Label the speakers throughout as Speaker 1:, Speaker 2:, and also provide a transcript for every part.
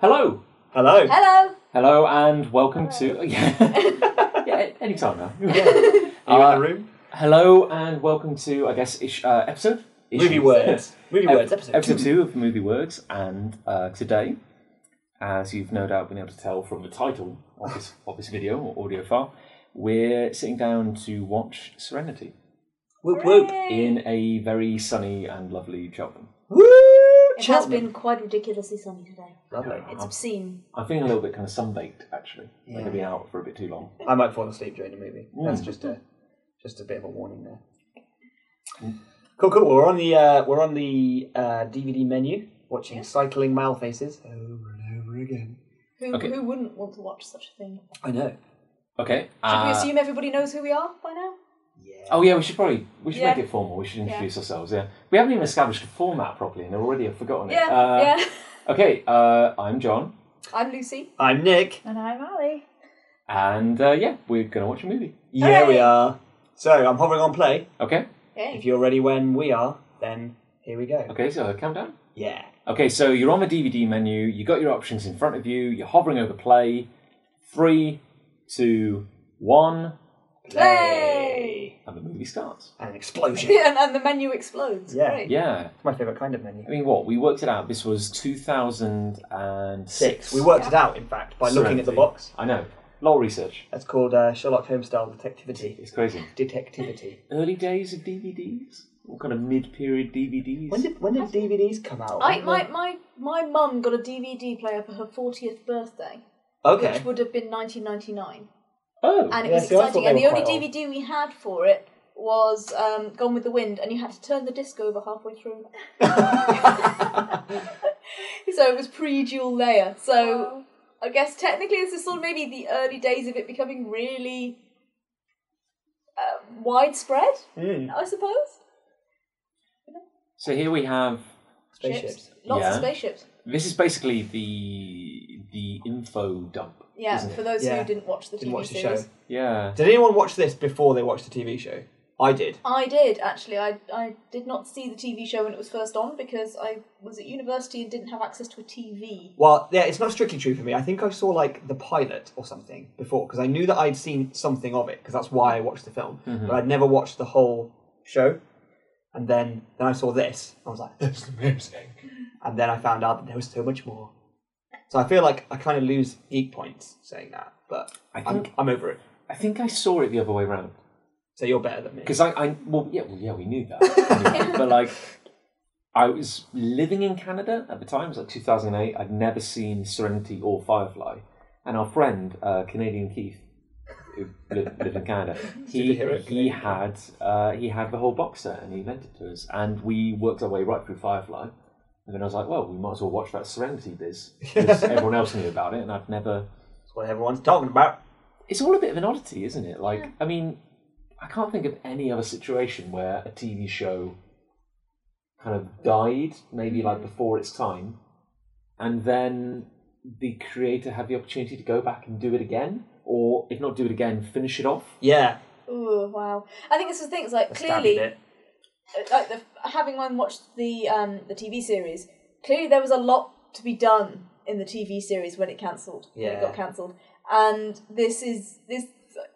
Speaker 1: Hello.
Speaker 2: Hello.
Speaker 3: Hello.
Speaker 1: Hello and welcome to. Yeah, yeah anytime now.
Speaker 2: Are you
Speaker 1: Uh,
Speaker 2: in the room?
Speaker 1: Hello and welcome to, I guess, ish, uh, episode? Issues.
Speaker 2: Movie words. Movie
Speaker 1: Ep-
Speaker 2: words. Episode, two.
Speaker 1: of Movie Words, and uh, today, as you've no doubt been able to tell from the title of this, of this video or audio file, we're sitting down to watch Serenity
Speaker 2: Whoop whoop.
Speaker 1: in a very sunny and lovely Cheltenham.
Speaker 2: Woo!
Speaker 3: It has
Speaker 2: Cheltenham.
Speaker 3: been quite ridiculously sunny today.
Speaker 2: Lovely.
Speaker 3: It's obscene.
Speaker 1: I'm feeling a little bit kind of sunbaked, actually. I'm going
Speaker 2: Yeah.
Speaker 1: to be out for a bit too long.
Speaker 2: I might fall asleep during the movie.
Speaker 1: Mm.
Speaker 2: That's just a just a bit of a warning there. Cool, cool. We're on the uh, we're on the uh, DVD menu watching cycling malfaces over and over again.
Speaker 3: Who,
Speaker 1: Okay.
Speaker 3: who wouldn't want to watch such a thing?
Speaker 2: I know.
Speaker 1: Okay.
Speaker 3: Should we
Speaker 1: uh,
Speaker 3: assume everybody knows who we are by now?
Speaker 2: Yeah.
Speaker 1: Oh yeah, we should probably we should
Speaker 3: Yeah.
Speaker 1: make it formal. We should introduce ourselves. Yeah, we haven't even established a format properly, and already have forgotten it.
Speaker 3: Yeah,
Speaker 1: Uh,
Speaker 3: yeah.
Speaker 1: Okay, uh, I'm John,
Speaker 3: I'm Lucy.
Speaker 2: I'm Nick.
Speaker 3: And I'm Ali.
Speaker 1: and uh, yeah, we're gonna watch a movie.
Speaker 2: Yeah, we
Speaker 3: Hey.
Speaker 2: are. So I'm hovering on play.
Speaker 1: Okay,
Speaker 3: Hey.
Speaker 2: If you're ready when we are, then here we go.
Speaker 1: okay, so countdown.
Speaker 2: Yeah.
Speaker 1: Okay, so you're on the DVD menu. You got your options in front of you. You're hovering over play. Three, two, one,
Speaker 3: Play.
Speaker 1: and the movie starts.
Speaker 2: An explosion.
Speaker 3: Yeah, and, and the menu explodes.
Speaker 2: Yeah.
Speaker 3: Great.
Speaker 1: Yeah,
Speaker 2: My favorite kind of menu.
Speaker 1: I mean, what we worked it out. This was two thousand and six.
Speaker 2: We worked it out, in fact, by looking at the box.
Speaker 1: I know. A lot of research.
Speaker 2: That's called uh, Sherlock Holmes style detectivity.
Speaker 1: It's crazy.
Speaker 2: Detectivity.
Speaker 1: early days of DVDs? What kind of mid period DVDs?
Speaker 2: When did when did DVDs come out?
Speaker 3: I, my, my, my mum got a DVD player for her 40th birthday,
Speaker 2: okay.
Speaker 3: which would have been 1999.
Speaker 1: oh,
Speaker 3: And it
Speaker 2: Yeah,
Speaker 3: was
Speaker 2: see, I thought
Speaker 3: exciting.
Speaker 2: they
Speaker 3: And
Speaker 2: were
Speaker 3: the only
Speaker 2: quite old.
Speaker 3: DVD we had for it was um, Gone with the Wind, and you had to turn the disc over halfway through. so it was pre dual layer. So I guess technically this is sort of maybe the early days of it becoming really uh, widespread,
Speaker 2: Mm.
Speaker 3: I suppose.
Speaker 1: so here we have
Speaker 2: Spaceships.
Speaker 3: Lots
Speaker 1: Yeah.
Speaker 3: of spaceships.
Speaker 1: this is basically the the info dump.
Speaker 3: Yeah,
Speaker 1: isn't it?
Speaker 3: for those
Speaker 2: Yeah.
Speaker 3: who didn't watch the
Speaker 2: Didn't
Speaker 3: TV
Speaker 2: watch the show.
Speaker 3: series.
Speaker 1: yeah.
Speaker 2: Did anyone watch this before they watched the TV show? I did.
Speaker 3: I did actually. I, I did not see the TV show when it was first on because I was at university and didn't have access to a TV.
Speaker 2: Well, yeah, it's not strictly true for me. I think I saw like the pilot or something before because I knew that I'd seen something of it because that's why I watched the film,
Speaker 1: Mm-hmm.
Speaker 2: but I'd never watched the whole show. And then then I saw this. I was like, "This is amazing!" And then I found out that there was so much more. So I feel like I kind of lose geek points saying that, but
Speaker 1: I
Speaker 2: I'm-
Speaker 1: think-
Speaker 2: I'm over it.
Speaker 1: I think I saw it the other way around
Speaker 2: So you're better than me.
Speaker 1: because I, I well yeah well, yeah we knew that, I mean, but like I was living in Canada at the time. It was like 2008. I'd never seen Serenity or Firefly, and our friend uh, Canadian Keith. Who lived, lived in Canada. He,
Speaker 2: Superhero
Speaker 1: he
Speaker 2: Canadian.
Speaker 1: had uh, he had the whole box set and he lent it to us, and we worked our way right through Firefly. And then I was like, well, we might as well watch that Serenity biz because everyone else knew about it, and I'd never
Speaker 2: That's what everyone's talking about.
Speaker 1: it's all a bit of an oddity, isn't it? Like, I mean, I can't think of any other situation where a TV show kind of died, maybe
Speaker 3: Mm-hmm.
Speaker 1: like before its time, and then the creator had the opportunity to go back and do it again, or if not do it again, finish it off.
Speaker 2: Yeah.
Speaker 3: Ooh, wow! I think it's the thing. It's like
Speaker 2: Stabbed
Speaker 3: clearly,
Speaker 2: it.
Speaker 3: uh, like the, having one watched the um, the TV series, clearly there was a lot to be done in the TV series when it cancelled. when
Speaker 2: Yeah.
Speaker 3: it got cancelled, and this is this.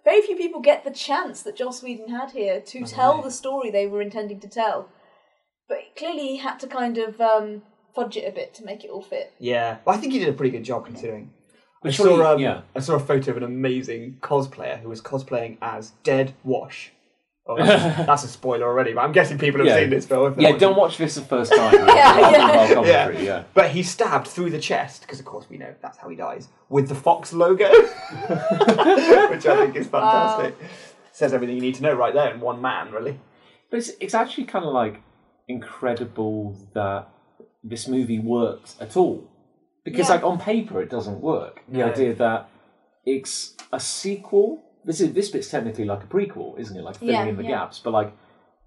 Speaker 3: Very few people get the chance that Joss Whedon had here to tell the story they were intending to tell, but clearly he had to kind of um, fudge it a bit to make it all fit.
Speaker 2: Yeah. Well, I think he did a pretty good job considering. I
Speaker 1: But surely-
Speaker 2: saw, um,
Speaker 1: yeah.
Speaker 2: I saw a photo of an amazing cosplayer who was cosplaying as Dead Wash. Oh, that's, that's a spoiler already, but I'm guessing people have
Speaker 1: Yeah.
Speaker 2: seen this film. if
Speaker 1: Yeah,
Speaker 2: not-
Speaker 1: don't watch this the first time.
Speaker 3: Yeah, yeah.
Speaker 2: Yeah.
Speaker 1: yeah. yeah.
Speaker 2: But he stabbed through the chest, because of course we know that's how he dies, with the Fox logo, which I think is fantastic. Says everything you need to know right there in one man, really.
Speaker 1: But it's, it's actually kind of like incredible that this movie works at all. Because,
Speaker 3: Yeah.
Speaker 1: like, on paper, it doesn't work. The
Speaker 2: No.
Speaker 1: idea that it's a sequel. This is this bit's technically like a prequel, isn't it? Like filling
Speaker 3: Yeah,
Speaker 1: in the
Speaker 3: yeah.
Speaker 1: gaps. But like,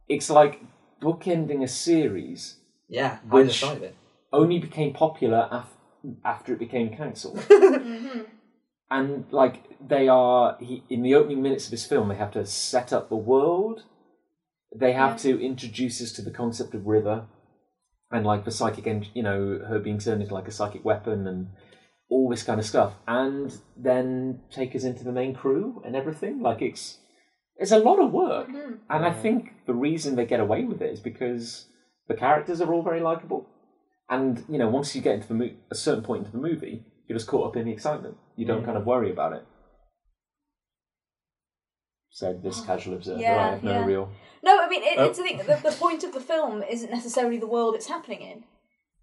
Speaker 1: it's like bookending a series
Speaker 2: Yeah,
Speaker 1: Which-
Speaker 2: either side of it.
Speaker 1: only became popular af- after it became cancelled.
Speaker 3: Mm-hmm.
Speaker 1: And like they are he, in the opening minutes of this film, they have to set up the world. They have to introduce us to the concept of River, and like the psychic, en- you know, her being turned into like a psychic weapon, and all this kind of stuff, and then take us into the main crew and everything. Like it's it's a lot of work,
Speaker 3: Mm-hmm.
Speaker 1: and I think the reason they get away with it is because the characters are all very likable, and you know once you get into the mo- a certain point into the movie, you're just caught up in the excitement. You don't kind of worry about it. Said this casual observer.
Speaker 3: Oh. Yeah,
Speaker 1: I have no
Speaker 3: yeah.
Speaker 1: real.
Speaker 3: No, I mean it,
Speaker 2: Oh.
Speaker 3: it's the thing. The, the point of the film isn't necessarily the world it's happening in.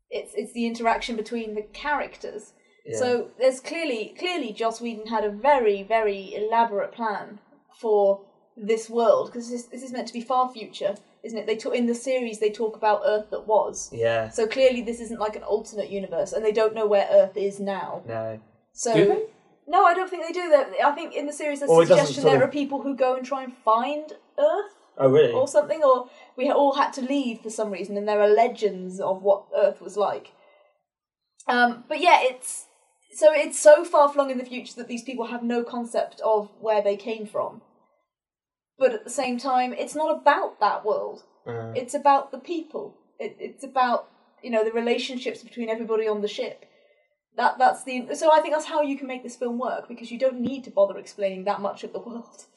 Speaker 3: It's it's the interaction between the characters. So there's clearly clearly Joss Whedon had a very very elaborate plan for this world because this, this is meant to be far future, isn't it? They talk in the series they talk about Earth that was.
Speaker 2: yeah.
Speaker 3: So clearly this isn't like an alternate universe, and they don't know where Earth is now.
Speaker 2: No.
Speaker 3: So
Speaker 1: Do they?
Speaker 3: no, I don't think they do. They're- I think in the series there's
Speaker 2: Or it doesn't
Speaker 3: suggestion
Speaker 2: sort
Speaker 3: there
Speaker 2: of-
Speaker 3: are people who go and try and find Earth
Speaker 2: Oh really?
Speaker 3: or something, or we all had to leave for some reason, and there are legends of what Earth was like. Um, but yeah, it's so it's so far flung in the future that these people have no concept of where they came from. But at the same time, it's not about that world.
Speaker 2: Uh,
Speaker 3: It's about the people. It, it's about you know the relationships between everybody on the ship. That that's the so I think that's how you can make this film work because you don't need to bother explaining that much of the world.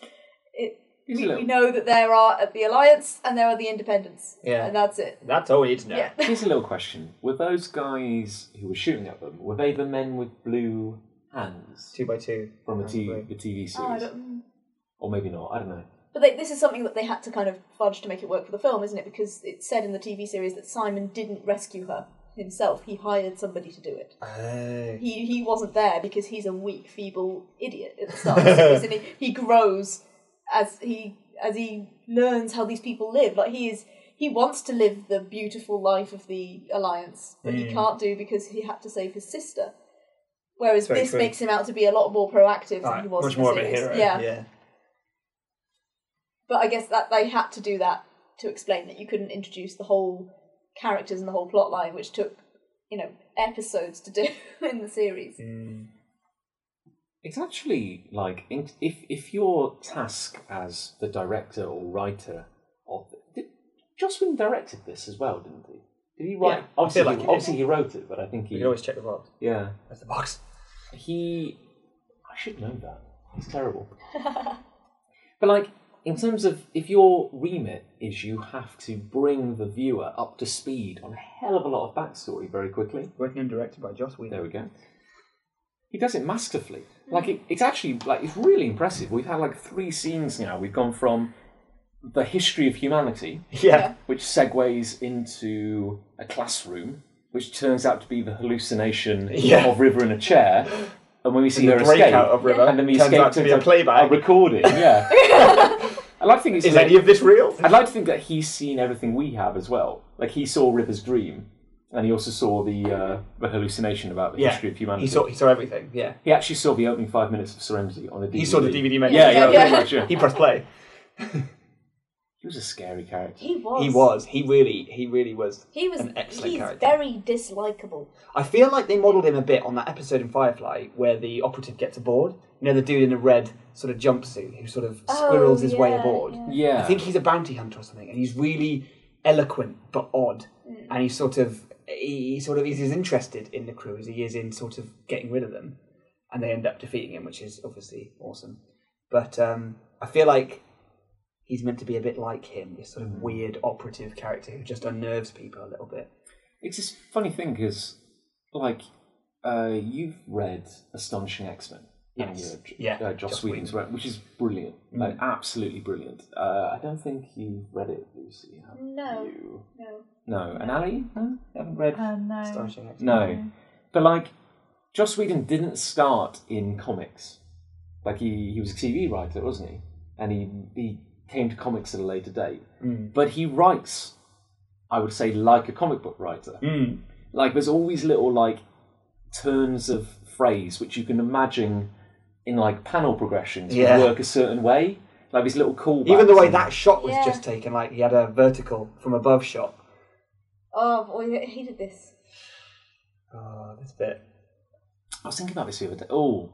Speaker 3: It
Speaker 1: Is
Speaker 3: we,
Speaker 1: it?
Speaker 3: we know that there are at the Alliance and there are the Independents.
Speaker 2: Yeah.
Speaker 3: and that's it.
Speaker 2: that's all we need to know.
Speaker 3: Yeah,
Speaker 1: Here's a little question: Were those guys who were shooting at them were they the men with blue hands
Speaker 2: Two by two.
Speaker 1: from the TV,
Speaker 2: probably.
Speaker 1: the TV series,
Speaker 3: Oh, I don't-
Speaker 1: or maybe not? I don't know.
Speaker 3: but they, this is something that they had to kind of fudge to make it work for the film, isn't it? Because it said in the TV series that Simon didn't rescue her himself; he hired somebody to do it.
Speaker 2: Oh.
Speaker 3: he he wasn't there because he's a weak, feeble idiot at the start of the series, and he, he grows as he as he learns how these people live. Like he is, he wants to live the beautiful life of the alliance, but
Speaker 2: Hmm.
Speaker 3: he can't do because he had to save his sister. Whereas
Speaker 2: Very
Speaker 3: this
Speaker 2: true.
Speaker 3: makes him out to be a lot more proactive than
Speaker 2: Right,
Speaker 3: he was.
Speaker 2: Much
Speaker 3: in the
Speaker 2: more of a
Speaker 3: series.
Speaker 2: hero.
Speaker 3: Yeah.
Speaker 2: yeah.
Speaker 3: but I guess that they had to do that to explain that you couldn't introduce the whole characters and the whole plot line, which took you know episodes to do in the series.
Speaker 2: Hmm.
Speaker 1: Mm. It's actually like in- if if your task as the director or writer of did, Joss Whedon directed this as well, didn't he? Did he write?
Speaker 2: Yeah, I
Speaker 1: obviously,
Speaker 2: feel like
Speaker 1: he,
Speaker 2: he did.
Speaker 1: obviously he wrote it, but I think
Speaker 2: You
Speaker 1: he
Speaker 2: can always check the box.
Speaker 1: yeah
Speaker 2: That's the box.
Speaker 1: he I should know that he's terrible. but like in terms of if your remit is you have to bring the viewer up to speed on a hell of a lot of backstory very quickly.
Speaker 2: Written and directed by Joss Whedon.
Speaker 1: There we go. He does it masterfully. Like it, it's actually like it's really impressive. We've had like three scenes now. We've gone from the history of humanity,
Speaker 2: Yeah.
Speaker 1: which segues into a classroom, which turns out to be the hallucination
Speaker 2: Yeah.
Speaker 1: of River in a chair. And when we see
Speaker 2: The
Speaker 1: her
Speaker 2: breakout
Speaker 1: escape,
Speaker 2: of River
Speaker 1: and then we
Speaker 2: turns
Speaker 1: escape
Speaker 2: out to be a playback.
Speaker 1: recording. Yeah, I like to think it's
Speaker 2: Is any of this real?
Speaker 1: I'd like to think that he's seen everything we have as well. Like he saw River's dream, and he also saw the uh, the hallucination about the history of humanity.
Speaker 2: He saw, he saw everything. Yeah.
Speaker 1: He actually saw the opening five minutes of Serenity on the DVD.
Speaker 2: He saw the DVD maker.
Speaker 1: Yeah, yeah,
Speaker 3: Yeah,
Speaker 1: pretty
Speaker 3: yeah.
Speaker 1: much. Yeah.
Speaker 2: He pressed play.
Speaker 1: He was a scary character.
Speaker 3: He was.
Speaker 2: He was. He really. He really was.
Speaker 3: He was.
Speaker 2: an excellent
Speaker 3: he's
Speaker 2: character.
Speaker 3: very dislikable.
Speaker 2: I feel like they modelled him a bit on that episode in Firefly where the operative gets aboard. You know, the dude in the red sort of jumpsuit who sort of squirrels his way
Speaker 3: Oh, yeah,
Speaker 2: aboard.
Speaker 1: Yeah,
Speaker 2: I think he's a bounty hunter or something, and he's really eloquent but odd, and he's sort of he, he sort of is as interested in the crew as he is in sort of getting rid of them, and they end up defeating him, which is obviously awesome. But um, I feel like he's meant to be a bit like him, this sort of weird operative character who just unnerves people a little bit.
Speaker 1: it's this funny thing because, like, uh, you've read *Astonishing X Men*.
Speaker 2: Yes.
Speaker 1: you know, J-
Speaker 2: Yeah,
Speaker 1: Uh, Joss
Speaker 2: Joss Mm.
Speaker 1: Whedon's work, which is brilliant, like absolutely brilliant. Uh, I don't think you read it, Lucy. Have
Speaker 3: No.
Speaker 1: You?
Speaker 3: No.
Speaker 1: No. And Ali? No? You haven't read
Speaker 4: Uh, no.
Speaker 2: Astonishing X-Men.
Speaker 1: No. But like, Joss Whedon didn't start in comics. Like he, he was a TV writer, wasn't he? And he he came to comics at a later date.
Speaker 2: Mm.
Speaker 1: But he writes, I would say, like a comic book writer.
Speaker 2: Mm.
Speaker 1: Like there's always little like turns of phrase which you can imagine in like panel progressions would
Speaker 2: Yeah.
Speaker 1: work a certain way. Like these little callbacks.
Speaker 2: Even the way
Speaker 1: and-
Speaker 2: that shot was
Speaker 3: Yeah.
Speaker 2: just taken, like he had a vertical from above shot.
Speaker 3: Oh, boy, he did this.
Speaker 2: Oh, this bit.
Speaker 1: I was thinking about this the other day. Oh,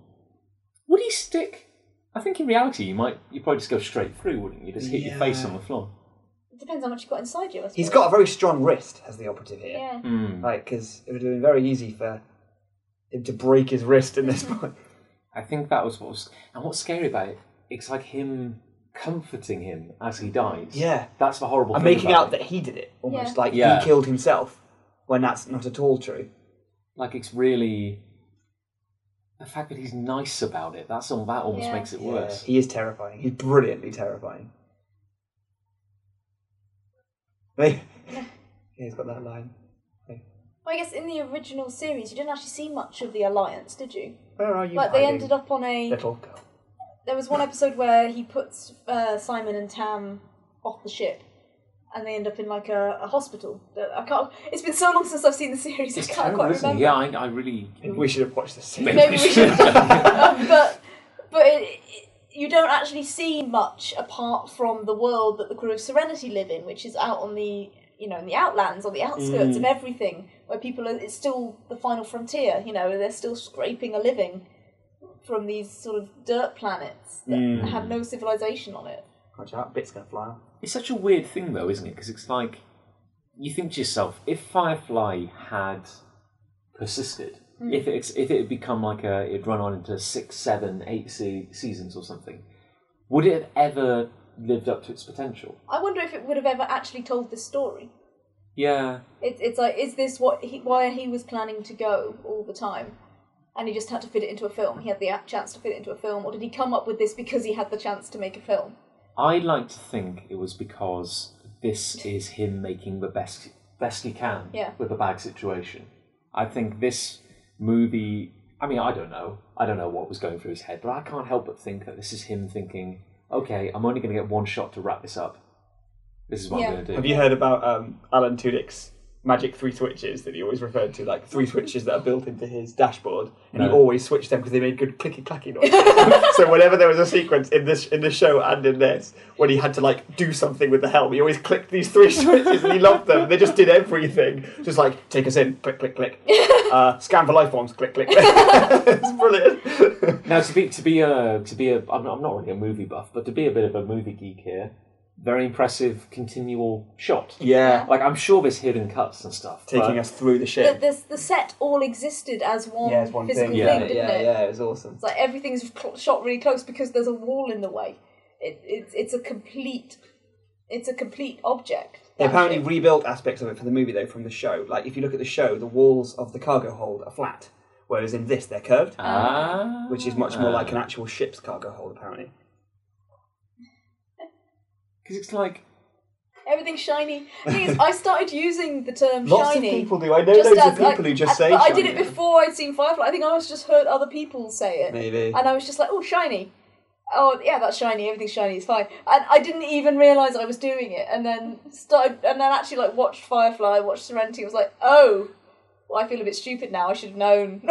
Speaker 1: would he stick? I think in reality, you might you probably just go straight through, wouldn't you? Just hit your face
Speaker 2: Yeah.
Speaker 1: on the floor.
Speaker 3: It depends how much you've got inside you. I
Speaker 2: He's
Speaker 3: suppose.
Speaker 2: got a very strong wrist, has the operative here.
Speaker 3: Yeah.
Speaker 1: Hmm.
Speaker 2: Like, because it would have been very easy for him to break his wrist in this point.
Speaker 1: I think that was what was. And what's scary about it, it's like him comforting him as he dies.
Speaker 2: Yeah.
Speaker 1: That's the horrible
Speaker 2: I'm
Speaker 1: thing.
Speaker 2: making
Speaker 1: about
Speaker 2: out
Speaker 1: it.
Speaker 2: that he did it almost
Speaker 3: Yeah.
Speaker 2: like
Speaker 1: Yeah.
Speaker 2: he killed himself when that's not at all true.
Speaker 1: Like, it's really. The fact that he's nice about it, that's all, that almost
Speaker 3: Yeah.
Speaker 1: makes it worse.
Speaker 2: He is terrifying. He's brilliantly terrifying. yeah, he's got that line.
Speaker 3: Well, I guess in the original series, you didn't actually see much of the Alliance, did you?
Speaker 2: Where are you?
Speaker 3: Like they
Speaker 2: hiding,
Speaker 3: ended up on a.
Speaker 2: little girl.
Speaker 3: There was one episode where he puts uh, Simon and Tam off the ship, and they end up in like a, a hospital. That I can't. It's been so long since I've seen the series.
Speaker 1: It's
Speaker 3: I can't
Speaker 1: terrible,
Speaker 3: quite
Speaker 1: isn't
Speaker 3: remember.
Speaker 1: it? Yeah, I, I really.
Speaker 2: We should have watched this.
Speaker 1: Maybe
Speaker 3: Maybe we should. Um, but but it, it- you don't actually see much apart from the world that the crew of Serenity live in, which is out on the you know in the outlands, on the outskirts of everything, where people are. It's still the final frontier. You know, they're still scraping a living from these sort of dirt planets that have no civilization on it.
Speaker 2: Watch out, bit's gonna fly off.
Speaker 1: It's such a weird thing, though, isn't it? Because it's like you think to yourself, if Firefly had persisted,
Speaker 3: Mm.
Speaker 1: if it's if it had become like a, it'd run on into six, seven, eight se- seasons or something, would it have ever lived up to its potential?
Speaker 3: I wonder if it would have ever actually told this story.
Speaker 1: Yeah,
Speaker 3: It, it's like, is this what he, why he was planning to go all the time? And he just had to fit it into a film. He had the a- chance to fit it into a film, or did he come up with this because he had the chance to make a film?
Speaker 1: I like to think it was because this is him making the best best he can
Speaker 3: Yeah.
Speaker 1: with the bad situation. I think this movie. I mean, I don't know. I don't know what was going through his head, but I can't help but think that this is him thinking, "Okay, I'm only going to get one shot to wrap this up. This is what
Speaker 3: Yeah.
Speaker 1: I'm going to do."
Speaker 2: Have you heard about um, Alan Tudyk's magic three switches that he always referred to, like three switches that are built into his dashboard, and he
Speaker 1: No.
Speaker 2: always switched them because they made good clicky clacky noises. so whenever there was a sequence in this in the show and in this, when he had to like do something with the helm, he always clicked these three switches, and he loved them. They just did everything, just like take us in, click click click, uh, scan for life forms, click click click. it's brilliant.
Speaker 1: now to be to be a to be a I'm not, I'm not really a movie buff, but to be a bit of a movie geek here, very impressive continual shot.
Speaker 2: yeah,
Speaker 1: Like I'm sure there's hidden cuts and stuff.
Speaker 2: taking
Speaker 1: but-
Speaker 2: us through the
Speaker 3: The,
Speaker 2: ship.
Speaker 3: the, the set all existed as one,
Speaker 2: Yeah, it's one
Speaker 3: physical
Speaker 2: thing.
Speaker 3: thing,
Speaker 1: Yeah,
Speaker 3: didn't
Speaker 2: yeah,
Speaker 3: it?
Speaker 2: yeah, it was awesome.
Speaker 3: It's like everything's cl- shot really close because there's a wall in the way. It, it's it's a complete, it's a complete object.
Speaker 2: They
Speaker 3: that
Speaker 2: apparently
Speaker 3: ship.
Speaker 2: rebuilt aspects of it for the movie, though, from the show. Like, if you look at the show, the walls of the cargo hold are flat, whereas in this, they're curved,
Speaker 1: Ah.
Speaker 2: which is much more like an actual ship's cargo hold, apparently.
Speaker 1: Because it's like
Speaker 3: everything's shiny. The thing is, I started using the term
Speaker 2: Lots of
Speaker 3: shiny.
Speaker 2: people do. I know
Speaker 3: just
Speaker 2: loads of
Speaker 3: as,
Speaker 2: people
Speaker 3: like,
Speaker 2: who just
Speaker 3: as-
Speaker 2: say
Speaker 3: But I
Speaker 2: shiny.
Speaker 3: did it before I'd seen Firefly. I think I was just heard other people say it,
Speaker 2: Maybe.
Speaker 3: and I was just like, "Oh, shiny." Oh yeah, that's shiny. Everything's shiny. It's fine. And I didn't even realize I was doing it, and then started, and then actually like watched Firefly, watched Serenity. I was like, "Oh, well, I feel a bit stupid now. I should have known."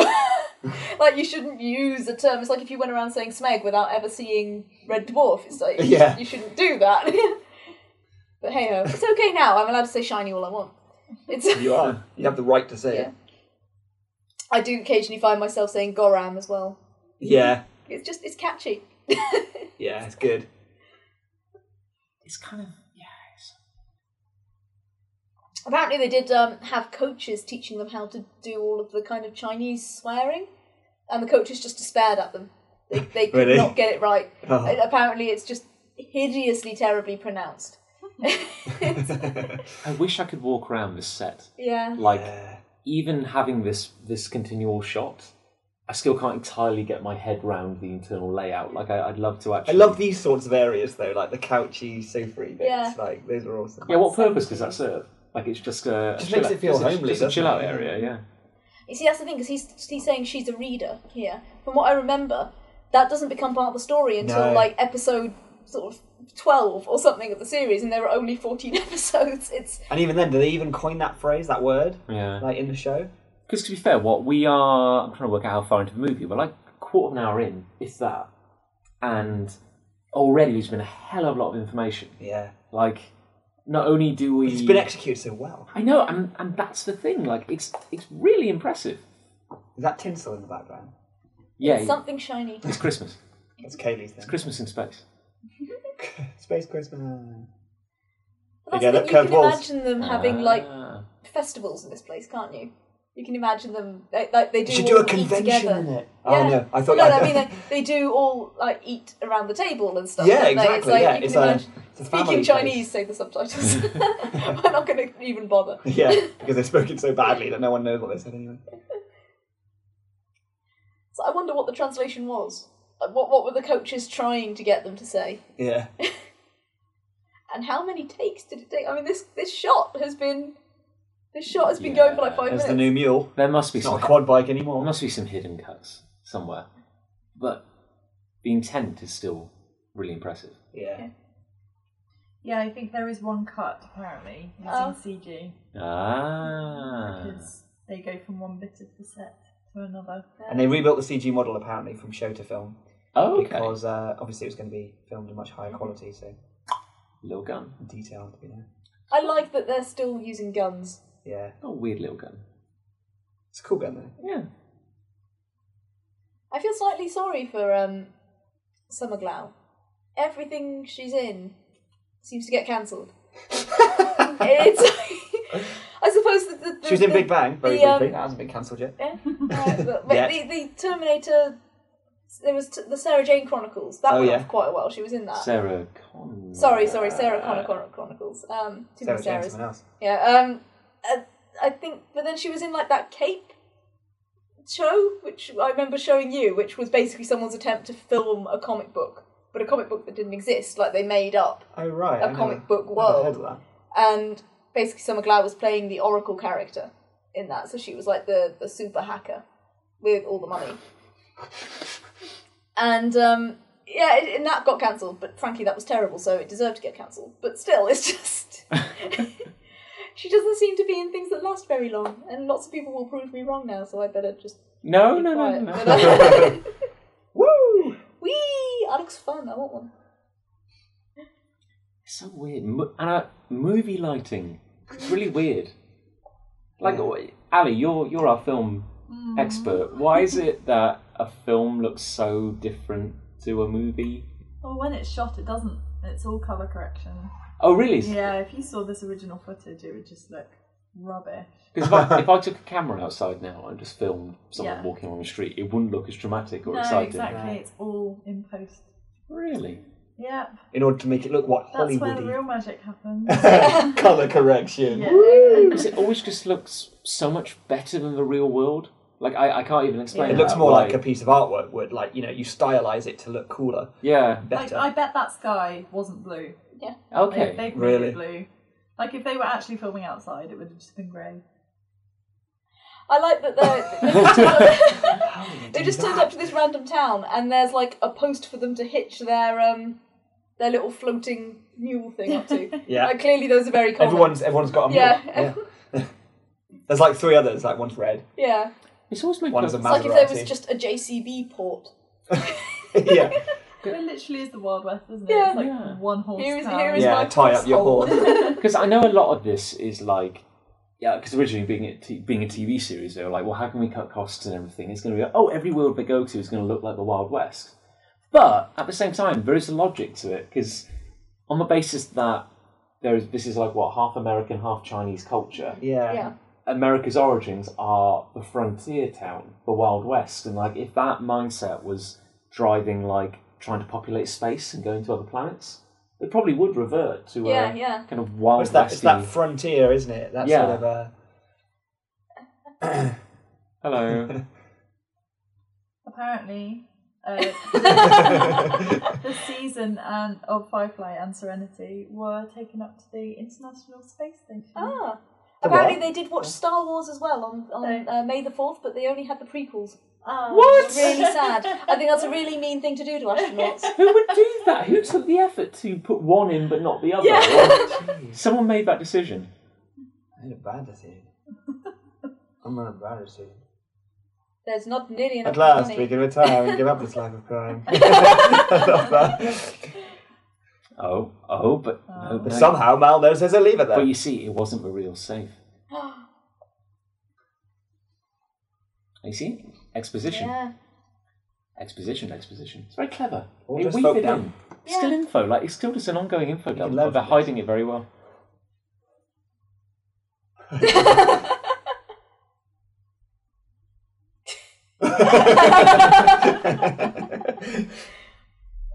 Speaker 3: like you shouldn't use a term. It's like if you went around saying Smeg without ever seeing Red Dwarf. It's like you-
Speaker 2: Yeah.
Speaker 3: you shouldn't do that. but hey ho, it's okay now. I'm allowed to say shiny all I want. It's
Speaker 2: You are. You have the right to say
Speaker 3: Yeah.
Speaker 2: it.
Speaker 3: I do occasionally find myself saying Goram as well.
Speaker 2: Yeah.
Speaker 3: It's just it's catchy.
Speaker 2: Yeah, it's good.
Speaker 1: it's kind of yeah. It's,
Speaker 3: Apparently, they did um, have coaches teaching them how to do all of the kind of Chinese swearing, and the coaches just despaired at them. They, they could
Speaker 2: Really?
Speaker 3: not get it right.
Speaker 2: Oh.
Speaker 3: And apparently, it's just hideously, terribly pronounced.
Speaker 1: I wish I could walk around this set.
Speaker 3: Yeah.
Speaker 1: Like
Speaker 2: Yeah.
Speaker 1: even having this this continual shot, I still can't entirely get my head round the internal layout. Like I, I'd love to
Speaker 2: I
Speaker 1: actually.
Speaker 2: love these sorts of areas, though, like the couchy, sofa bits.
Speaker 3: Yeah.
Speaker 2: Like, those are awesome.
Speaker 1: Yeah, what purpose does that serve? Like it's just a
Speaker 2: Just
Speaker 1: a chill
Speaker 2: makes
Speaker 1: out-
Speaker 2: it feel
Speaker 1: just a-
Speaker 2: homely,
Speaker 1: Just a
Speaker 2: doesn't
Speaker 1: chill out
Speaker 2: it?
Speaker 1: area, yeah.
Speaker 3: You see, that's the thing because he's he's saying she's a reader here. From what I remember, that doesn't become part of the story until
Speaker 2: No.
Speaker 3: like episode sort of twelve or something of the series, and there are only fourteen episodes. It's
Speaker 2: And even then, do they even coin that phrase, that word,
Speaker 1: Yeah.
Speaker 2: like in the show?
Speaker 1: Because to be fair, what we are, I'm trying to work out how far into the movie, we're like a quarter of an hour in, if that, and already there's been a hell of a lot of information.
Speaker 2: Yeah.
Speaker 1: Like, not only do we,
Speaker 2: It's been executed so well.
Speaker 1: I know, and and that's the thing. Like, it's it's really impressive.
Speaker 2: Is that tinsel in the background?
Speaker 1: Yeah, it's,
Speaker 3: something shiny.
Speaker 1: Christmas.
Speaker 2: That's
Speaker 1: It's
Speaker 2: Kaylee's thing.
Speaker 1: Christmas in space.
Speaker 2: Space Christmas.
Speaker 3: But
Speaker 2: They get
Speaker 3: that's the thing, you
Speaker 2: up
Speaker 3: can
Speaker 2: curved walls.
Speaker 3: imagine them having like
Speaker 1: Ah.
Speaker 3: festivals in this place, can't you? You can imagine them they, like they do.
Speaker 2: You should
Speaker 3: all
Speaker 2: do a
Speaker 3: eat
Speaker 2: convention
Speaker 3: together.
Speaker 2: in it.
Speaker 3: Yeah.
Speaker 2: Oh no, I thought.
Speaker 3: Well, no,
Speaker 2: I,
Speaker 3: I mean they, they do all like eat around the table and stuff.
Speaker 2: yeah,
Speaker 3: don't they?
Speaker 2: exactly.
Speaker 3: It's like,
Speaker 2: yeah,
Speaker 3: you can
Speaker 2: it's a,
Speaker 3: imagine,
Speaker 2: it's a family
Speaker 3: speaking Chinese, say the subtitles. We're not going to even bother.
Speaker 2: place. Yeah, because they spoke it so badly that no one knows what they said anyway.
Speaker 3: So I wonder what the translation was. Like, what what were the coaches trying to get them to say?
Speaker 2: Yeah,
Speaker 3: And how many takes did it take? I mean, this this shot has been this shot has been going for like
Speaker 1: Yeah,
Speaker 3: five
Speaker 2: there's
Speaker 3: minutes.
Speaker 2: the new mule.
Speaker 1: There must be
Speaker 2: It's not
Speaker 1: some.
Speaker 2: a quad bike
Speaker 1: There
Speaker 2: anymore.
Speaker 1: must be some hidden cuts somewhere, but the intent is still really impressive.
Speaker 2: Yeah.
Speaker 4: Yeah, I think there is one cut apparently using
Speaker 3: Oh.
Speaker 4: CG
Speaker 1: Ah,
Speaker 4: because they go from one bit of the set to another.
Speaker 2: And they rebuilt the CG model apparently from show to film
Speaker 1: oh, okay.
Speaker 2: because uh, obviously it was going to be filmed in much higher quality, so
Speaker 1: Little gun.
Speaker 2: detail had to be there.
Speaker 3: I like that they're still using guns.
Speaker 2: Yeah,
Speaker 1: Oh, weird little gun.
Speaker 2: it's a cool gun though.
Speaker 1: Yeah.
Speaker 3: I feel slightly sorry for um, Summer Glau. Everything she's in seems to get cancelled. it's. I suppose that the, the,
Speaker 2: She was in
Speaker 3: the-
Speaker 2: Big Bang very
Speaker 3: the, um,
Speaker 2: briefly. That hasn't been cancelled yet.
Speaker 3: Yeah. Uh, but
Speaker 2: Yeah.
Speaker 3: The, the Terminator. There was t- the Sarah Jane Chronicles. That
Speaker 2: Oh,
Speaker 3: went
Speaker 2: yeah. uh,
Speaker 3: off quite a while. She was in that.
Speaker 1: Sarah Con.
Speaker 3: sorry, sorry, Sarah Connor Chron- Chronicles. Um, too
Speaker 2: Sarah
Speaker 3: many
Speaker 2: Jane,
Speaker 3: Sarahs.
Speaker 2: someone else.
Speaker 3: Yeah. Um, I, I think, but then she was in like that Cape show, which I remember showing you, which was basically someone's attempt to film a comic book, but a comic book that didn't exist. Like they made up
Speaker 2: Oh right,
Speaker 3: a
Speaker 2: I never-
Speaker 3: comic book
Speaker 2: never
Speaker 3: world
Speaker 2: heard of that.
Speaker 3: and basically Summer Glau was playing the Oracle character in that, so she was like the, the super hacker with all the money. and um, yeah, it, and that got cancelled, but frankly, that was terrible, so it deserved to get cancelled. But still, it's just. she doesn't seem to be in things that last very long, and lots of people will prove me wrong now, so I better just.
Speaker 1: No,
Speaker 3: be
Speaker 1: no, no, no, no.
Speaker 3: quiet. But, uh,
Speaker 2: Woo!
Speaker 3: Whee! That looks fun, I want one.
Speaker 1: It's so weird. Mo- and uh, movie lighting. It's really weird. Like, Ali, you're you're our film
Speaker 4: Mm.
Speaker 1: expert. Why is it that a film looks so different to a movie?
Speaker 4: Well, when it's shot, it doesn't. It's all color correction.
Speaker 1: Oh, really?
Speaker 4: Yeah, if you saw this original footage, it would just look rubbish.
Speaker 1: Because if, I, if I took a camera outside now and just filmed someone
Speaker 4: Yeah.
Speaker 1: walking along the street, it wouldn't look as dramatic or
Speaker 4: no,
Speaker 1: exciting.
Speaker 4: exactly.
Speaker 2: Right.
Speaker 4: It's all in post.
Speaker 1: Really?
Speaker 4: Yeah,
Speaker 2: In order to make it look what
Speaker 4: that's where the
Speaker 2: Hollywoody
Speaker 4: real magic happens.
Speaker 2: color correction.
Speaker 4: yeah.
Speaker 1: Because it always just looks so much better than the real world. Like, I, I can't even explain
Speaker 2: It looks
Speaker 1: that,
Speaker 2: more
Speaker 1: why-
Speaker 2: like a piece of artwork would, like you know, you stylize it to look cooler,
Speaker 1: Yeah.
Speaker 4: Like,
Speaker 2: better.
Speaker 4: I bet that sky wasn't blue.
Speaker 1: Okay.
Speaker 4: They, they
Speaker 2: Really?
Speaker 4: really blue. Like if they were actually filming outside, it would have just been grey.
Speaker 3: I like that they're. they're just They just turned up to this random town, and there's like a post for them to hitch their um their little floating mule thing up to.
Speaker 2: Yeah,
Speaker 3: Like clearly, those are very common.
Speaker 2: everyone's everyone's got a mule.
Speaker 3: Yeah.
Speaker 2: yeah. There's like three others. Like one's red.
Speaker 3: Yeah,
Speaker 1: It's always made
Speaker 2: One's a
Speaker 1: perfect
Speaker 3: it's like if
Speaker 2: Maserati.
Speaker 3: there was just a JCB port.
Speaker 2: yeah,
Speaker 4: It literally is the Wild West, isn't it?
Speaker 3: Yeah.
Speaker 4: It's like
Speaker 1: Yeah.
Speaker 4: one horse
Speaker 3: Here is-
Speaker 4: town.
Speaker 3: here is-
Speaker 2: yeah.
Speaker 3: my
Speaker 2: Tie up your
Speaker 3: household.
Speaker 2: horse.
Speaker 1: Because I know a lot of this is like, yeah, because originally being a, t- being a TV series, they were like, well, how can we cut costs and everything? It's going to be, oh, every world they go to is going to look like the Wild West. But at the same time, there is a logic to it because on the basis that there is this is like what half American, half Chinese culture.
Speaker 2: Yeah.
Speaker 3: Yeah,
Speaker 1: America's origins are the frontier town, the Wild West, and like if that mindset was driving like trying to populate space and going to other planets, it probably would revert to
Speaker 3: Yeah,
Speaker 1: a
Speaker 3: yeah.
Speaker 1: kind of Wild
Speaker 2: It's that
Speaker 1: West.
Speaker 2: it's that frontier, isn't it? That
Speaker 1: Yeah.
Speaker 2: sort of uh,
Speaker 1: Hello.
Speaker 4: Apparently, uh, the season and of Firefly and Serenity were taken up to the International Space Station.
Speaker 3: Ah,
Speaker 2: The
Speaker 3: apparently
Speaker 2: what?
Speaker 3: they did watch Star Wars as well on on uh, May the fourth, but they only had the prequels.
Speaker 4: Ah.
Speaker 1: What?
Speaker 3: Really sad. I think that's a really mean thing to do to astronauts.
Speaker 1: Who would do that? Who took the effort to put one in but not the other? Someone made that decision.
Speaker 2: I made a bad decision. I'm not a bad decision.
Speaker 3: There's not nearly enough
Speaker 2: At last, we
Speaker 3: money.
Speaker 2: can retire and give up this life of crime. I love that.
Speaker 1: Oh, oh, but no,
Speaker 2: But
Speaker 1: no.
Speaker 2: somehow Mal knows there's a lever
Speaker 1: But
Speaker 2: there.
Speaker 1: you see, it wasn't the real safe. You see, exposition.
Speaker 3: Yeah.
Speaker 1: exposition, exposition. It's very clever.
Speaker 2: All
Speaker 1: they
Speaker 2: just
Speaker 1: weave
Speaker 2: folk
Speaker 1: it
Speaker 2: now.
Speaker 1: in. It's still
Speaker 3: Yeah.
Speaker 1: info. Like it's still just an ongoing info dump.
Speaker 2: learn
Speaker 1: but They're
Speaker 2: from
Speaker 1: hiding it very well.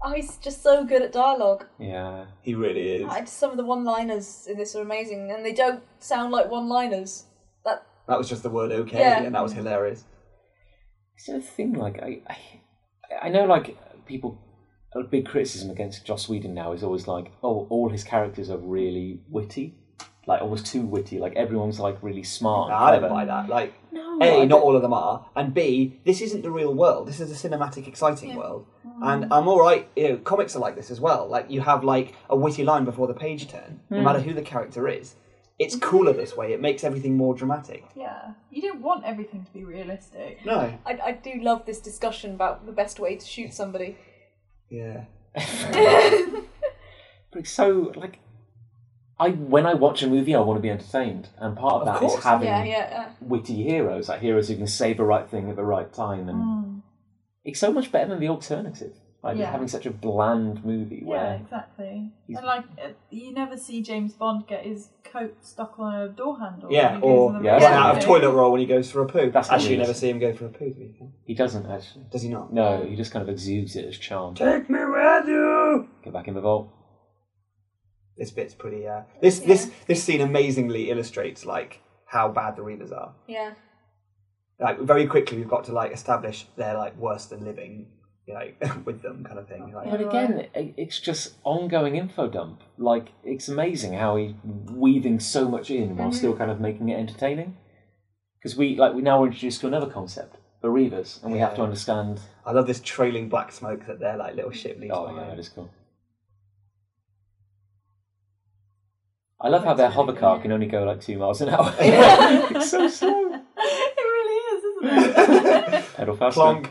Speaker 3: Oh, he's just so good at dialogue.
Speaker 1: yeah.
Speaker 2: he really is.
Speaker 3: I, some of the one-liners in this are amazing, and they don't sound like one-liners. That
Speaker 2: That was just the word okay,
Speaker 3: Yeah.
Speaker 2: and that was hilarious.
Speaker 1: It's the thing, like I, I, I know, like people, a big criticism against Joss Whedon now is always like, oh, all his characters are really witty, like almost too witty. Like everyone's like really smart.
Speaker 2: Nah,
Speaker 1: and
Speaker 2: I don't
Speaker 1: clever.
Speaker 2: buy that. Like,
Speaker 1: No, I
Speaker 2: A,
Speaker 1: don't-
Speaker 2: not all of them are, and B, this isn't the real world. This is a cinematic, exciting world, and I'm all right. You know, comics are like this as well. Like you have like a witty line before the page turn,
Speaker 1: Mm.
Speaker 2: no matter who the character is. It's cooler this way. It makes everything more dramatic.
Speaker 4: Yeah, you don't want everything to be realistic.
Speaker 2: No.
Speaker 3: I, I do love this discussion about the best way to shoot somebody.
Speaker 2: Yeah.
Speaker 1: But it's so like, I when I watch a movie, I want to be entertained, and part of,
Speaker 2: Of
Speaker 1: that is
Speaker 2: course.
Speaker 1: having
Speaker 3: Yeah, yeah, uh,
Speaker 1: witty heroes, like heroes who can say the right thing at the right time, and it's so much better than the alternative. Like
Speaker 4: Yeah.
Speaker 1: having such a bland movie
Speaker 4: Yeah,
Speaker 1: where
Speaker 4: exactly. And like, uh, you never see James Bond get his coat stuck on a door handle.
Speaker 2: Yeah.
Speaker 4: when he goes
Speaker 2: Or
Speaker 4: in the
Speaker 1: Yeah,
Speaker 2: run
Speaker 4: race.
Speaker 1: that's
Speaker 2: out of
Speaker 1: okay.
Speaker 2: toilet roll when he goes for a poo.
Speaker 1: That's
Speaker 2: Actually, you
Speaker 1: hilarious.
Speaker 2: never see him go for a poo. Do you?
Speaker 1: he doesn't actually.
Speaker 2: Does he not?
Speaker 1: No, he just kind of exudes it as charm.
Speaker 2: Take me with you.
Speaker 1: Get back in the vault.
Speaker 2: This bit's pretty. Uh, this this this scene amazingly illustrates like how bad the readers are.
Speaker 3: yeah.
Speaker 2: like very quickly we've got to like establish they're like worse than living you know with them kind of thing like
Speaker 1: But again, i- it's just ongoing info dump. Like it's amazing how he's weaving so much in while still kind of making it entertaining. Because we like we now we're introduced to another concept, bereavers, and we have to
Speaker 2: Yeah.
Speaker 1: understand.
Speaker 2: i love this trailing black smoke that they're like little ship leaves
Speaker 1: Oh yeah,
Speaker 2: behind.
Speaker 1: that is cool. I love how their hover car can only go like two miles an hour. it's so slow.
Speaker 4: it really is, isn't it?
Speaker 1: Pedal faster.
Speaker 2: Plonk.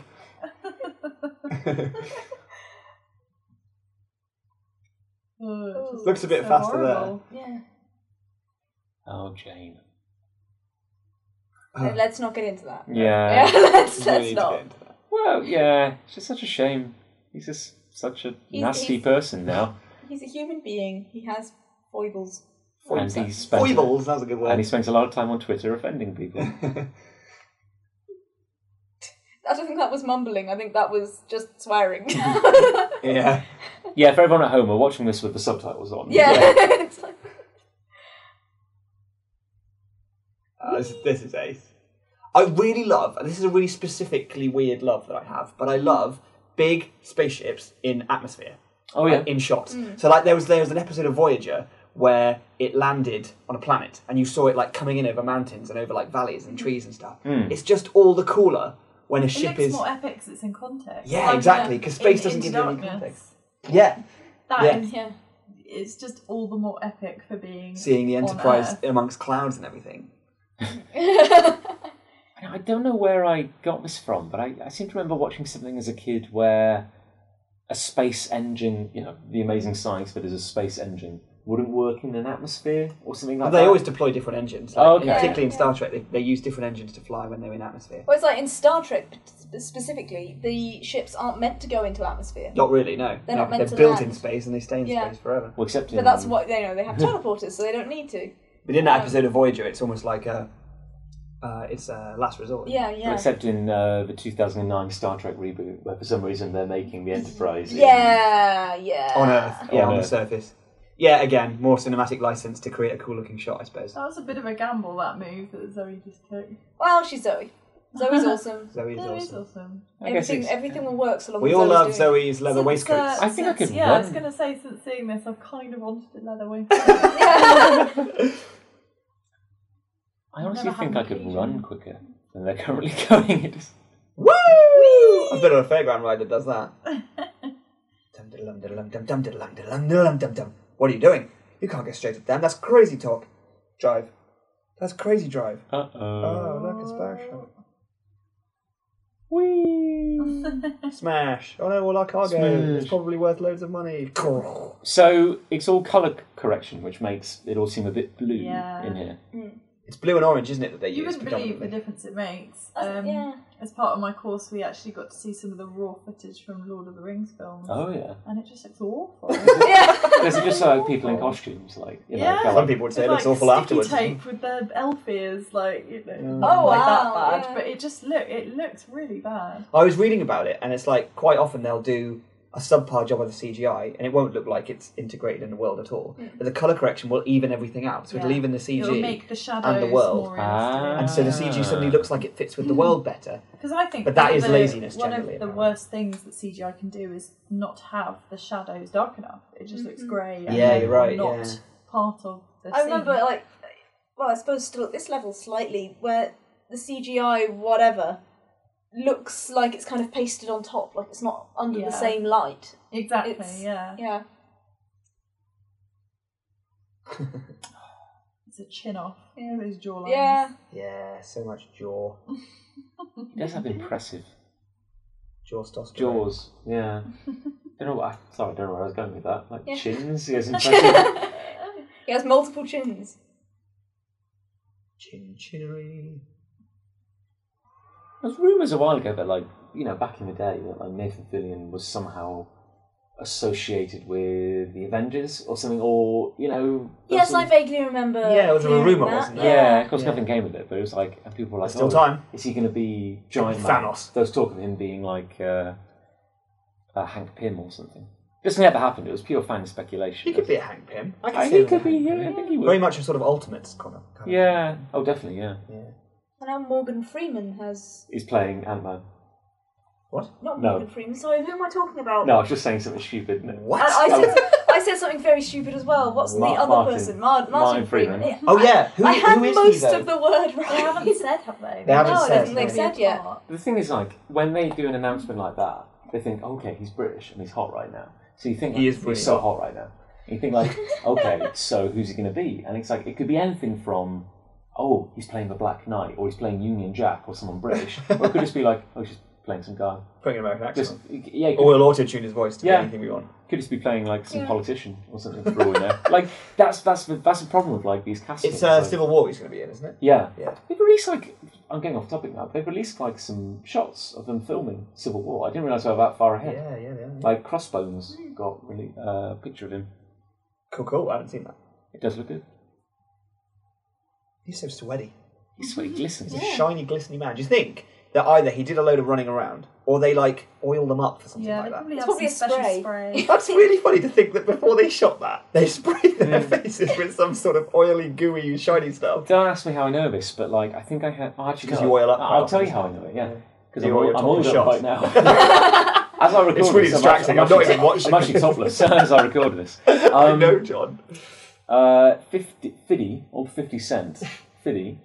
Speaker 4: Ugh, just
Speaker 2: Looks a bit
Speaker 4: so
Speaker 2: faster
Speaker 4: horrible.
Speaker 3: Yeah.
Speaker 1: Oh Jane.
Speaker 3: No, let's not get into that.
Speaker 1: Yeah.
Speaker 3: Yeah, let's,
Speaker 2: No Oh.
Speaker 3: let's
Speaker 2: need to
Speaker 3: not.
Speaker 2: get into that.
Speaker 1: Well, yeah. It's just such a shame. He's just such a
Speaker 3: He's-
Speaker 1: nasty
Speaker 3: he's-
Speaker 1: person now.
Speaker 3: He's a human being. He has foibles.
Speaker 1: And
Speaker 2: Foibles.
Speaker 1: he spends-
Speaker 2: Foibles, that was a good
Speaker 1: And he
Speaker 2: word.
Speaker 1: spends a lot of time on Twitter offending people.
Speaker 3: I don't think that was mumbling. I think that was just swearing. yeah.
Speaker 2: Yeah.
Speaker 1: yeah, for everyone at home, we're watching this with the subtitles on.
Speaker 3: It's like-
Speaker 2: Uh, this, this is ace. I really love, and this is a really specifically weird love that I have, but I love big spaceships in atmosphere.
Speaker 1: Oh yeah.
Speaker 2: like, in shots.
Speaker 4: Mm.
Speaker 2: So like there was there was an episode of Voyager where it landed on a planet and you saw it like coming in over mountains and over like valleys and trees and stuff. It's just all the cooler when a
Speaker 4: Mm. It
Speaker 2: ship
Speaker 4: looks
Speaker 2: is
Speaker 4: more epic 'cause it's in context.
Speaker 2: Yeah,
Speaker 4: Like,
Speaker 2: exactly,
Speaker 4: uh,
Speaker 2: 'cause space
Speaker 4: in
Speaker 2: doesn't
Speaker 4: Into
Speaker 2: give you any
Speaker 4: Darkness,
Speaker 2: context. yeah.
Speaker 4: That
Speaker 2: Yeah.
Speaker 4: is-
Speaker 3: yeah.
Speaker 4: it's just all the more epic for being
Speaker 2: Seeing the
Speaker 4: Mm. on
Speaker 2: Enterprise
Speaker 4: Earth.
Speaker 2: amongst clouds and everything.
Speaker 1: I don't know where I got this from, but I, I seem to remember watching something as a kid where a space engine, you know, the amazing science that is a space engine, wouldn't work in an atmosphere or something like
Speaker 2: They
Speaker 1: that.
Speaker 2: always deploy different engines.
Speaker 1: Oh,
Speaker 2: like,
Speaker 1: okay.
Speaker 2: Particularly in Star Trek, they, they use different engines to fly when they're in atmosphere.
Speaker 3: Well, it's like in Star Trek p- specifically, the ships aren't meant to go into atmosphere.
Speaker 2: Not really, no.
Speaker 3: They're
Speaker 2: no,
Speaker 3: not meant
Speaker 2: they're
Speaker 3: to
Speaker 2: built
Speaker 3: land.
Speaker 2: in space and they stay in
Speaker 3: Yeah.
Speaker 2: space forever.
Speaker 1: Well, except in,
Speaker 3: But that's what they know. They have teleporters, so they don't need to.
Speaker 2: But in that episode of Voyager, it's almost like a, uh, it's a last resort.
Speaker 3: Yeah,
Speaker 1: well,
Speaker 3: yeah.
Speaker 1: except in uh, the 2009 Star Trek reboot, where for some reason they're making the Enterprise. in-
Speaker 3: yeah, yeah.
Speaker 2: on Earth, yeah,
Speaker 1: On
Speaker 2: on, the
Speaker 1: Earth.
Speaker 2: surface. Yeah, again, more cinematic license to create a cool looking shot, I suppose.
Speaker 4: That was a bit of a gamble, that move that Zoe just took.
Speaker 3: Well, she's Zoe. Zoe's awesome.
Speaker 2: Zoe is
Speaker 4: That is
Speaker 2: awesome.
Speaker 4: awesome.
Speaker 1: I guess
Speaker 3: Everything,
Speaker 1: it's-
Speaker 3: everything will work so long
Speaker 2: We
Speaker 3: as
Speaker 2: all
Speaker 3: Zoe's
Speaker 2: love
Speaker 3: doing
Speaker 2: Zoe's leather
Speaker 4: Since,
Speaker 2: waistcoats.
Speaker 4: uh,
Speaker 1: I think I
Speaker 4: since-
Speaker 1: could
Speaker 4: Yeah, I was
Speaker 1: run.
Speaker 4: going to say, since seeing this, I've kind of wanted a leather waistcoat.
Speaker 1: I honestly
Speaker 4: never had
Speaker 1: think
Speaker 4: an
Speaker 1: I could
Speaker 4: occasion.
Speaker 1: run quicker than they're currently going. It just-
Speaker 2: Woo! I've been on a fairground ride that does that. Dum diddle-lum, diddle-lum, dum dum diddle-lum, diddle-lum, diddle-lum, dum dum. What are you doing? You can't get straight at them. That's crazy talk. Drive. That's crazy drive.
Speaker 1: Uh-oh.
Speaker 2: Oh, look, a smash.
Speaker 1: Whee!
Speaker 2: Smash. Oh no, all our cargo.
Speaker 1: Smash.
Speaker 2: It's probably worth loads of money.
Speaker 1: So it's all colour c- correction, which makes it all seem a bit blue
Speaker 4: Yeah.
Speaker 1: in here.
Speaker 2: It's blue and orange, isn't it, that they
Speaker 4: you
Speaker 2: use
Speaker 4: wouldn't believe the
Speaker 2: predominantly?
Speaker 4: difference it makes.
Speaker 3: That's-
Speaker 4: Um,
Speaker 3: yeah.
Speaker 4: as part of my course, we actually got to see some of the raw footage from Lord of the Rings films,
Speaker 1: Oh yeah.
Speaker 4: and it just looks awful.
Speaker 3: yeah.
Speaker 1: There's just like people in costumes, like you know,
Speaker 4: Yeah.
Speaker 1: go
Speaker 2: Some
Speaker 1: like-
Speaker 2: people would say
Speaker 4: With,
Speaker 2: it looks
Speaker 4: like,
Speaker 2: awful
Speaker 4: sticky
Speaker 2: afterwards.
Speaker 4: tape with their elf ears, like you know,
Speaker 3: Oh,
Speaker 4: like
Speaker 3: wow,
Speaker 4: that bad.
Speaker 3: yeah.
Speaker 4: But it just look, it looks really bad.
Speaker 2: I was reading about it, and it's like quite often they'll do a subpar job of the CGI, and it won't look like it's integrated in the world at all. But the color correction will even everything out, so it'll
Speaker 4: Mm. Yeah.
Speaker 2: even the CG,
Speaker 4: It'll make the shadows
Speaker 2: world.
Speaker 4: more
Speaker 1: Ah.
Speaker 4: realistic.
Speaker 2: and so the CG suddenly looks like it fits with the
Speaker 4: Mm.
Speaker 2: world better.
Speaker 4: Because I think
Speaker 2: But that
Speaker 4: one
Speaker 2: is
Speaker 4: of the-
Speaker 2: laziness
Speaker 4: One of
Speaker 2: generally,
Speaker 4: the
Speaker 2: apparently.
Speaker 4: worst things that CGI can do is not have the shadows dark enough. It just looks grey. and
Speaker 2: Yeah, you're right,
Speaker 4: Not
Speaker 2: yeah.
Speaker 4: part of the.
Speaker 3: Mm-hmm. I remember, like, well, I suppose still at this level slightly, where the CGI, whatever, looks like it's kind of pasted on top, like it's not under
Speaker 4: Yeah.
Speaker 3: the same light.
Speaker 4: scene. exactly.
Speaker 3: It's-
Speaker 4: Yeah.
Speaker 3: Yeah.
Speaker 4: it's a chin off. Yeah, those jawlines.
Speaker 3: Yeah.
Speaker 2: Yeah, so much jaw,
Speaker 1: He does have impressive
Speaker 2: jaw testosterone.
Speaker 1: jaws. Yeah. don't know what. I, sorry, don't know where I was going with that. Like
Speaker 3: Yeah.
Speaker 1: chins. He has impressive.
Speaker 3: He has multiple chins.
Speaker 2: Chin chinnery.
Speaker 1: There was rumours a while ago that, like, you know, back in the day, that like Nathan Fillion was somehow associated with the Avengers or something, or you know, there was
Speaker 3: Yes,
Speaker 1: some-
Speaker 3: I vaguely remember.
Speaker 2: Yeah, it was a
Speaker 3: hearing
Speaker 2: rumour,
Speaker 3: that.
Speaker 2: wasn't there?
Speaker 1: yeah, of course,
Speaker 2: Yeah.
Speaker 1: nothing came of it, but it was like, and people were like,
Speaker 2: There's still
Speaker 1: "Oh,
Speaker 2: time."
Speaker 1: Is he going to be giant man?
Speaker 2: Thanos.
Speaker 1: There was talk of him being like uh, uh, Hank Pym or something. This never happened. It was pure fan speculation.
Speaker 2: He could be a Hank Pym. I can
Speaker 1: I
Speaker 2: see
Speaker 1: think
Speaker 2: him
Speaker 1: Ah,
Speaker 2: as
Speaker 1: could
Speaker 2: a
Speaker 1: be.
Speaker 2: Hank Pym.
Speaker 1: Yeah, I think he would.
Speaker 2: Very much a sort of ultimates kind of. Kind
Speaker 1: Yeah. Oh, definitely. Yeah.
Speaker 2: Of, yeah.
Speaker 3: And now Morgan Freeman has.
Speaker 1: He's playing Ant Man.
Speaker 2: What?
Speaker 3: Not
Speaker 1: No.
Speaker 3: Morgan Freeman, sorry, who am I talking about?
Speaker 1: No, I was just saying something stupid. No.
Speaker 2: What?
Speaker 3: I, I, said, I said something very stupid as well. What's
Speaker 1: Mar-
Speaker 3: the other
Speaker 1: Martin.
Speaker 3: person? Mar- Martin,
Speaker 1: Martin Freeman.
Speaker 3: Freeman.
Speaker 2: oh yeah. Who,
Speaker 3: I had
Speaker 2: who is
Speaker 3: most
Speaker 2: he though?
Speaker 3: of the word right.
Speaker 4: They haven't said, have they?
Speaker 2: They haven't
Speaker 3: No, I
Speaker 2: said.
Speaker 3: don't think they've said yet.
Speaker 1: The thing is, like, when they do an announcement like that, they think, okay, he's British and he's hot right now. So you think
Speaker 2: He
Speaker 1: like,
Speaker 2: is
Speaker 1: he's
Speaker 2: British.
Speaker 1: so hot right now. And you think like, okay, so who's he going to be? And it's like it could be anything from, oh, he's playing the Black Knight, or he's playing Union Jack, or someone British, or it could just be like, oh, he's just playing some guy.
Speaker 2: Putting an American accent.
Speaker 1: Just
Speaker 2: on.
Speaker 1: yeah, it
Speaker 2: Or
Speaker 1: could,
Speaker 2: we'll auto tune his voice to be
Speaker 1: Yeah.
Speaker 2: anything we want.
Speaker 1: could just be playing like some politician or something for all we know. like that's that's the, that's the problem with like these castings.
Speaker 2: It's uh,
Speaker 1: like-
Speaker 2: Civil War he's going to be in, isn't it?
Speaker 1: yeah,
Speaker 2: Yeah.
Speaker 1: They've released like I'm getting off topic now. They've released like some shots of them filming Civil War. I didn't realize they were that far ahead.
Speaker 2: Yeah, yeah, yeah.
Speaker 1: Like Crossbones got really a uh, picture of him.
Speaker 2: Cool, cool. I haven't seen that.
Speaker 1: It does look good.
Speaker 2: He's so sweaty.
Speaker 1: He's sweet, glistens.
Speaker 2: He's a shiny, glistening man. Do you think that either he did a load of running around, or they like oiled him up for something
Speaker 4: Yeah, they
Speaker 2: like that?
Speaker 4: probably
Speaker 3: It's
Speaker 4: have
Speaker 3: probably
Speaker 4: some
Speaker 3: a
Speaker 4: special
Speaker 3: spray.
Speaker 4: spray.
Speaker 2: That's really funny to think that before they shot that, they sprayed their faces with some sort of oily, gooey, shiny stuff.
Speaker 1: Don't ask me how I know this, but like I think I had. Oh, actually,
Speaker 2: 'Cause
Speaker 1: no,
Speaker 2: you oil up
Speaker 1: I'll
Speaker 2: quite
Speaker 1: tell you
Speaker 2: often,
Speaker 1: how I know it. Yeah, because
Speaker 2: You
Speaker 1: I'm,
Speaker 2: oil
Speaker 1: all,
Speaker 2: your
Speaker 1: I'm
Speaker 2: top
Speaker 1: all
Speaker 2: with
Speaker 1: up
Speaker 2: shots.
Speaker 1: right now. As I record
Speaker 2: It's really
Speaker 1: this,
Speaker 2: distracting.
Speaker 1: I'm,
Speaker 2: I'm not
Speaker 1: actually-
Speaker 2: even watching.
Speaker 1: I'm actually topless as I record this.
Speaker 2: I
Speaker 1: Um,
Speaker 2: know, John.
Speaker 1: uh, 50, Fiddy or Fifty Cent, Fiddy.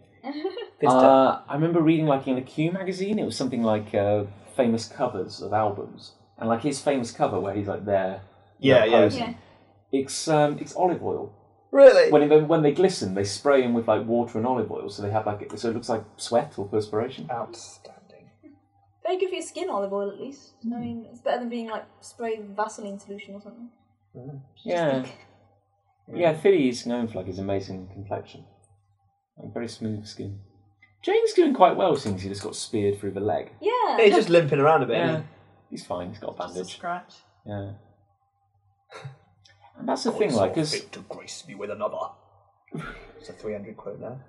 Speaker 2: Pista.
Speaker 1: Uh, I remember reading like in a Q magazine, it was something like uh, famous covers of albums, and like his famous cover where he's like there, you
Speaker 2: yeah,
Speaker 1: know,
Speaker 2: yeah.
Speaker 1: posing. It's um, it's olive oil.
Speaker 2: Really?
Speaker 1: When they, when they glisten, they spray them with like water and olive oil, so they have like so it looks like sweat or perspiration.
Speaker 2: Outstanding.
Speaker 3: Very good for your skin, olive oil at least. I mean, it's better than being like sprayed with Vaseline solution or something.
Speaker 1: Yeah, yeah. Philly is known for like his amazing complexion, and very smooth skin. Jane's doing quite well since he just got speared through the leg.
Speaker 3: Yeah.
Speaker 2: He's just limping around a bit.
Speaker 1: Yeah,
Speaker 2: Yeah.
Speaker 1: he's fine. He's got a
Speaker 4: Just a
Speaker 1: bandage.
Speaker 4: scratch.
Speaker 1: Yeah, and that's the thing, like, because
Speaker 2: to grace me with another. It's a 300 quote now.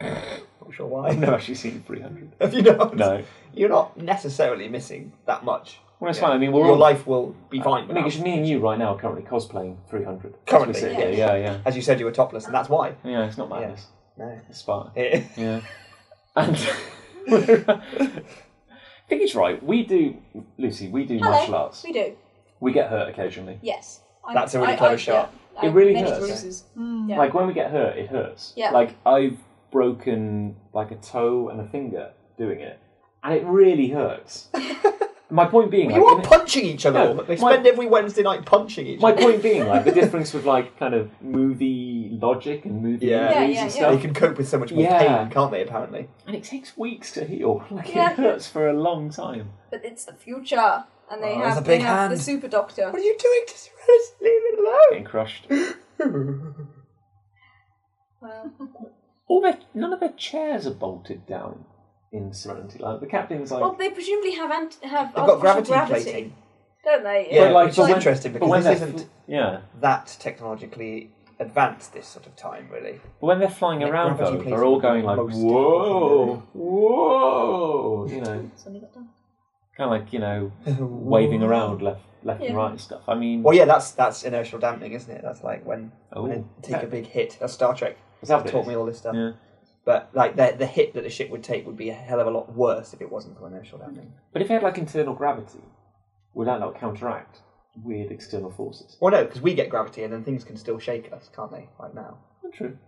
Speaker 2: Not sure
Speaker 1: I've
Speaker 2: why.
Speaker 1: never actually seen 300.
Speaker 2: Have you not?
Speaker 1: No.
Speaker 2: You're not necessarily missing that much.
Speaker 1: Well, it's fine. I mean, we're
Speaker 2: Your
Speaker 1: all. Uh,
Speaker 2: life will be
Speaker 1: I
Speaker 2: fine.
Speaker 1: mean, it's
Speaker 2: without-
Speaker 1: me and you right now are currently cosplaying 300.
Speaker 2: Currently,
Speaker 1: Specifically,
Speaker 2: yeah.
Speaker 1: yeah, yeah.
Speaker 2: As you said, you were topless, and that's why.
Speaker 1: Yeah, it's not madness.
Speaker 2: No.
Speaker 1: It's fine.
Speaker 2: It-
Speaker 1: Yeah. And. I think it's right. We do, Lucy, we do
Speaker 3: Hello.
Speaker 1: martial arts.
Speaker 3: We do.
Speaker 1: We get hurt occasionally.
Speaker 3: Yes. I'm-
Speaker 2: That's a really clever shot.
Speaker 3: yeah.
Speaker 1: It
Speaker 3: I've
Speaker 1: really
Speaker 3: many
Speaker 1: hurts.
Speaker 3: bruises.
Speaker 2: Mm.
Speaker 4: Yeah.
Speaker 1: Like, when we get hurt, it hurts.
Speaker 3: Yeah.
Speaker 1: Like, I've broken, like, a toe and a finger doing it. And it really hurts. My point being,
Speaker 2: You
Speaker 1: like,
Speaker 2: are
Speaker 1: in-
Speaker 2: punching each other.
Speaker 1: No,
Speaker 2: all- they
Speaker 1: my-
Speaker 2: spend every Wednesday night punching each
Speaker 1: My
Speaker 2: other.
Speaker 1: point being, like, the difference with, like, kind of movie logic and movie
Speaker 2: Yeah.
Speaker 1: injuries
Speaker 3: Yeah, yeah, yeah.
Speaker 1: and
Speaker 2: They
Speaker 1: stuff.
Speaker 2: can cope with so much more
Speaker 1: Yeah.
Speaker 2: pain, can't they? Apparently,
Speaker 1: And it takes weeks to heal. Like,
Speaker 3: Yeah.
Speaker 1: it hurts for a long time.
Speaker 3: But it's the future. And they
Speaker 2: Oh, that's
Speaker 3: have,
Speaker 2: a big
Speaker 3: they have the
Speaker 2: hand.
Speaker 3: super doctor.
Speaker 2: what are you doing to Ceres? Leave it alone.
Speaker 1: Getting crushed.
Speaker 3: Well,
Speaker 1: All their, none of their chairs are bolted down. in Serenity Land. The captain was like,
Speaker 3: Well, they presumably have ant- have
Speaker 2: They've got
Speaker 3: artificial
Speaker 2: gravity, plating.
Speaker 3: don't they?
Speaker 2: Yeah,
Speaker 1: but like,
Speaker 2: which
Speaker 1: but
Speaker 2: is
Speaker 1: when-
Speaker 2: interesting
Speaker 1: but
Speaker 2: because
Speaker 1: when
Speaker 2: this
Speaker 1: they're-
Speaker 2: isn't-
Speaker 1: yeah,
Speaker 2: That technologically advanced this sort of time, really.
Speaker 1: but when they're flying
Speaker 2: Like,
Speaker 1: around
Speaker 2: gravity
Speaker 1: though,
Speaker 2: plays
Speaker 1: they're all
Speaker 2: the
Speaker 1: going like,
Speaker 2: most
Speaker 1: whoa, whoa, you know,
Speaker 3: Something got done.
Speaker 1: kind of like you know, waving around left, left and
Speaker 3: Yeah.
Speaker 1: right and stuff. I mean,
Speaker 2: Well, yeah, that's that's inertial damping, isn't it? That's like when,
Speaker 1: Oh.
Speaker 2: when they take a big hit. That's Star Trek.
Speaker 1: Is that what it
Speaker 2: taught
Speaker 1: is?
Speaker 2: me all this stuff.
Speaker 1: yeah.
Speaker 2: But like the the hit that the ship would take would be a hell of a lot worse if it wasn't for inertial damping.
Speaker 1: But if they had like internal gravity, would that not counteract weird external forces?
Speaker 2: Well, no, because we get gravity and then things can still shake us, can't they? Like now.
Speaker 1: Not true.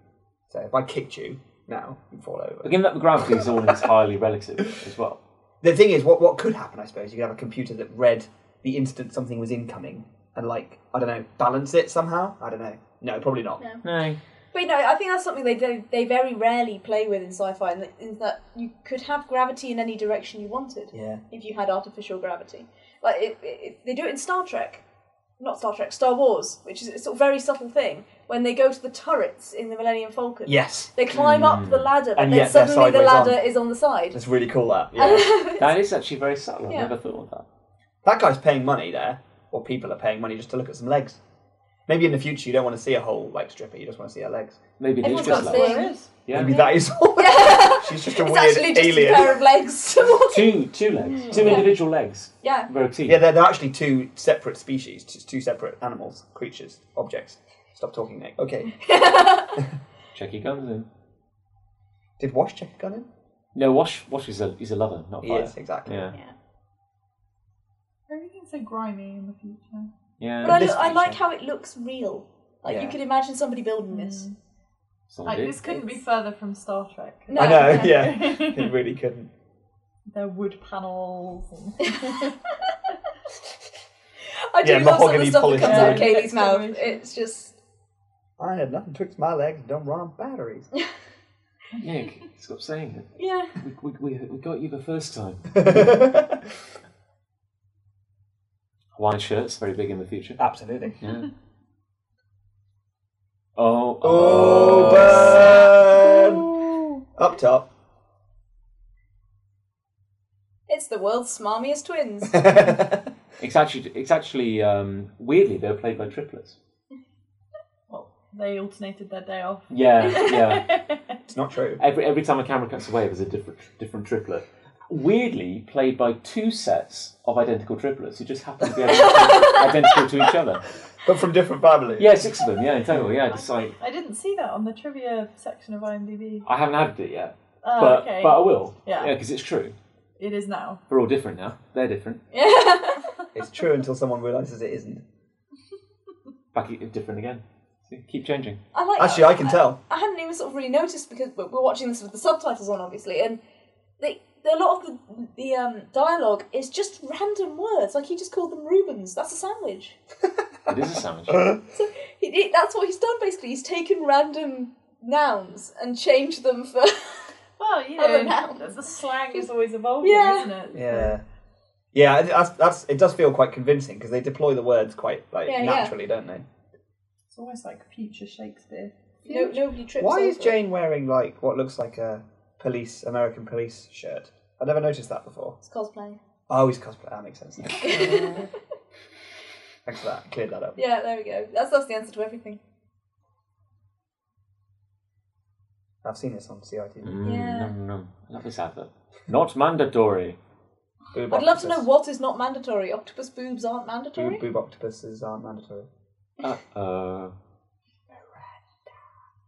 Speaker 2: So if I kicked you now, you'd fall over.
Speaker 1: Again, that the gravity is all entirely relative as well.
Speaker 2: The thing is, what what could happen? I suppose you could have a computer that read the instant something was incoming and like I don't know, balance it somehow. I don't know. No, probably not.
Speaker 3: No.
Speaker 1: No.
Speaker 3: But you know, I think that's something they do, they very rarely play with in sci-fi, and that, in that you could have gravity in any direction you wanted
Speaker 2: Yeah.
Speaker 3: if you had artificial gravity. Like it, it, it- they do it in Star Trek, not Star Trek, Star Wars, which is a sort of very subtle thing. When they go to the turrets in the Millennium Falcon,
Speaker 2: Yes.
Speaker 3: they climb up the ladder, but
Speaker 2: Mm. And
Speaker 3: then
Speaker 2: yet they're
Speaker 3: suddenly the
Speaker 2: sideways
Speaker 3: ladder
Speaker 2: on.
Speaker 3: is on the side.
Speaker 2: That's really cool. That. Yeah.
Speaker 1: That is actually very subtle.
Speaker 3: Yeah.
Speaker 1: I never thought of that.
Speaker 2: That guy's paying money there, or people are paying money just to look at some legs. Maybe in the future you don't want to see a whole leg stripper, you just want to see her legs.
Speaker 1: Maybe it is
Speaker 3: Everyone's
Speaker 1: just
Speaker 3: got
Speaker 1: like
Speaker 3: things.
Speaker 4: There is.
Speaker 1: yeah.
Speaker 2: Maybe that is all. She's just a
Speaker 3: It's
Speaker 2: weird
Speaker 3: actually just
Speaker 2: alien.
Speaker 3: a pair of legs.
Speaker 1: two two legs, two individual legs,
Speaker 3: yeah.
Speaker 1: row teeth.
Speaker 2: Yeah, they're, they're actually two separate species, just two separate animals, creatures, objects. Stop talking, Nick. Okay.
Speaker 1: Check your guns in.
Speaker 2: Did Wash check a gun in?
Speaker 1: No, Wash Wash is a he's a lover, not a
Speaker 2: He
Speaker 1: fighter.
Speaker 2: is, exactly.
Speaker 1: Yeah.
Speaker 4: Everything's so grimy in the future.
Speaker 1: Yeah.
Speaker 3: But I,
Speaker 2: this
Speaker 3: look, I like
Speaker 2: feature.
Speaker 3: how it looks real. Like
Speaker 2: Yeah. Mm.
Speaker 3: you could imagine somebody building this.
Speaker 1: Someone
Speaker 4: Like
Speaker 1: did.
Speaker 4: this couldn't be further from Star Trek.
Speaker 3: No.
Speaker 2: I know,
Speaker 3: Okay.
Speaker 2: yeah. It really couldn't.
Speaker 4: They're wood panels. And...
Speaker 3: I do
Speaker 2: Yeah,
Speaker 3: love some of the
Speaker 2: mahogany
Speaker 3: stuff that
Speaker 2: polished
Speaker 3: comes out of
Speaker 4: wood.
Speaker 3: Kaylee's mouth.
Speaker 4: Exploration.
Speaker 3: It's just
Speaker 2: I had nothing twixt my legs, don't run on batteries.
Speaker 1: Nick, stop saying it.
Speaker 3: yeah.
Speaker 1: We, we, we, we got you the first time. Hawaiian shirts, very big in the future.
Speaker 2: Absolutely.
Speaker 1: Yeah. Oh,
Speaker 2: Oh, burn! Up top.
Speaker 3: It's the world's smarmiest twins.
Speaker 1: It's actually, it's actually um, weirdly they were played by triplets.
Speaker 4: well, they alternated their day off.
Speaker 1: Yeah, yeah.
Speaker 2: It's not true.
Speaker 1: every every time a camera cuts away, there's a different different triplet. Weirdly played by two sets of identical triplets who just happen to be identical, identical to each other.
Speaker 2: But from different families.
Speaker 1: Yeah, six of them. Yeah, in total. Yeah, just like
Speaker 4: I didn't see that on the trivia section of IMDb.
Speaker 1: I haven't added it yet,
Speaker 4: Oh,
Speaker 1: but
Speaker 4: okay.
Speaker 1: but I will.
Speaker 4: Yeah.
Speaker 1: yeah, because it's true.
Speaker 4: It is now.
Speaker 1: We're all different now. They're different.
Speaker 2: It's true until someone realises it isn't.
Speaker 1: Back i- different again. See, keep changing.
Speaker 3: I like
Speaker 2: Actually,
Speaker 3: that.
Speaker 2: I can tell.
Speaker 3: I hadn't even sort of really noticed because we're we're watching this with the subtitles on, obviously, and they, the, a lot of the, the um, dialogue is just random words. Like he just called them Rubens. That's a sandwich.
Speaker 1: It is a sandwich.
Speaker 3: He, he- that's what he's done basically. He's taken random nouns and changed them for.
Speaker 4: Well, you
Speaker 3: Other
Speaker 4: know,
Speaker 3: nouns.
Speaker 4: the slang is always evolving,
Speaker 3: Oh, Yeah.
Speaker 4: isn't it?
Speaker 2: Yeah. Yeah, and that's, that's, it does feel quite convincing because they deploy the words quite like
Speaker 3: Yeah, yeah.
Speaker 2: naturally, don't they?
Speaker 4: It's almost like future Shakespeare.
Speaker 3: no, nobody trips.
Speaker 2: Why is
Speaker 3: over it.
Speaker 2: Jane wearing like what looks like a police American police shirt? I never noticed that before.
Speaker 3: It's cosplay.
Speaker 2: Oh, he's cosplay. That makes sense. now. Thanks for that. Cleared that up.
Speaker 3: Yeah, there we go. That's that's the answer to everything.
Speaker 2: I've seen this on CITV.
Speaker 1: Mm,
Speaker 3: Yeah.
Speaker 1: Nom, nom. I love this advert. Not mandatory.
Speaker 2: Boob
Speaker 3: I'd love to know
Speaker 2: octopus.
Speaker 3: what is not mandatory. Octopus boobs aren't mandatory.
Speaker 2: Boob, boob octopuses aren't mandatory.
Speaker 1: Uh oh.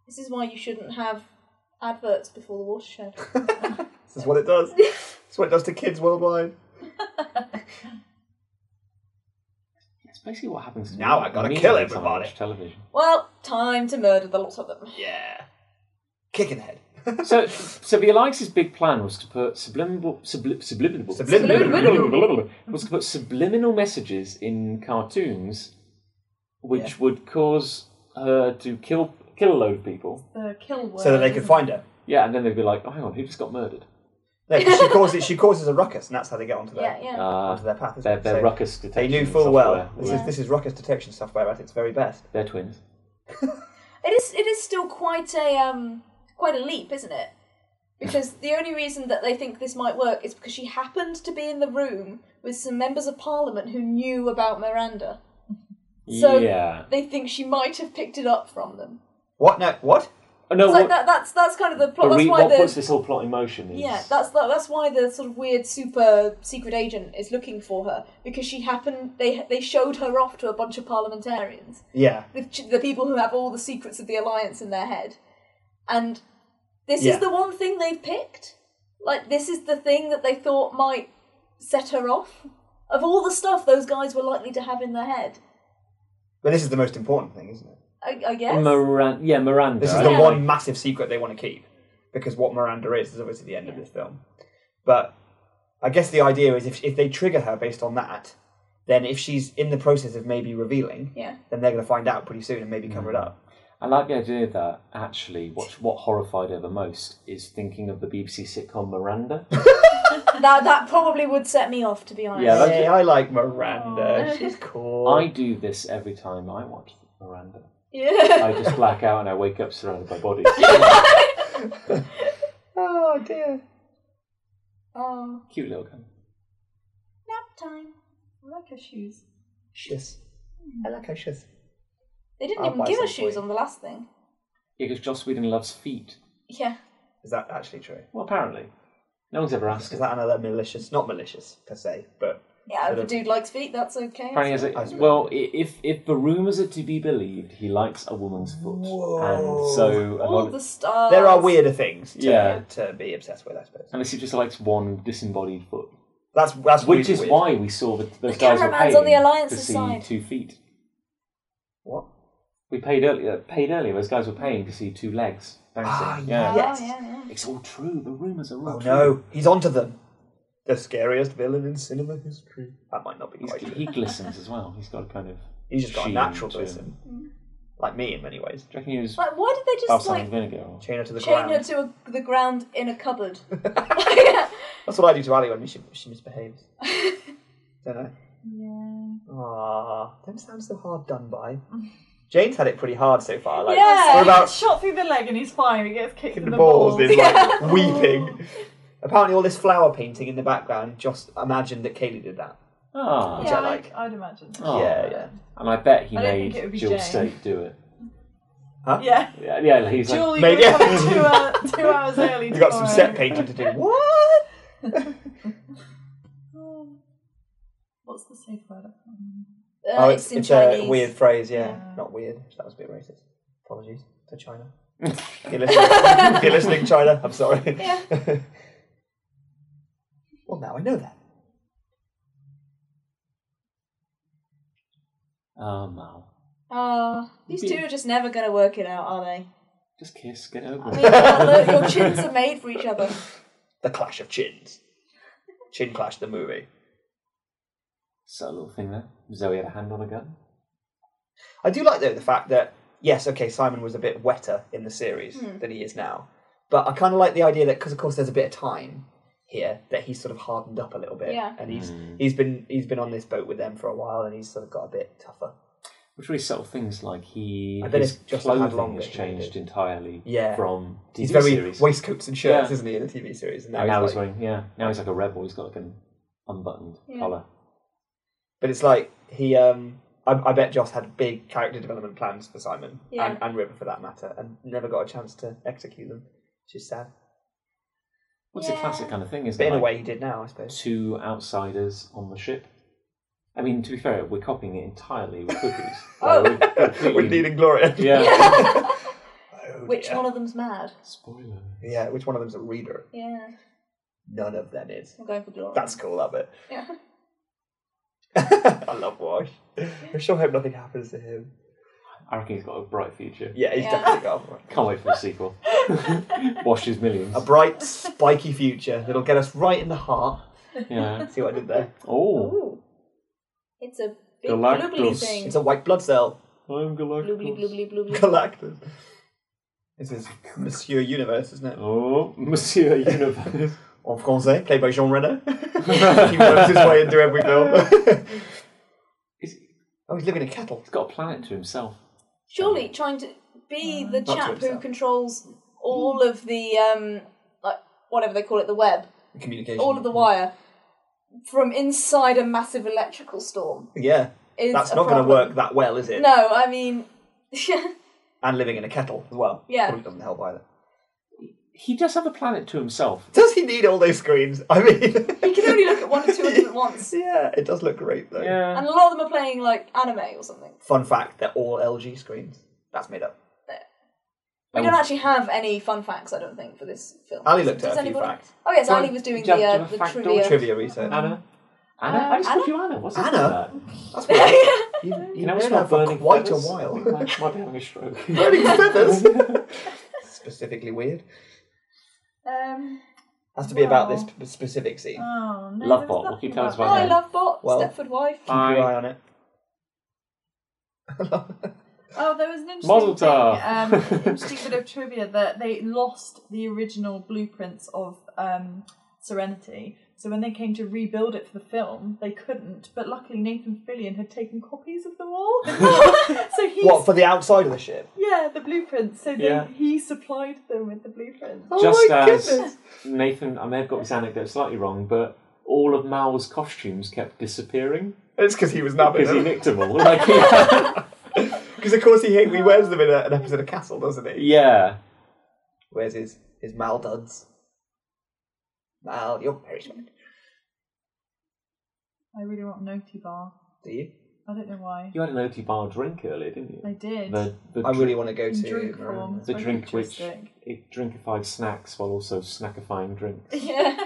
Speaker 3: This is why you shouldn't have adverts before the watershed.
Speaker 2: This is what it does. It's what it does to kids worldwide.
Speaker 1: That's basically what happens. to
Speaker 2: Now
Speaker 1: me.
Speaker 2: I gotta
Speaker 1: Me
Speaker 2: kill
Speaker 1: every time I
Speaker 2: everybody.
Speaker 1: watch Television.
Speaker 3: well, time to murder the lot of them.
Speaker 2: Yeah. Kick in the head.
Speaker 1: So, so the Alliance's big plan was to put subliminal, subli- subliminal,
Speaker 2: Subliminal.
Speaker 1: subliminal- was to put subliminal messages in cartoons, which would cause her to kill kill a load of people.
Speaker 4: The kill word.
Speaker 2: so that they could
Speaker 4: isn't
Speaker 2: find her.
Speaker 1: Yeah, and then they'd be like, "Oh, hang on, who just got murdered?"
Speaker 2: No, 'cause she causes she causes a ruckus, and that's how they get onto their
Speaker 3: Yeah, yeah.
Speaker 1: Uh,
Speaker 2: onto their path. isn't
Speaker 1: they're
Speaker 2: it?
Speaker 1: they're
Speaker 2: So
Speaker 1: ruckus
Speaker 2: They
Speaker 1: detection.
Speaker 2: knew full
Speaker 1: software.
Speaker 2: well. This
Speaker 3: Yeah.
Speaker 2: is this is ruckus detection software at its very best.
Speaker 1: They're twins.
Speaker 3: It is. It is still quite a um, quite a leap, isn't it? Because the only reason that they think this might work is because she happened to be in the room with some members of parliament who knew about Miranda. So-
Speaker 1: yeah.
Speaker 3: They think she might have picked it up from them.
Speaker 2: What? No, what?
Speaker 1: Oh, no,
Speaker 3: It's like
Speaker 1: what,
Speaker 3: that, that's that's kind of the
Speaker 1: but
Speaker 3: plot. That's
Speaker 1: re-
Speaker 3: why
Speaker 1: what
Speaker 3: the
Speaker 1: puts this whole plot in motion is
Speaker 3: Yeah, that's the, that's why the sort of weird super secret agent is looking for her because she happened. They they showed her off to a bunch of parliamentarians,
Speaker 2: Yeah.
Speaker 3: the, ch- the people who have all the secrets of the alliance in their head, and this
Speaker 2: Yeah.
Speaker 3: is the one thing they've picked. Like this is the thing that they thought might set her off. Of all the stuff those guys were likely to have in their head,
Speaker 2: But this is the most important thing, isn't it?
Speaker 3: I, I guess.
Speaker 1: Miran- yeah, Miranda.
Speaker 2: This is
Speaker 1: I
Speaker 2: the
Speaker 1: think.
Speaker 2: one massive secret they want to keep because what Miranda is is obviously the end of this film. But I guess the idea is if if they trigger her based on that, then if she's in the process of maybe revealing,
Speaker 3: yeah,
Speaker 2: then they're going to find out pretty soon and maybe
Speaker 1: Mm.
Speaker 2: cover it up.
Speaker 1: I like the idea that actually, what what horrified her the most is thinking of the BBC sitcom Miranda.
Speaker 3: that that probably would set me off to be honest.
Speaker 1: Yeah, that's-
Speaker 2: Hey, I like Miranda.
Speaker 4: Aw.
Speaker 2: She's cool.
Speaker 1: I do this every time I watch Miranda.
Speaker 3: yeah.
Speaker 1: I just black out and I wake up surrounded by bodies.
Speaker 2: Oh dear.
Speaker 3: oh,
Speaker 1: Cute little gun.
Speaker 3: nap time.
Speaker 4: I like her shoes.
Speaker 2: Shiz. I like her shiz.
Speaker 3: They didn't
Speaker 2: I'll
Speaker 3: even
Speaker 2: buy
Speaker 3: give
Speaker 2: some
Speaker 3: us shoes
Speaker 2: for you.
Speaker 3: on the last thing.
Speaker 1: Yeah, because Joss Whedon loves feet.
Speaker 3: Yeah.
Speaker 2: Is that actually true?
Speaker 1: Well, apparently, no one's ever asked.
Speaker 2: Is
Speaker 1: him.
Speaker 2: that another malicious? Not malicious per se, but um,
Speaker 3: Yeah, if
Speaker 2: Sort
Speaker 3: a
Speaker 2: of-
Speaker 3: dude likes feet, that's okay.
Speaker 1: Apparently, as
Speaker 2: I see.
Speaker 1: it, well, i- if if the rumours are to be believed, he likes a woman's foot,
Speaker 2: Whoa.
Speaker 1: and so a
Speaker 3: All
Speaker 1: lot.
Speaker 3: the
Speaker 1: Of,
Speaker 3: stars.
Speaker 2: there are weirder things to,
Speaker 1: Yeah.
Speaker 2: to be obsessed with, I suppose.
Speaker 1: unless he just likes one disembodied foot,
Speaker 2: That's that's
Speaker 1: which
Speaker 2: really
Speaker 1: is
Speaker 2: weird.
Speaker 1: why we saw that those
Speaker 3: The
Speaker 1: guys were
Speaker 3: cameraman's
Speaker 1: paying
Speaker 3: on the
Speaker 1: to
Speaker 3: Alliance's
Speaker 1: see
Speaker 3: side.
Speaker 1: two feet.
Speaker 2: What?
Speaker 1: We paid earlier. Paid earlier. Those guys were paying to see two legs bouncing.
Speaker 2: Ah,
Speaker 1: yeah.
Speaker 3: Oh,
Speaker 2: Yes.
Speaker 3: yeah, yeah.
Speaker 1: it's all true. The rumours are all
Speaker 2: Oh
Speaker 1: true.
Speaker 2: no, he's onto them. The scariest villain in cinema history. That might not be
Speaker 1: He's,
Speaker 2: quite true.
Speaker 1: he glistens as well. He's got a kind of.
Speaker 2: He's just got a
Speaker 1: sheen
Speaker 2: natural
Speaker 1: to
Speaker 2: glisten.
Speaker 1: him.
Speaker 2: Like me in many ways.
Speaker 1: Do you reckon he was
Speaker 3: Like, why did they just
Speaker 1: balsamic
Speaker 3: like
Speaker 1: vinegar? Or...
Speaker 2: Chain her to the
Speaker 3: chain
Speaker 2: ground.
Speaker 3: her to a, the ground in a cupboard? yeah.
Speaker 2: That's what I do to Ali when she, she misbehaves. Don't know.
Speaker 4: Yeah.
Speaker 2: Ah, don't sound so hard done by. Jane's had it pretty hard so far. Like,
Speaker 3: Yeah.
Speaker 2: we're
Speaker 4: He
Speaker 2: about
Speaker 4: gets shot through the leg and he's fine. He gets kicked
Speaker 2: kicking
Speaker 4: in
Speaker 2: the
Speaker 4: the
Speaker 2: balls,
Speaker 4: balls.
Speaker 2: is like weeping. Apparently, all this flower painting in the background just imagined that Kaylee did that.
Speaker 1: Ah.
Speaker 2: that
Speaker 4: Yeah,
Speaker 2: like-
Speaker 4: I'd, I'd imagine.
Speaker 1: Oh.
Speaker 2: Yeah, yeah.
Speaker 1: And I bet he
Speaker 4: I don't think it
Speaker 1: made
Speaker 4: would be
Speaker 1: Jill
Speaker 4: Jane.
Speaker 1: State do it.
Speaker 4: Yeah.
Speaker 1: Yeah, yeah. He's like,
Speaker 4: Julie
Speaker 2: Maybe-
Speaker 4: Maybe. coming two, hour, two hours early.
Speaker 2: You got some
Speaker 4: tomorrow.
Speaker 2: set painting to do. What?
Speaker 4: What's the safe word? I can't remember.
Speaker 3: Uh,
Speaker 2: oh,
Speaker 3: it's,
Speaker 2: it's,
Speaker 3: in
Speaker 2: it's
Speaker 3: Chinese.
Speaker 2: a weird phrase, yeah.
Speaker 4: Yeah.
Speaker 2: Not weird. That was a bit racist. Apologies to China. if, you're listening, if you're listening, China, I'm sorry.
Speaker 3: Yeah.
Speaker 2: well, now I know that.
Speaker 1: oh, Mal.
Speaker 3: Ah, these two are just never going to work it out, are they?
Speaker 1: Just kiss, get over
Speaker 3: I
Speaker 1: it.
Speaker 3: mean, uh, look, your chins are made for each other.
Speaker 2: The clash of chins. Chin clash, the movie.
Speaker 1: Subtle little thing there. Zoe had a hand on a gun.
Speaker 2: I do like though the fact that yes, okay, Simon was a bit wetter in the series
Speaker 3: Hmm.
Speaker 2: than he is now, but I kind of like the idea that because of course there's a bit of time here that he's sort of hardened up a little bit,
Speaker 3: Yeah.
Speaker 2: and he's
Speaker 1: Mm.
Speaker 2: he's been he's been on this boat with them for a while, and he's sort of got a bit tougher.
Speaker 1: Which really subtle things like he
Speaker 2: I bet
Speaker 1: his
Speaker 2: if Justin had
Speaker 1: clothing
Speaker 2: longer,
Speaker 1: has
Speaker 2: he
Speaker 1: changed
Speaker 2: did.
Speaker 1: entirely
Speaker 2: Yeah.
Speaker 1: from TV
Speaker 2: he's very
Speaker 1: series.
Speaker 2: waistcoats and shirts,
Speaker 1: Yeah.
Speaker 2: isn't he, in the TV series? And now,
Speaker 1: and now
Speaker 2: he's
Speaker 1: he's
Speaker 2: like-
Speaker 1: wearing yeah. Now he's like a rebel. He's got like an unbuttoned
Speaker 3: Yeah.
Speaker 1: collar.
Speaker 2: but it's like he. um I, I bet Joss had big character development plans for Simon
Speaker 3: Yeah.
Speaker 2: and, and River for that matter, and never got a chance to execute them, which is sad.
Speaker 1: What's
Speaker 3: Yeah.
Speaker 1: a classic kind of thing, isn't
Speaker 2: But in
Speaker 1: it?
Speaker 2: a
Speaker 1: Like,
Speaker 2: way, he did now, I suppose.
Speaker 1: two outsiders on the ship. I mean, to be fair, we're copying it entirely with cookies.
Speaker 3: Oh.
Speaker 1: Like, we're completely-
Speaker 2: With Needing Gloria.
Speaker 1: yeah.
Speaker 2: Oh,
Speaker 3: Which
Speaker 2: dear.
Speaker 3: one of them's mad?
Speaker 1: Spoiler.
Speaker 2: Yeah, which one of them's a reader?
Speaker 3: Yeah,
Speaker 2: None of them is.
Speaker 3: I'm going for glory.
Speaker 2: That's cool, that bit.
Speaker 3: Yeah.
Speaker 2: I love Wash. I sure hope nothing happens to him.
Speaker 1: I reckon he's got a bright future.
Speaker 2: Yeah, he's
Speaker 3: Yeah.
Speaker 2: definitely got a bright,
Speaker 1: Can't wait for the sequel. Washes millions.
Speaker 2: a bright, spiky future that'll get us right in the heart.
Speaker 1: Yeah.
Speaker 2: See what I did there?
Speaker 1: Oh,
Speaker 3: Ooh. It's a big
Speaker 1: Galactus.
Speaker 3: blubbly thing.
Speaker 2: It's a white blood cell.
Speaker 1: I'm
Speaker 3: Blubbly,
Speaker 1: Galactus.
Speaker 3: blubbly, blubbly.
Speaker 2: Galactus. This is Monsieur Universe, isn't it?
Speaker 1: Oh, Monsieur Universe.
Speaker 2: En français, played by Jean Reno. he works his way into every film.
Speaker 1: he's
Speaker 2: oh, he's living in a kettle.
Speaker 1: he's got a planet to himself.
Speaker 3: surely trying to be the
Speaker 2: Um, Not to
Speaker 3: chap who
Speaker 2: himself. Mm.
Speaker 3: controls all of the um like whatever they call it, the web,
Speaker 2: Communication.
Speaker 3: all of the wire, from inside a massive electrical storm.
Speaker 2: Yeah.
Speaker 3: Is
Speaker 2: That's
Speaker 3: a
Speaker 2: not going to
Speaker 3: problem.
Speaker 2: work that well, is it?
Speaker 3: No, I mean,
Speaker 2: And living in a kettle as well.
Speaker 3: Yeah.
Speaker 2: Probably doesn't help either.
Speaker 1: He does have a planet to himself.
Speaker 2: Does he need all those screens? I mean.
Speaker 3: you can only look at one or two of them at once,
Speaker 2: yeah, it does look great though.
Speaker 1: Yeah.
Speaker 3: and a lot of them are playing like anime or something.
Speaker 2: Fun fact, they're all LG screens. That's made up. Oh,
Speaker 3: We don't actually have any fun facts, I don't think, for this film.
Speaker 2: Ali looked
Speaker 3: Does
Speaker 2: at a few
Speaker 3: anybody-
Speaker 2: facts.
Speaker 3: Oh yes,
Speaker 1: Do you
Speaker 3: Ali
Speaker 1: want-
Speaker 3: was doing
Speaker 1: do you
Speaker 3: the
Speaker 1: have-
Speaker 3: uh,
Speaker 1: do you
Speaker 3: the
Speaker 1: have a
Speaker 3: trivia.
Speaker 2: Trivia research.
Speaker 1: Anna? Anna?
Speaker 4: Um,
Speaker 1: I just called you Anna. What's up with
Speaker 2: Anna?
Speaker 1: that?
Speaker 2: That's weird. you you
Speaker 1: Can I
Speaker 2: know
Speaker 1: stop
Speaker 2: for
Speaker 1: burning
Speaker 2: quite
Speaker 1: feathers?
Speaker 2: a
Speaker 1: I
Speaker 2: while.
Speaker 1: think I might be having a stroke.
Speaker 2: burning feathers? Specifically weird.
Speaker 4: Um,
Speaker 2: Has to be about this
Speaker 4: Wow.
Speaker 2: p- specific scene.
Speaker 4: oh, no,
Speaker 1: Love
Speaker 4: there was
Speaker 1: Bot, what
Speaker 4: nothing
Speaker 1: can you tell us
Speaker 3: Oh,
Speaker 1: about
Speaker 3: I
Speaker 1: that?
Speaker 3: love Bot,
Speaker 2: Well-
Speaker 3: Stepford Wife.
Speaker 2: Keep your
Speaker 1: Hi.
Speaker 2: eye on it.
Speaker 4: Oh, there was an interesting,
Speaker 1: Mazel
Speaker 4: thing,
Speaker 1: tov.
Speaker 4: um, interesting bit of trivia that they lost the original blueprints of um, Serenity. So when they came to rebuild it for the film, they couldn't. But luckily, Nathan Fillion had taken copies of them all. so he,
Speaker 2: What for the outside of the ship?
Speaker 4: yeah, the blueprints. So they,
Speaker 1: Yeah.
Speaker 4: he supplied them with the blueprints.
Speaker 2: Oh
Speaker 1: Just
Speaker 2: my
Speaker 1: as-
Speaker 2: goodness!
Speaker 1: Nathan, I may have got this anecdote slightly wrong, but all of Mal's costumes kept disappearing
Speaker 2: It's because he was nabbing
Speaker 1: because he
Speaker 2: them.
Speaker 1: nicked them all. Like, yeah.
Speaker 2: Because of course he, he wears them in a, an episode of Castle, doesn't he?
Speaker 1: yeah.
Speaker 2: Wears his his Mal duds. Mal, you're very smart.
Speaker 4: I really want an Noti bar.
Speaker 2: Do you?
Speaker 4: I don't know why.
Speaker 1: You had an OT bar drink earlier, didn't you?
Speaker 4: I did.
Speaker 1: The, the,
Speaker 2: I really want to go
Speaker 4: In
Speaker 2: to
Speaker 4: drink
Speaker 2: Marin.
Speaker 4: form.
Speaker 1: the
Speaker 4: It's
Speaker 1: drink which
Speaker 4: futuristic.
Speaker 1: it drinkified snacks while also snackifying drinks.
Speaker 4: yeah.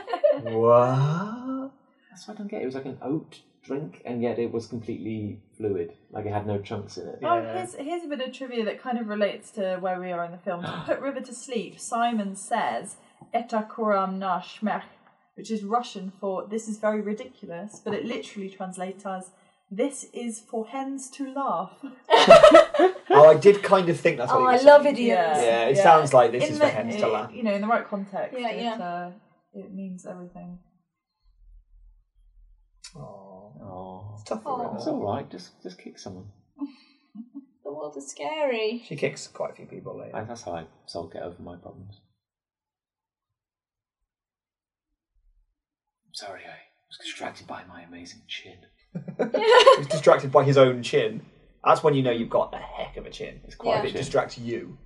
Speaker 2: What?
Speaker 1: That's what I don't get. It was like an oat drink, and yet it was completely fluid. Like it had no chunks in it.
Speaker 4: Oh,
Speaker 2: Yeah.
Speaker 4: here's, here's a bit of trivia that kind of relates to where we are in the film. To put River to sleep, Simon says, Eta koram na shmech, which is Russian for this is very ridiculous, but it literally translates as this is for hens to laugh.
Speaker 2: Oh, I did kind of think that's what
Speaker 3: Oh,
Speaker 2: he
Speaker 3: I
Speaker 2: was
Speaker 3: love
Speaker 2: saying.
Speaker 3: idioms.
Speaker 2: Yeah, it sounds like this
Speaker 4: In
Speaker 2: is
Speaker 4: the-
Speaker 2: for hens to laugh.
Speaker 4: You know, in the right context,
Speaker 3: Yeah,
Speaker 4: it,
Speaker 3: yeah.
Speaker 4: Uh, it means everything.
Speaker 2: Oh,
Speaker 1: Oh,
Speaker 2: it's tough for
Speaker 3: Aw.
Speaker 1: it's
Speaker 2: her.
Speaker 1: all right. Just just kick someone.
Speaker 3: The world is scary.
Speaker 2: She kicks quite a few people later.
Speaker 1: I- That's how I so get over my problems. I'm sorry, I was distracted by my amazing chin.
Speaker 2: He's distracted by his own chin. That's when you know you've got a heck of a chin. It's
Speaker 3: quite
Speaker 2: quite
Speaker 3: a
Speaker 2: a
Speaker 1: chin.
Speaker 2: It distracts you.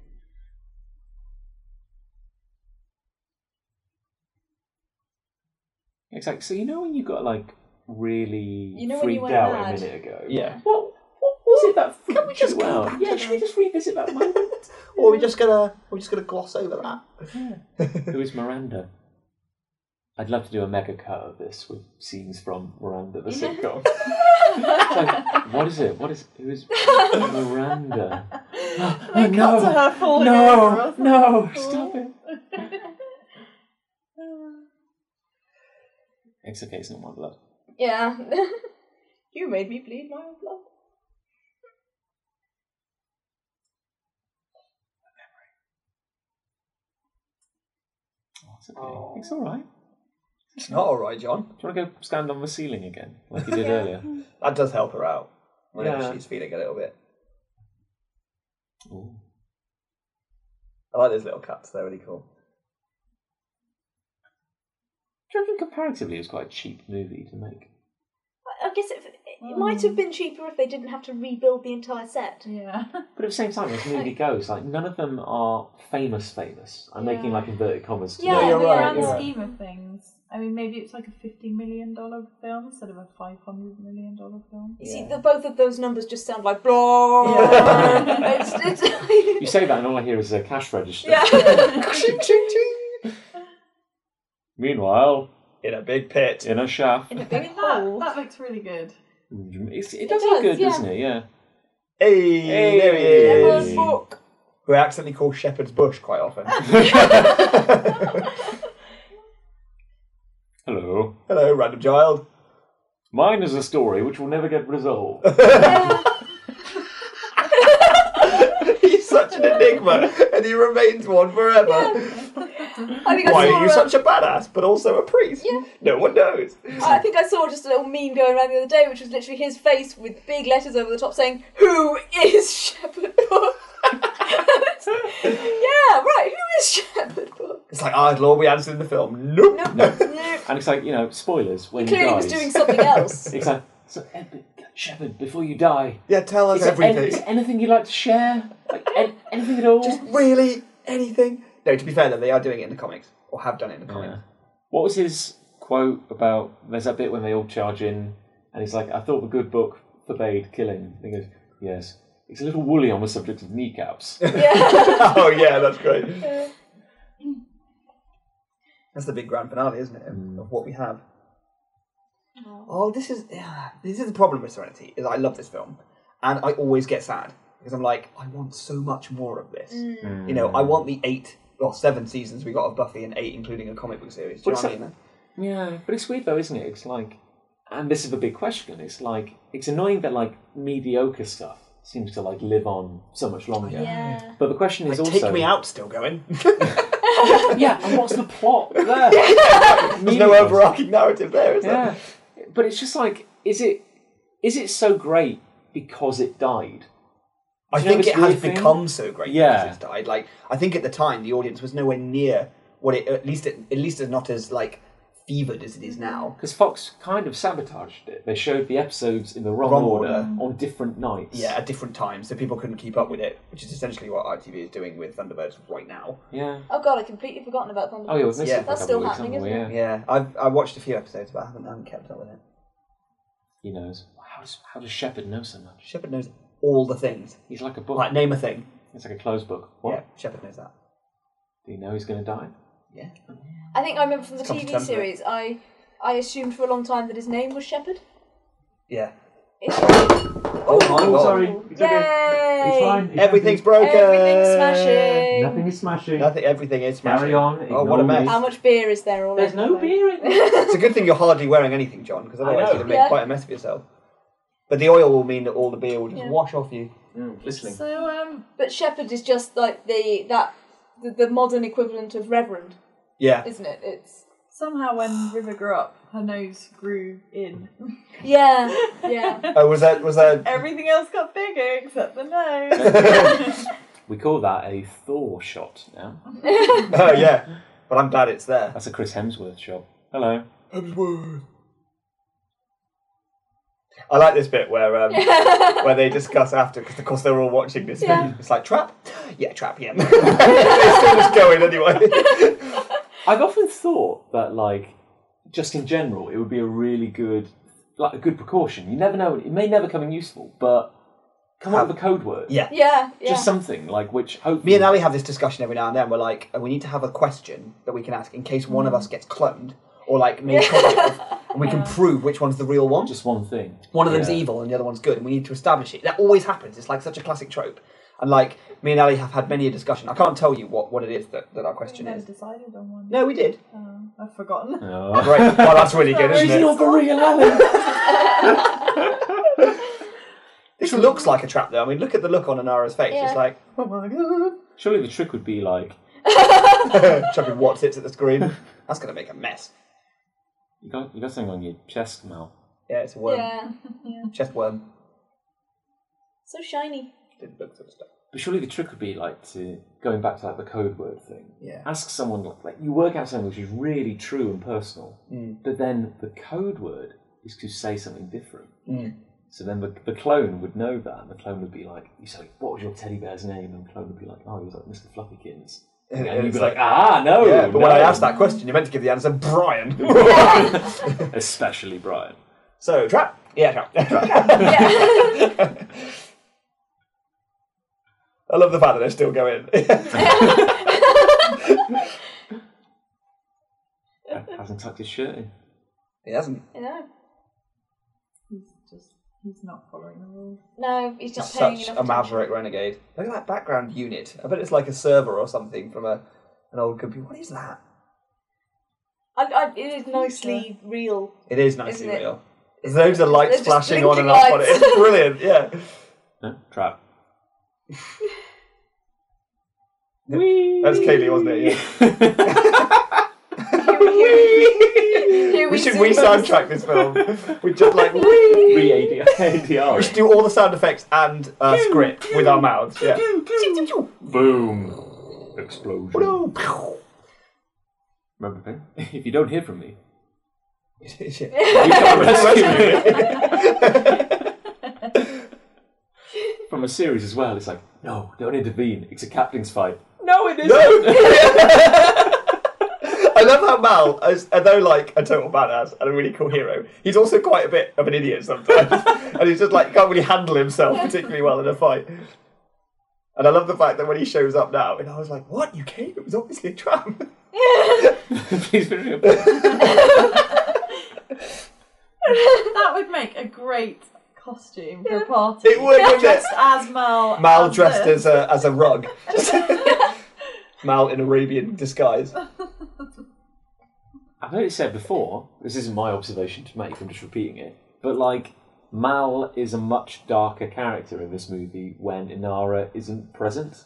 Speaker 1: Exactly. So you know when you got like really
Speaker 3: You know when you
Speaker 1: freaked
Speaker 3: went
Speaker 1: out
Speaker 3: mad?
Speaker 1: a minute ago.
Speaker 2: Yeah.
Speaker 1: What what was it that freaked
Speaker 2: Can we just
Speaker 1: you
Speaker 2: go
Speaker 1: out?
Speaker 2: back
Speaker 1: Yeah,
Speaker 2: to
Speaker 1: should we
Speaker 2: that?
Speaker 1: just revisit that moment?
Speaker 2: Or we're just gonna we're just gonna gloss over that.
Speaker 1: Who is Miranda? I'd love to do a mega cut of this with scenes from Miranda the sitcom. It's like, what is it? What is who is Miranda?
Speaker 4: They cut to her falling over or
Speaker 1: no,
Speaker 4: something.
Speaker 1: no, stop it. It's okay, it's not my blood.
Speaker 3: Yeah. you made me bleed my own blood.
Speaker 1: Oh, it's okay.
Speaker 2: Oh.
Speaker 1: It's all right.
Speaker 2: It's not all right, John.
Speaker 1: Do you want to go stand on the ceiling again, like you did
Speaker 3: Yeah.
Speaker 1: earlier?
Speaker 2: That does help her out whenever
Speaker 1: Yeah.
Speaker 2: she's feeling a little bit.
Speaker 1: Ooh.
Speaker 2: I like those little cuts. They're really cool.
Speaker 1: Do you reckon comparatively it was quite a cheap movie to make?
Speaker 3: I- I guess it, it might have been cheaper if they didn't have to rebuild the entire set.
Speaker 4: Yeah.
Speaker 1: But at the same time, this movie goes like none of them are famous. Famous. I'm making
Speaker 4: Yeah.
Speaker 1: like inverted commas. To
Speaker 3: Yeah,
Speaker 1: make-
Speaker 2: you're
Speaker 4: in the
Speaker 2: right,
Speaker 4: grand
Speaker 2: you're right.
Speaker 4: scheme of things, I mean, maybe it's like a fifty million dollar film instead of a five hundred million dollar film.
Speaker 3: You see,
Speaker 2: Yeah.
Speaker 3: the, both of those numbers just sound like blah.
Speaker 4: Yeah.
Speaker 3: it's, it's-
Speaker 1: You say that, and all I hear is a cash register.
Speaker 3: yeah.
Speaker 2: Ching, ching, ching.
Speaker 1: Meanwhile,
Speaker 2: In a big pit.
Speaker 1: in a shaft,
Speaker 3: In a
Speaker 4: I
Speaker 3: big
Speaker 4: mean, that,
Speaker 3: hole.
Speaker 4: that looks really good.
Speaker 1: it's, it
Speaker 3: It
Speaker 1: does
Speaker 3: does,
Speaker 1: look good,
Speaker 3: yeah.
Speaker 1: doesn't it? Yeah.
Speaker 2: Hey,
Speaker 1: Hey.
Speaker 2: there he is.
Speaker 1: Yeah.
Speaker 3: Everyone's book.
Speaker 2: We accidentally call Shepherd's Bush quite often.
Speaker 1: Hello.
Speaker 2: Hello, random child.
Speaker 1: Mine is a story which will never get resolved.
Speaker 2: He's such an enigma, and he remains one forever.
Speaker 3: I think
Speaker 2: Why
Speaker 3: I saw
Speaker 2: are you
Speaker 3: a-
Speaker 2: such a badass, but also a priest?
Speaker 3: Yeah.
Speaker 2: No one knows.
Speaker 3: I think I saw just a little meme going around the other day, which was literally his face with big letters over the top saying, "Who is Shepherd Book?" yeah, right. Who is Shepherd Book?
Speaker 2: It's like, ah, Lord, we answered in the film. Nope.
Speaker 3: No, no. no.
Speaker 1: And it's like, you know, spoilers when he,
Speaker 3: Clearly, he
Speaker 1: dies.
Speaker 3: was doing something else.
Speaker 1: It's like, so Edward, Shepherd, before you die,
Speaker 2: Yeah, tell us
Speaker 1: is there
Speaker 2: everything.
Speaker 1: any- is there anything you'd like to share? Like, an- anything at all?
Speaker 2: really? Anything? No, to be fair, though, they are doing it in the comics, or have done it in the comics.
Speaker 1: What was his quote about? There's that bit when they all charge in, and he's like, "I thought the good book forbade killing." And he goes, "Yes, it's a little woolly on the subject of kneecaps."
Speaker 3: yeah.
Speaker 2: oh, yeah, that's great. That's the big grand finale, isn't it, of- of what we have. Oh, this is yeah, this is the problem with Serenity. Is I love this film, and I always get sad because I'm like, I want so much more of this. You know, I want the eight or seven seasons we got of Buffy and eight, including a comic book series. Do you
Speaker 1: What's
Speaker 2: know what I
Speaker 1: that-
Speaker 2: mean?
Speaker 1: yeah, but it's weird though, isn't it? It's like, and this is the big question. It's like it's annoying that like mediocre stuff seems to like live on so much longer.
Speaker 3: Yeah.
Speaker 1: But the question is
Speaker 2: Like,
Speaker 1: also,
Speaker 2: Take me out, still going.
Speaker 1: Yeah, and what's the plot there?
Speaker 2: There's no overarching narrative there, is there?
Speaker 1: Yeah, but it's just like, is it is it so great because it died?
Speaker 2: I
Speaker 1: Do you know
Speaker 2: think
Speaker 1: this
Speaker 2: it has
Speaker 1: weird thing?
Speaker 2: become so great
Speaker 1: Yeah.
Speaker 2: because it's died. Like I think at the time the audience was nowhere near what it at least it, at least it's not as like fevered as it is now.
Speaker 1: Because Fox kind of sabotaged it. They showed the episodes in the wrong,
Speaker 2: Wrong
Speaker 1: order,
Speaker 2: order.
Speaker 1: on different nights.
Speaker 2: Yeah, at different times, so people couldn't keep up with it, which is essentially what ITV is doing with Thunderbirds right now.
Speaker 1: Yeah.
Speaker 3: Oh god, I'd completely forgotten about Thunderbirds.
Speaker 1: Oh, yeah, we've missed
Speaker 2: Yeah.
Speaker 1: it for a
Speaker 3: That's
Speaker 1: couple
Speaker 3: still
Speaker 1: of weeks,
Speaker 3: happening,
Speaker 1: haven't we?
Speaker 3: isn't
Speaker 1: Yeah.
Speaker 2: Yeah, I've I watched a few episodes, but I haven't, I haven't kept up with it.
Speaker 1: He knows. How does, how does Shepard know so much?
Speaker 2: Shepard knows all the things.
Speaker 1: He's like a book.
Speaker 2: Like name a thing.
Speaker 1: It's like a closed book. What?
Speaker 2: Yeah, Shepard knows that.
Speaker 1: Do you know he's going to die?
Speaker 2: Yeah.
Speaker 3: I think I remember from the
Speaker 2: Come to
Speaker 3: TV
Speaker 2: terms with it.
Speaker 3: series, I I assumed for a long time that his name was Shepherd.
Speaker 2: Yeah.
Speaker 1: Oh,
Speaker 2: my God.
Speaker 1: sorry. It's
Speaker 3: Yay!
Speaker 1: okay. It's fine. It's
Speaker 2: Everything's broken.
Speaker 3: Everything's
Speaker 1: Nothing,
Speaker 3: smashing.
Speaker 1: nothing is smashing.
Speaker 2: Nothing. Everything is smashing.
Speaker 1: Carry on.
Speaker 2: Oh, what
Speaker 1: ignore
Speaker 2: a mess.
Speaker 1: me.
Speaker 3: How much beer is there already?
Speaker 1: There's no beer in there.
Speaker 2: It's a good thing you're hardly wearing anything, John, because otherwise
Speaker 1: know.
Speaker 2: you'd make
Speaker 3: Yeah.
Speaker 2: quite a mess of yourself. But the oil will mean that all the beer will just
Speaker 3: Yeah.
Speaker 2: wash off you.
Speaker 1: Mm, listening.
Speaker 4: So um,
Speaker 3: But Shepherd is just like the that the, the modern equivalent of Reverend,
Speaker 2: Yeah.
Speaker 3: isn't it? It's
Speaker 4: somehow when River grew up, her nose grew in.
Speaker 3: yeah, yeah.
Speaker 2: Oh, was that was that?
Speaker 4: Everything else got bigger except the nose.
Speaker 1: We call that a Thor shot now.
Speaker 2: Oh yeah. But I'm glad it's there.
Speaker 1: That's a Chris Hemsworth shot. Hello.
Speaker 2: I like this bit where um, where they discuss after because of course they were all watching this.
Speaker 3: Yeah.
Speaker 2: It's like trap. Yeah, trap. Yeah. they still just going anyway.
Speaker 1: I've often thought that, like, just in general, it would be a really good, like, a good precaution. You never know; it may never come in useful, but come up with a code word.
Speaker 2: Yeah.
Speaker 3: yeah, yeah.
Speaker 1: just something like which. Hopefully,
Speaker 2: Me and Ali have this discussion every now and then. We're like, oh, we need to have a question that we can ask in case one
Speaker 1: Hmm.
Speaker 2: of us gets cloned or like made a copy of, and we can prove which one's the real one.
Speaker 1: just one thing.
Speaker 2: one of them's
Speaker 1: Yeah.
Speaker 2: evil and the other one's good, and we need to establish it. That always happens. It's like such a classic trope. And like me and Ali have had many a discussion. I can't tell you what, what it is that, that our question
Speaker 4: Never
Speaker 2: is.
Speaker 4: decided on one.
Speaker 2: No, we did.
Speaker 4: Oh, I've forgotten.
Speaker 1: Oh.
Speaker 2: Right. Well, that's really good,
Speaker 1: She's
Speaker 2: isn't
Speaker 1: not
Speaker 2: it?
Speaker 1: for real, Ali.
Speaker 2: This looks like a trap, though. I mean, look at the look on Anara's face.
Speaker 3: Yeah.
Speaker 2: It's like, oh my god,
Speaker 1: Surely the trick would be like
Speaker 2: chucking what hits at the screen. That's gonna make a mess.
Speaker 1: you got you got something on your chest, Mal.
Speaker 2: Yeah, it's a worm.
Speaker 3: yeah.
Speaker 2: Chest worm.
Speaker 3: So shiny.
Speaker 2: Didn't look sort of stuff.
Speaker 1: But surely the trick would be like to going back to like the code word thing.
Speaker 2: Yeah.
Speaker 1: Ask someone like, like you work out something which is really true and personal,
Speaker 2: Mm.
Speaker 1: but then the code word is to say something different.
Speaker 2: Mm.
Speaker 1: So then the, the clone would know that, and the clone would be like, "You say, what was your teddy bear's name?" And the clone would be like, "Oh, he was like Mr. Fluffykins." And,
Speaker 2: And
Speaker 1: you'd
Speaker 2: it's
Speaker 1: be like, "Ah, no."
Speaker 2: yeah, but
Speaker 1: no.
Speaker 2: when I asked that question, you meant to give the answer Brian.
Speaker 1: especially Brian.
Speaker 2: so trap. Yeah, trap.
Speaker 3: Yeah.
Speaker 2: I love the fact that they're still going.
Speaker 1: hasn't tucked his shirt in.
Speaker 2: he hasn't.
Speaker 3: you know.
Speaker 4: He's just he's not following the rules.
Speaker 3: No, he's not paying
Speaker 2: such
Speaker 3: enough
Speaker 2: a maverick renegade. Look at that background unit. I bet it's like a server or something from a an old computer. What is that?
Speaker 3: attention. I, I, it is nicely real.
Speaker 2: It is nicely
Speaker 3: Isn't it?
Speaker 2: real. There's loads of lights
Speaker 3: just
Speaker 2: flashing on and
Speaker 3: blinking
Speaker 2: off on it.
Speaker 3: lights.
Speaker 2: It's brilliant. Yeah.
Speaker 1: No, trap.
Speaker 2: That's Kaylee, wasn't it? Yeah.
Speaker 3: Here
Speaker 2: we
Speaker 3: we
Speaker 2: should
Speaker 3: zoom
Speaker 2: we
Speaker 3: in.
Speaker 2: soundtrack this film. We just like we should
Speaker 1: Re-ADR.
Speaker 2: do all the sound effects and uh, script with our mouths. Yeah.
Speaker 1: Boom. Explosion. Remember the thing? If you don't hear from me, you can't rescue me. From a series as well, it's like, no, don't intervene. It's a captain's fight. No, it isn't.
Speaker 2: I love how Mal, as though like a total badass and a really cool hero, he's also quite a bit of an idiot sometimes, and he's just like can't really handle himself particularly well in a fight. And I love the fact that when he shows up now, and I was like, "What? You came? It was obviously a tram."
Speaker 1: Please finish it.
Speaker 4: That would make a great costume for a party.
Speaker 2: It would, wouldn't it?
Speaker 4: Just as Mal.
Speaker 2: Mal
Speaker 4: as
Speaker 2: dressed as
Speaker 4: this.
Speaker 2: a as a rug. Mal in Arabian disguise.
Speaker 1: I've heard it said before, this isn't my observation to make, I'm just repeating it, but like, Mal is a much darker character in this movie when Inara isn't present.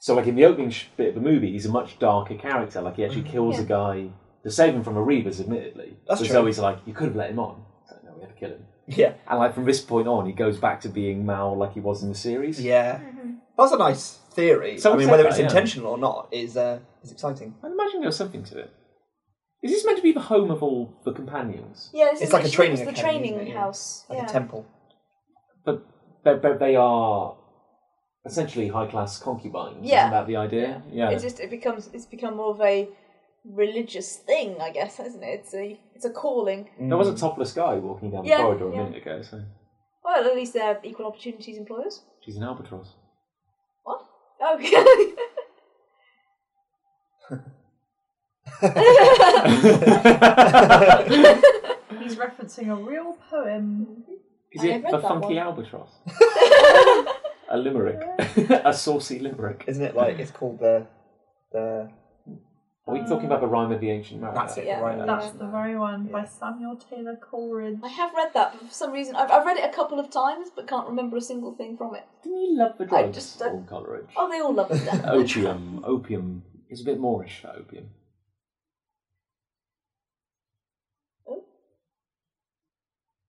Speaker 1: So, like, in the opening sh- bit of the movie, he's a much darker character. Like, he actually kills a guy to save him from a Reavers, admittedly.
Speaker 2: Mm, That's
Speaker 1: so
Speaker 2: true.
Speaker 1: Zoe's like, you could have let him on. It's like, no, we had to kill him.
Speaker 2: Yeah,
Speaker 1: And, like, from this point on, he goes back to being Mal like he was in the series.
Speaker 2: yeah. That's a nice theory.
Speaker 1: Someone
Speaker 2: I mean,
Speaker 1: said
Speaker 2: whether
Speaker 1: that,
Speaker 2: it's
Speaker 1: yeah.
Speaker 2: intentional or not is uh, is exciting.
Speaker 1: I'd imagine there was something to it. Is this meant to be the home of all the companions?
Speaker 3: Yeah,
Speaker 2: It's
Speaker 3: this is
Speaker 2: like a
Speaker 3: literally-
Speaker 2: training
Speaker 3: it's the
Speaker 2: academy, isn't it?
Speaker 3: training
Speaker 2: Yeah.
Speaker 3: house.
Speaker 2: Like
Speaker 3: yeah.
Speaker 2: a temple.
Speaker 1: But they, but they are essentially high class concubines.
Speaker 3: Yeah.
Speaker 1: Isn't that the idea? Yeah.
Speaker 3: It's just it becomes it's become more of a religious thing, I guess, hasn't it? It's a it's a calling.
Speaker 1: There was a topless guy walking down the
Speaker 3: Yeah,
Speaker 1: corridor a
Speaker 3: yeah.
Speaker 1: minute ago, so
Speaker 3: Well, at least they have equal opportunities employers. Oh,
Speaker 1: she's an albatross.
Speaker 3: What? Okay.
Speaker 4: He's referencing a real poem.
Speaker 1: Is
Speaker 3: I
Speaker 1: it
Speaker 3: read
Speaker 1: a
Speaker 3: that
Speaker 1: funky
Speaker 3: one.
Speaker 1: albatross? a limerick. a saucy limerick.
Speaker 2: Isn't it like it's called the the
Speaker 1: Are we talking about the rhyme of the ancient mariner?
Speaker 2: That's it,
Speaker 3: Yeah.
Speaker 2: right?
Speaker 3: Yeah.
Speaker 4: That's the very one by Samuel Taylor Coleridge.
Speaker 3: I have read that, but for some reason I've, I've read it a couple of times, but can't remember a single thing from it.
Speaker 1: Didn't he love the
Speaker 3: I
Speaker 1: drugs?
Speaker 3: just don't-
Speaker 1: Paul Coleridge.
Speaker 3: Oh, they all love it. don't they?
Speaker 1: Opium. Opium. It's a bit Moorish, that opium.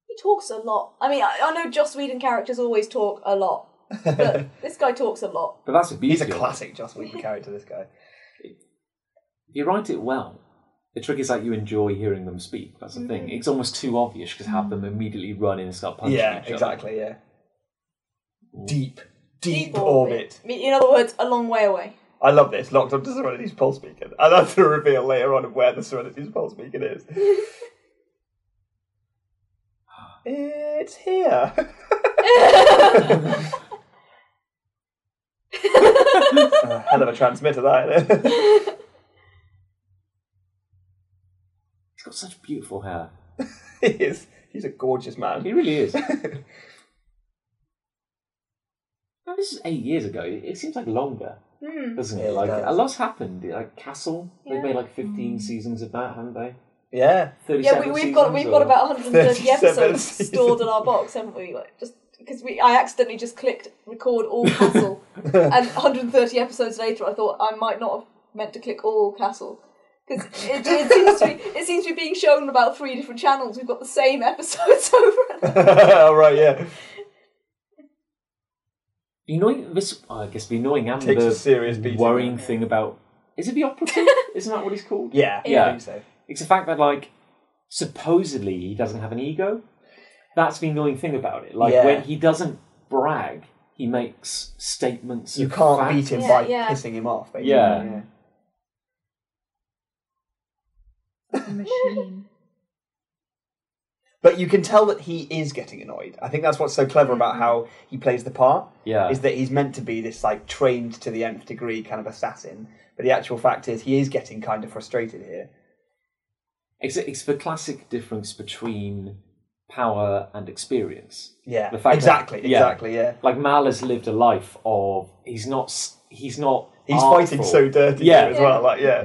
Speaker 3: He talks a lot. I mean, I, I know Joss Whedon characters always talk a lot, but this guy talks a lot.
Speaker 1: But that's a beauty.
Speaker 2: He's a
Speaker 1: of it.
Speaker 2: classic Joss Whedon character. This guy.
Speaker 1: If you write it well, the trick is like you enjoy hearing them speak. That's the thing.
Speaker 3: Mm.
Speaker 1: It's almost too obvious because have them immediately run in and start punching
Speaker 2: yeah,
Speaker 1: each other.
Speaker 2: exactly. Yeah. Deep, deep,
Speaker 3: Deep
Speaker 2: orbit.
Speaker 3: I mean, In other words, a long way away.
Speaker 2: I love this. Locked onto Serenity's pulse beacon. I love the reveal later on of where the Serenity's pulse beacon is. it's here. Uh, hell of a transmitter, that. Isn't it?
Speaker 1: He's got such beautiful hair.
Speaker 2: he is. He's a gorgeous man.
Speaker 1: He really is. now, this is eight years ago. It it seems like longer, doesn't
Speaker 2: Yeah,
Speaker 1: it?
Speaker 2: it
Speaker 1: Like
Speaker 2: does.
Speaker 1: a lot's happened. Like Castle,
Speaker 3: Mm. Yeah.
Speaker 1: they've made like fifteen seasons of that, haven't they?
Speaker 2: Yeah.
Speaker 1: Thirty-seven.
Speaker 3: Yeah, we, we've
Speaker 1: seasons
Speaker 3: got we've
Speaker 1: or-
Speaker 3: got about 130
Speaker 2: 37
Speaker 3: episodes
Speaker 2: seasons.
Speaker 3: stored in our box, haven't we? Like just because we, I accidentally just clicked record all castle, and 130 episodes later, I thought I might not have meant to click all castle. Because it, it seems to be it seems to be being shown on about three different channels. We've got the same episodes over. and over.
Speaker 2: All right. Yeah.
Speaker 1: The annoying. This I guess the annoying and
Speaker 2: Takes
Speaker 1: the
Speaker 2: a serious beating.
Speaker 1: worrying thing about is it the operative? Isn't that what he's called?
Speaker 2: Yeah. I
Speaker 1: Yeah.
Speaker 2: think so.
Speaker 1: It's the fact that, like, supposedly he doesn't have an ego. That's the annoying thing about it. Like,
Speaker 2: Yeah.
Speaker 1: when he doesn't brag, he makes statements.
Speaker 2: You
Speaker 1: of
Speaker 2: can't
Speaker 1: fact.
Speaker 2: beat him
Speaker 3: Yeah,
Speaker 2: by
Speaker 3: yeah.
Speaker 2: pissing him off. Basically.
Speaker 1: Yeah.
Speaker 4: Machine.
Speaker 2: But you can tell that he is getting annoyed. I think that's what's so clever about
Speaker 3: Mm-hmm.
Speaker 2: how he plays the part.
Speaker 1: Yeah.
Speaker 2: Is that he's meant to be this like trained to the nth degree kind of assassin. But the actual fact is he is getting kind of frustrated here.
Speaker 1: It's, it's the classic difference between power and experience.
Speaker 2: Yeah.
Speaker 1: The fact that-
Speaker 2: exactly,
Speaker 1: yeah.
Speaker 2: exactly, yeah.
Speaker 1: Like, Mal has lived a life of he's not s- he's not
Speaker 2: He's
Speaker 1: artful.
Speaker 2: fighting so dirty
Speaker 1: Yeah.
Speaker 2: here as well, like yeah.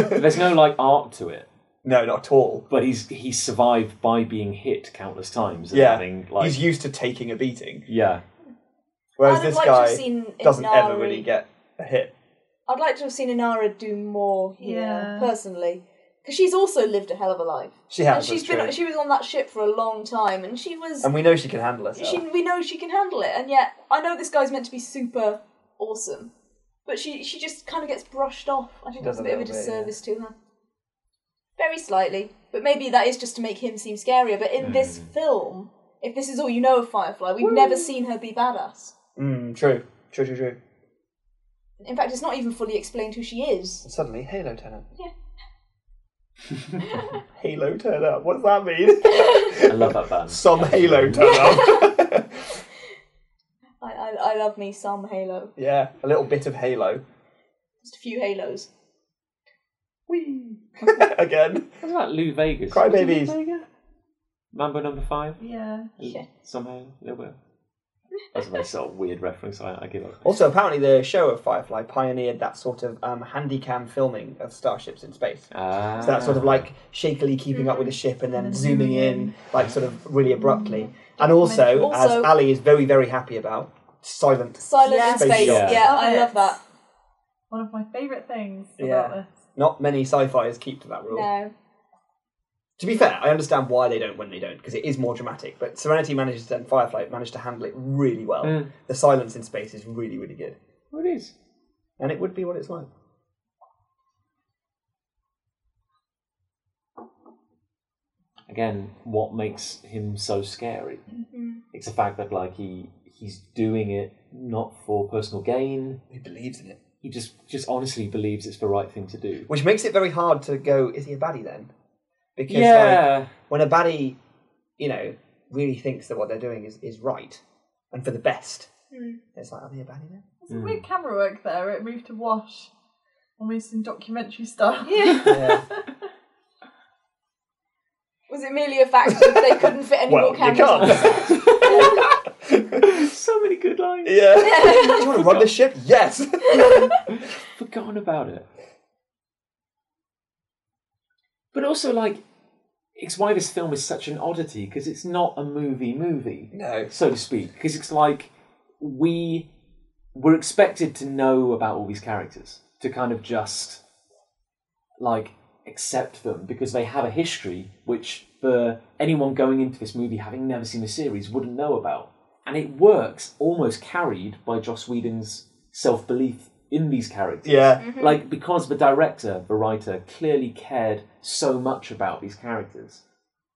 Speaker 1: There's no like art to it,
Speaker 2: no, not at all.
Speaker 1: but he's he's survived by being hit countless times. And
Speaker 2: Yeah.
Speaker 1: having, like,
Speaker 2: he's used to taking a beating.
Speaker 1: yeah.
Speaker 2: Whereas
Speaker 3: I'd
Speaker 2: this
Speaker 3: like to have
Speaker 2: guy
Speaker 3: seen
Speaker 2: doesn't ever
Speaker 3: Inari.
Speaker 2: really get a hit.
Speaker 3: I'd like to have seen Inara do more here
Speaker 4: Yeah.
Speaker 3: personally, because she's also lived a hell of a life.
Speaker 2: She has,
Speaker 3: and she's
Speaker 2: that's
Speaker 3: been
Speaker 2: true.
Speaker 3: she was on that ship for a long time, and she was
Speaker 2: and we know she can handle herself.
Speaker 3: she we know she can handle it, and yet I know this guy's meant to be super awesome, but she she just kind of gets brushed off. I think
Speaker 2: does
Speaker 3: that's a
Speaker 2: a
Speaker 3: bit of a
Speaker 2: little bit,
Speaker 3: disservice to her, very slightly. But maybe that is just to make him seem scarier. But in this
Speaker 2: Hmm.
Speaker 3: film, if this is all you know of Firefly, we've never seen her be badass.
Speaker 2: Mm, true, true, true, true.
Speaker 3: In fact, it's not even fully explained who she is.
Speaker 2: And suddenly, Halo turn up.
Speaker 3: Yeah.
Speaker 2: Halo turn up. What does that mean?
Speaker 1: I love that band.
Speaker 2: Some Halo turn up.
Speaker 3: I, I, I love me some Halo.
Speaker 2: yeah, a little bit of Halo.
Speaker 3: Just a few Halos.
Speaker 2: Whee! Again.
Speaker 1: What's that? Lou Vegas.
Speaker 2: Cry
Speaker 1: Was it Lou
Speaker 2: Babies.
Speaker 1: Vega? Mambo number five.
Speaker 4: Yeah.
Speaker 3: Yeah.
Speaker 1: Somehow, a little bit. That's a very sort of weird reference. I, I give up.
Speaker 2: Also, apparently, the show of Firefly pioneered that sort of um, handy cam filming of starships in space.
Speaker 1: Ah.
Speaker 2: So that sort of like shakily keeping up with
Speaker 3: Mm.
Speaker 2: the ship and then zooming in, like sort of really abruptly. And also,
Speaker 3: Also-
Speaker 2: as Ali is very, very happy about, silent.
Speaker 3: Silent
Speaker 4: Yeah.
Speaker 3: in
Speaker 2: Space
Speaker 3: space.
Speaker 1: yacht.
Speaker 3: Yeah, I
Speaker 4: Love
Speaker 3: love
Speaker 4: it.
Speaker 3: that.
Speaker 4: One of my favourite things
Speaker 2: Yeah.
Speaker 4: about this.
Speaker 2: Not many sci-fi's keep to that rule.
Speaker 3: No.
Speaker 2: To be fair, I understand why they don't when they don't because it is more dramatic. But Serenity manages and Firefly managed to handle it really well. The silence in space is really, really good,
Speaker 1: Oh, it is.
Speaker 2: and it would be what it's like.
Speaker 1: Again, what makes him so scary? It's the fact that like he he's doing it not for personal gain.
Speaker 2: He believes in it,
Speaker 1: He just just honestly believes it's the right thing to do.
Speaker 2: which makes it very hard to go. Is he a baddie then? Because like,
Speaker 1: Yeah.
Speaker 2: when a baddie, you know, really thinks that what they're doing is, is right and for the best, it's like, are they a baddie then?
Speaker 4: There's some weird camera work there. It moved to wash. Almost in documentary style.
Speaker 2: Yeah.
Speaker 3: Was it merely a fact that they couldn't fit any more cameras on
Speaker 1: so many good lines.
Speaker 2: yeah. Do you want to run the ship? Yes.
Speaker 1: forgotten about it. But also, like, it's why this film is such an oddity because it's not a movie movie,
Speaker 2: no.
Speaker 1: so to speak. Because it's like we were expected to know about all these characters to kind of just like accept them because they have a history which for anyone going into this movie having never seen the series wouldn't know about. And it works almost carried by Joss Whedon's self belief in these characters.
Speaker 2: Yeah.
Speaker 1: Like, because the director, the writer, clearly cared so much about these characters,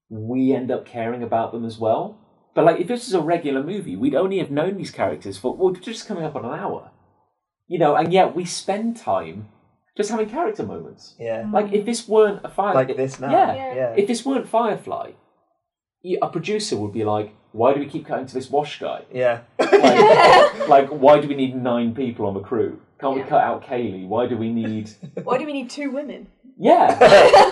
Speaker 1: we end up caring about them as well. But, like, if this is a regular movie, we'd only have known these characters for, well, just coming up on an hour. You know, and yet we spend time just having character moments.
Speaker 2: Yeah.
Speaker 1: Like, if this weren't a fire.
Speaker 2: Like this now.
Speaker 1: Yeah.
Speaker 2: Mm. Yeah.
Speaker 1: If this weren't Firefly, y- a producer would be like, why do we keep cutting to this wash guy?
Speaker 2: Yeah.
Speaker 1: Like, like, why do we need nine people on the crew? Can't we cut out Kaylee? Why do we need.
Speaker 3: Why do we need two women?
Speaker 1: Yeah.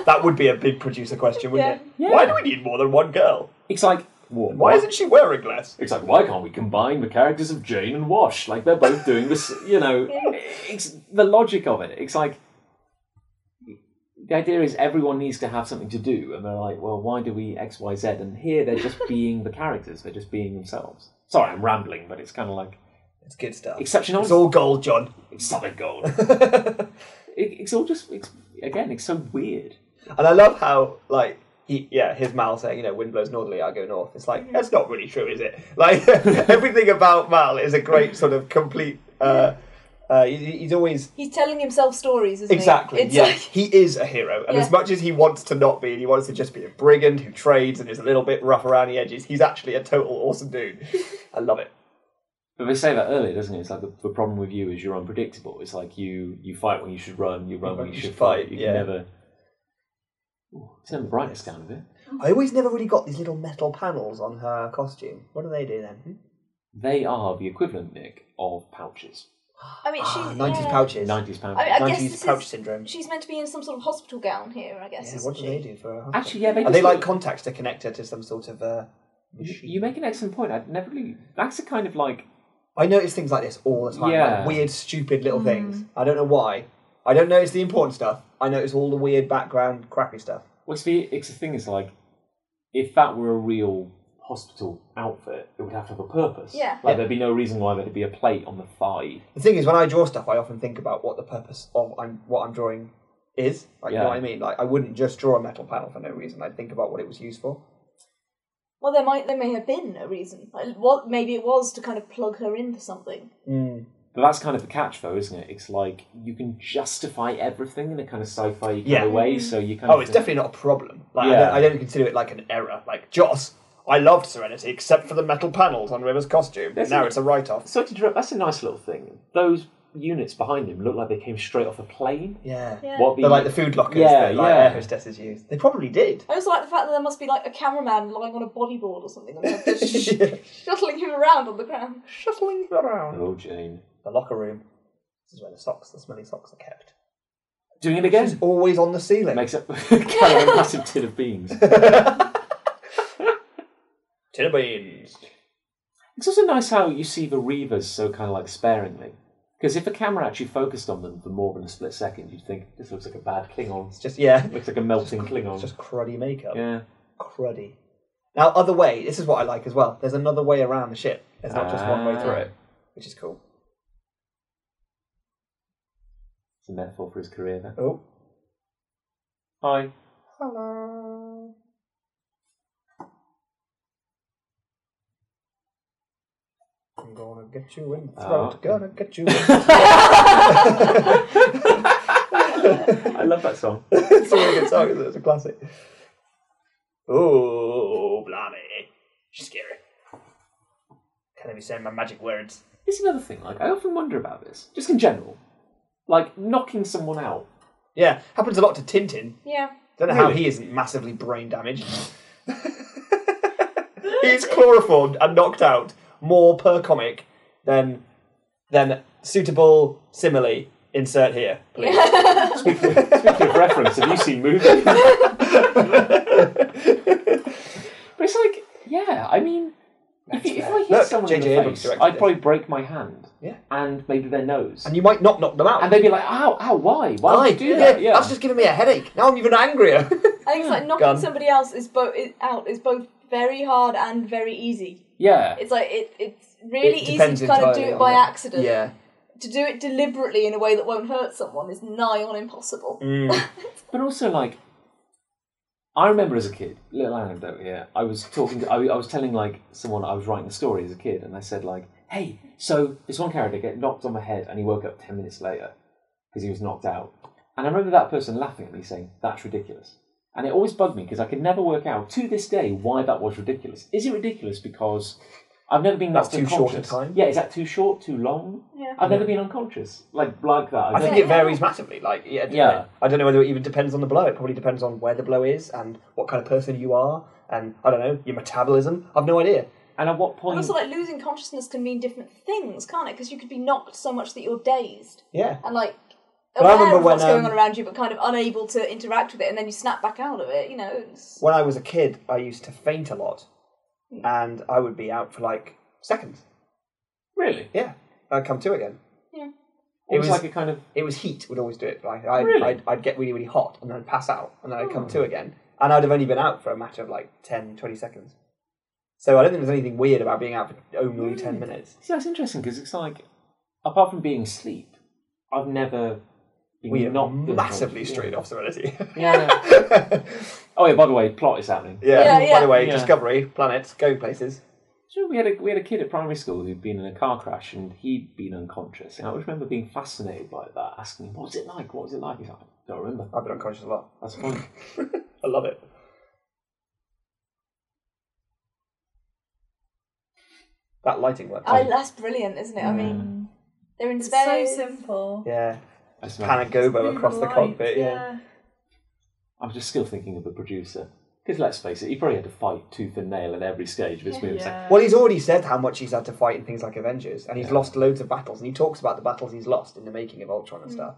Speaker 2: that would be a big producer question, wouldn't
Speaker 1: Yeah.
Speaker 2: it? Why do we need more than one girl?
Speaker 1: It's like, wha-
Speaker 2: Why
Speaker 1: wha-
Speaker 2: isn't she wearing less?
Speaker 1: It's like, why can't we combine the characters of Jane and Wash? Like, they're both doing this, you know. It's the logic of it. It's like, the idea is everyone needs to have something to do, and they're like, well, why do we X, Y, Z? And here they're just being the characters, they're just being themselves. Sorry, I'm rambling, but it's kind of like,
Speaker 2: It's good stuff.
Speaker 1: it's such an
Speaker 2: It's
Speaker 1: odd.
Speaker 2: all gold, John.
Speaker 1: It's solid gold. It- it's all just, it's, again, it's so weird.
Speaker 2: And I love how, like, he, yeah, his Mal saying, you know, wind blows northerly, I go north. It's like, that's not really true, is it? Like, everything about Mal is a great sort of complete. Uh, uh, he, he's always.
Speaker 3: He's telling himself stories, isn't
Speaker 2: Exactly,
Speaker 3: he? It's
Speaker 2: yeah.
Speaker 3: like-
Speaker 2: he is a hero. And
Speaker 3: Yeah.
Speaker 2: as much as he wants to not be, and he wants to just be a brigand who trades and is a little bit rough around the edges, he's actually a total awesome dude. I love it.
Speaker 1: But they say that earlier, doesn't it? It's like the, the problem with you is you're unpredictable. It's like you you fight when you should run, you run when you should fight. You
Speaker 2: yeah.
Speaker 1: can never. Ooh, turn the brightness down a bit.
Speaker 2: I always never really got these little metal panels on her costume. What do they do then? Hmm?
Speaker 1: They are the equivalent, Nick, of pouches.
Speaker 3: I mean, she's
Speaker 2: Ah, 90s
Speaker 3: yeah.
Speaker 2: pouches.
Speaker 1: Nineties pouches.
Speaker 3: I mean, I guess
Speaker 2: 90s
Speaker 3: this
Speaker 2: pouch
Speaker 3: is-
Speaker 2: syndrome.
Speaker 3: She's meant to be in some sort of hospital gown here, I guess.
Speaker 2: Yeah,
Speaker 3: isn't
Speaker 2: what do
Speaker 3: she?
Speaker 2: they do for her? husband?
Speaker 1: Actually, yeah, they
Speaker 2: Are
Speaker 1: just
Speaker 2: they like
Speaker 1: look-
Speaker 2: contacts to connect her to some sort of uh, machine?
Speaker 1: you make an excellent point. I'd never really. That's a kind of like
Speaker 2: I notice things like this all the time.
Speaker 1: Yeah.
Speaker 2: Like weird, stupid little things. I don't know why. I don't notice the important stuff. I notice all the weird background, crappy stuff.
Speaker 1: Well, it's the, it's the thing is like, if that were a real hospital outfit, it would have to have a purpose.
Speaker 3: Yeah.
Speaker 1: Like there'd be no reason why there'd be a plate on the thigh.
Speaker 2: The thing is, when I draw stuff, I often think about what the purpose of I'm, what I'm drawing is. Like, you know
Speaker 1: Yeah.
Speaker 2: what I mean? Like, I wouldn't just draw a metal panel for no reason. I'd think about what it was used for.
Speaker 3: Well, there might there may have been a reason. Like, What maybe it was to kind of plug her into something.
Speaker 2: Oh,
Speaker 1: But that's kind of the catch, though, isn't it? It's like you can justify everything in a kind of sci-fi kind
Speaker 2: Yeah.
Speaker 1: of
Speaker 3: Mm.
Speaker 1: way. So you kind
Speaker 2: Oh,
Speaker 1: of
Speaker 2: it's
Speaker 1: think-
Speaker 2: definitely not a problem. Like, I,
Speaker 1: Yeah.
Speaker 2: don't, I don't consider it like an error. Like, Joss, I loved Serenity except for the metal panels on River's costume.
Speaker 1: That's
Speaker 2: now
Speaker 1: it.
Speaker 2: it's a write off.
Speaker 1: So to interrupt, that's a nice little thing. Those units behind him look like they came straight off a plane.
Speaker 2: Yeah.
Speaker 3: Yeah.
Speaker 1: What
Speaker 2: They're like the food lockers
Speaker 1: Yeah,
Speaker 2: that like,
Speaker 1: yeah.
Speaker 2: air hostesses use. They probably did.
Speaker 3: I also like the fact that there must be like a cameraman lying on a bodyboard or something, and they're just
Speaker 2: Yeah.
Speaker 3: shuttling him around on the ground.
Speaker 2: Shuffling around.
Speaker 1: Oh, Jane.
Speaker 2: The locker room. This is where the socks, the smelly socks are kept.
Speaker 1: Doing it again.
Speaker 2: She's always on the ceiling.
Speaker 1: Makes up carrying a massive tin of beans.
Speaker 2: Tin of beans.
Speaker 1: It's also nice how you see the Reavers so kind of like sparingly. Because if a camera actually focused on them for more than a split second, you'd think this looks like a bad Klingon.
Speaker 2: It's just yeah.
Speaker 1: Looks like a melting Klingon.
Speaker 2: It's just cruddy makeup.
Speaker 1: yeah.
Speaker 2: Cruddy. Now, other way. This is what I like as well. There's another way around the ship. There's not just one way through
Speaker 1: Ah.
Speaker 2: it, which is cool.
Speaker 1: It's a metaphor for his career there.
Speaker 2: Oh,
Speaker 1: Hi.
Speaker 2: hello. I'm gonna get you in the throat.
Speaker 1: Oh.
Speaker 2: Gonna get you. In the
Speaker 1: I love that song.
Speaker 2: it's a really good song. Isn't it? It's a classic. Oh, blimey, she's scary. Can't even say my magic words.
Speaker 1: It's another thing, like, I often wonder about this, just in general. Like, knocking someone out.
Speaker 2: Yeah, happens a lot to Tintin.
Speaker 3: Yeah.
Speaker 2: Don't know how
Speaker 1: Really?
Speaker 2: he isn't massively brain damaged. He's chloroformed and knocked out more per comic than than suitable simile. Insert here, please.
Speaker 1: Speaking of reference, have you seen movies? but it's like, yeah, I mean, if, if I hit
Speaker 2: Look,
Speaker 1: someone
Speaker 2: J.J.
Speaker 1: in the
Speaker 2: Abrams
Speaker 1: face,
Speaker 2: directed
Speaker 1: I'd
Speaker 2: this.
Speaker 1: probably break my hand
Speaker 2: Yeah.
Speaker 1: and maybe their nose.
Speaker 2: And you might not knock them out.
Speaker 1: And they'd be like, ow, ow, why? Why would you do that? Yeah.
Speaker 2: That's just giving me a headache. Now I'm even angrier.
Speaker 3: I think it's like knocking
Speaker 2: Hmm, Gun.
Speaker 3: somebody else is both out is both very hard and very easy.
Speaker 1: yeah.
Speaker 3: It's like it it's really
Speaker 2: It
Speaker 3: easy
Speaker 2: depends
Speaker 3: to kind of do
Speaker 2: entirely
Speaker 3: it
Speaker 2: on
Speaker 3: by
Speaker 2: the-
Speaker 3: accident.
Speaker 2: yeah.
Speaker 3: To do it deliberately in a way that won't hurt someone is nigh on impossible.
Speaker 2: Hmm.
Speaker 1: But also, like, I remember as a kid, little anecdote here. I was talking, to, I, I was telling like someone I was writing a story as a kid, and I said like, "Hey, so this one character get knocked on the head, and he woke up ten minutes later because he was knocked out." And I remember that person laughing at me saying, "That's ridiculous." And it always bugged me because I could never work out to this day why that was ridiculous. Is it ridiculous because I've never been
Speaker 2: That's
Speaker 1: knocked
Speaker 2: too short a
Speaker 1: unconscious?
Speaker 2: time?
Speaker 1: Yeah, is that too short, too long?
Speaker 3: Yeah.
Speaker 1: I've never been unconscious like like that.
Speaker 2: I
Speaker 1: I've
Speaker 2: think
Speaker 1: never-
Speaker 2: it varies massively. Like, yeah,
Speaker 1: Yeah.
Speaker 2: I don't know whether it even depends on the blow. It probably depends on where the blow is and what kind of person you are, and I don't know your metabolism. I've no idea.
Speaker 1: and at what
Speaker 3: And
Speaker 1: point?
Speaker 3: also, like losing consciousness can mean different things, can't it? Because you could be knocked so much that you're dazed
Speaker 2: Yeah,
Speaker 3: and like
Speaker 2: I
Speaker 3: aware
Speaker 2: remember
Speaker 3: of what's
Speaker 2: when,
Speaker 3: going
Speaker 2: um,
Speaker 3: on around you, but kind of unable to interact with it, and then you snap back out of it. You know, it's,
Speaker 2: when I was a kid, I used to faint a lot, and I would be out for like seconds.
Speaker 1: really?
Speaker 2: Yeah, I'd come to again.
Speaker 3: yeah.
Speaker 1: It was
Speaker 2: was-
Speaker 1: like a kind of
Speaker 2: It was heat would always do it. Like I'd,
Speaker 1: Really? Oh.
Speaker 2: I'd, I'd get really really hot and then I'd pass out and then I'd come to again, and I'd have only been out for a matter of like 10, 20 seconds. So I don't think there's anything weird about being out for only ten minutes.
Speaker 1: See, that's interesting because it's like, apart from being asleep, I've never been
Speaker 2: We are
Speaker 1: not
Speaker 2: massively straight off serenity.
Speaker 1: Yeah. oh yeah. By the way, plot is happening.
Speaker 2: Yeah.
Speaker 3: Yeah,
Speaker 2: By
Speaker 3: yeah.
Speaker 2: the way,
Speaker 1: Yeah.
Speaker 2: Discovery, planets, go places.
Speaker 1: Do you know, we had a we had a kid at primary school who'd been in a car crash and he'd been unconscious. And I always remember being fascinated by that, asking him, "What was it like? What was it like?" He's like, "I "Don't remember."
Speaker 2: I've been unconscious a lot.
Speaker 1: That's fine.
Speaker 2: I love it. That lighting worked.
Speaker 3: I, that's brilliant, isn't it? I
Speaker 2: Hmm.
Speaker 3: mean, they're in
Speaker 4: It's so
Speaker 3: space.
Speaker 4: simple.
Speaker 2: yeah.
Speaker 1: I smell-
Speaker 2: Panagobo
Speaker 4: Blue
Speaker 2: across the
Speaker 4: Oh. light,
Speaker 2: cockpit. Yeah.
Speaker 1: I'm just still thinking of the producer because let's face it, he probably had to fight tooth and nail at every stage of his movie. It's like,
Speaker 4: Yeah.
Speaker 2: Well, he's already said how much he's had to fight in things like Avengers, and he's lost loads of battles, and he talks about the battles he's lost in the making of Ultron and stuff.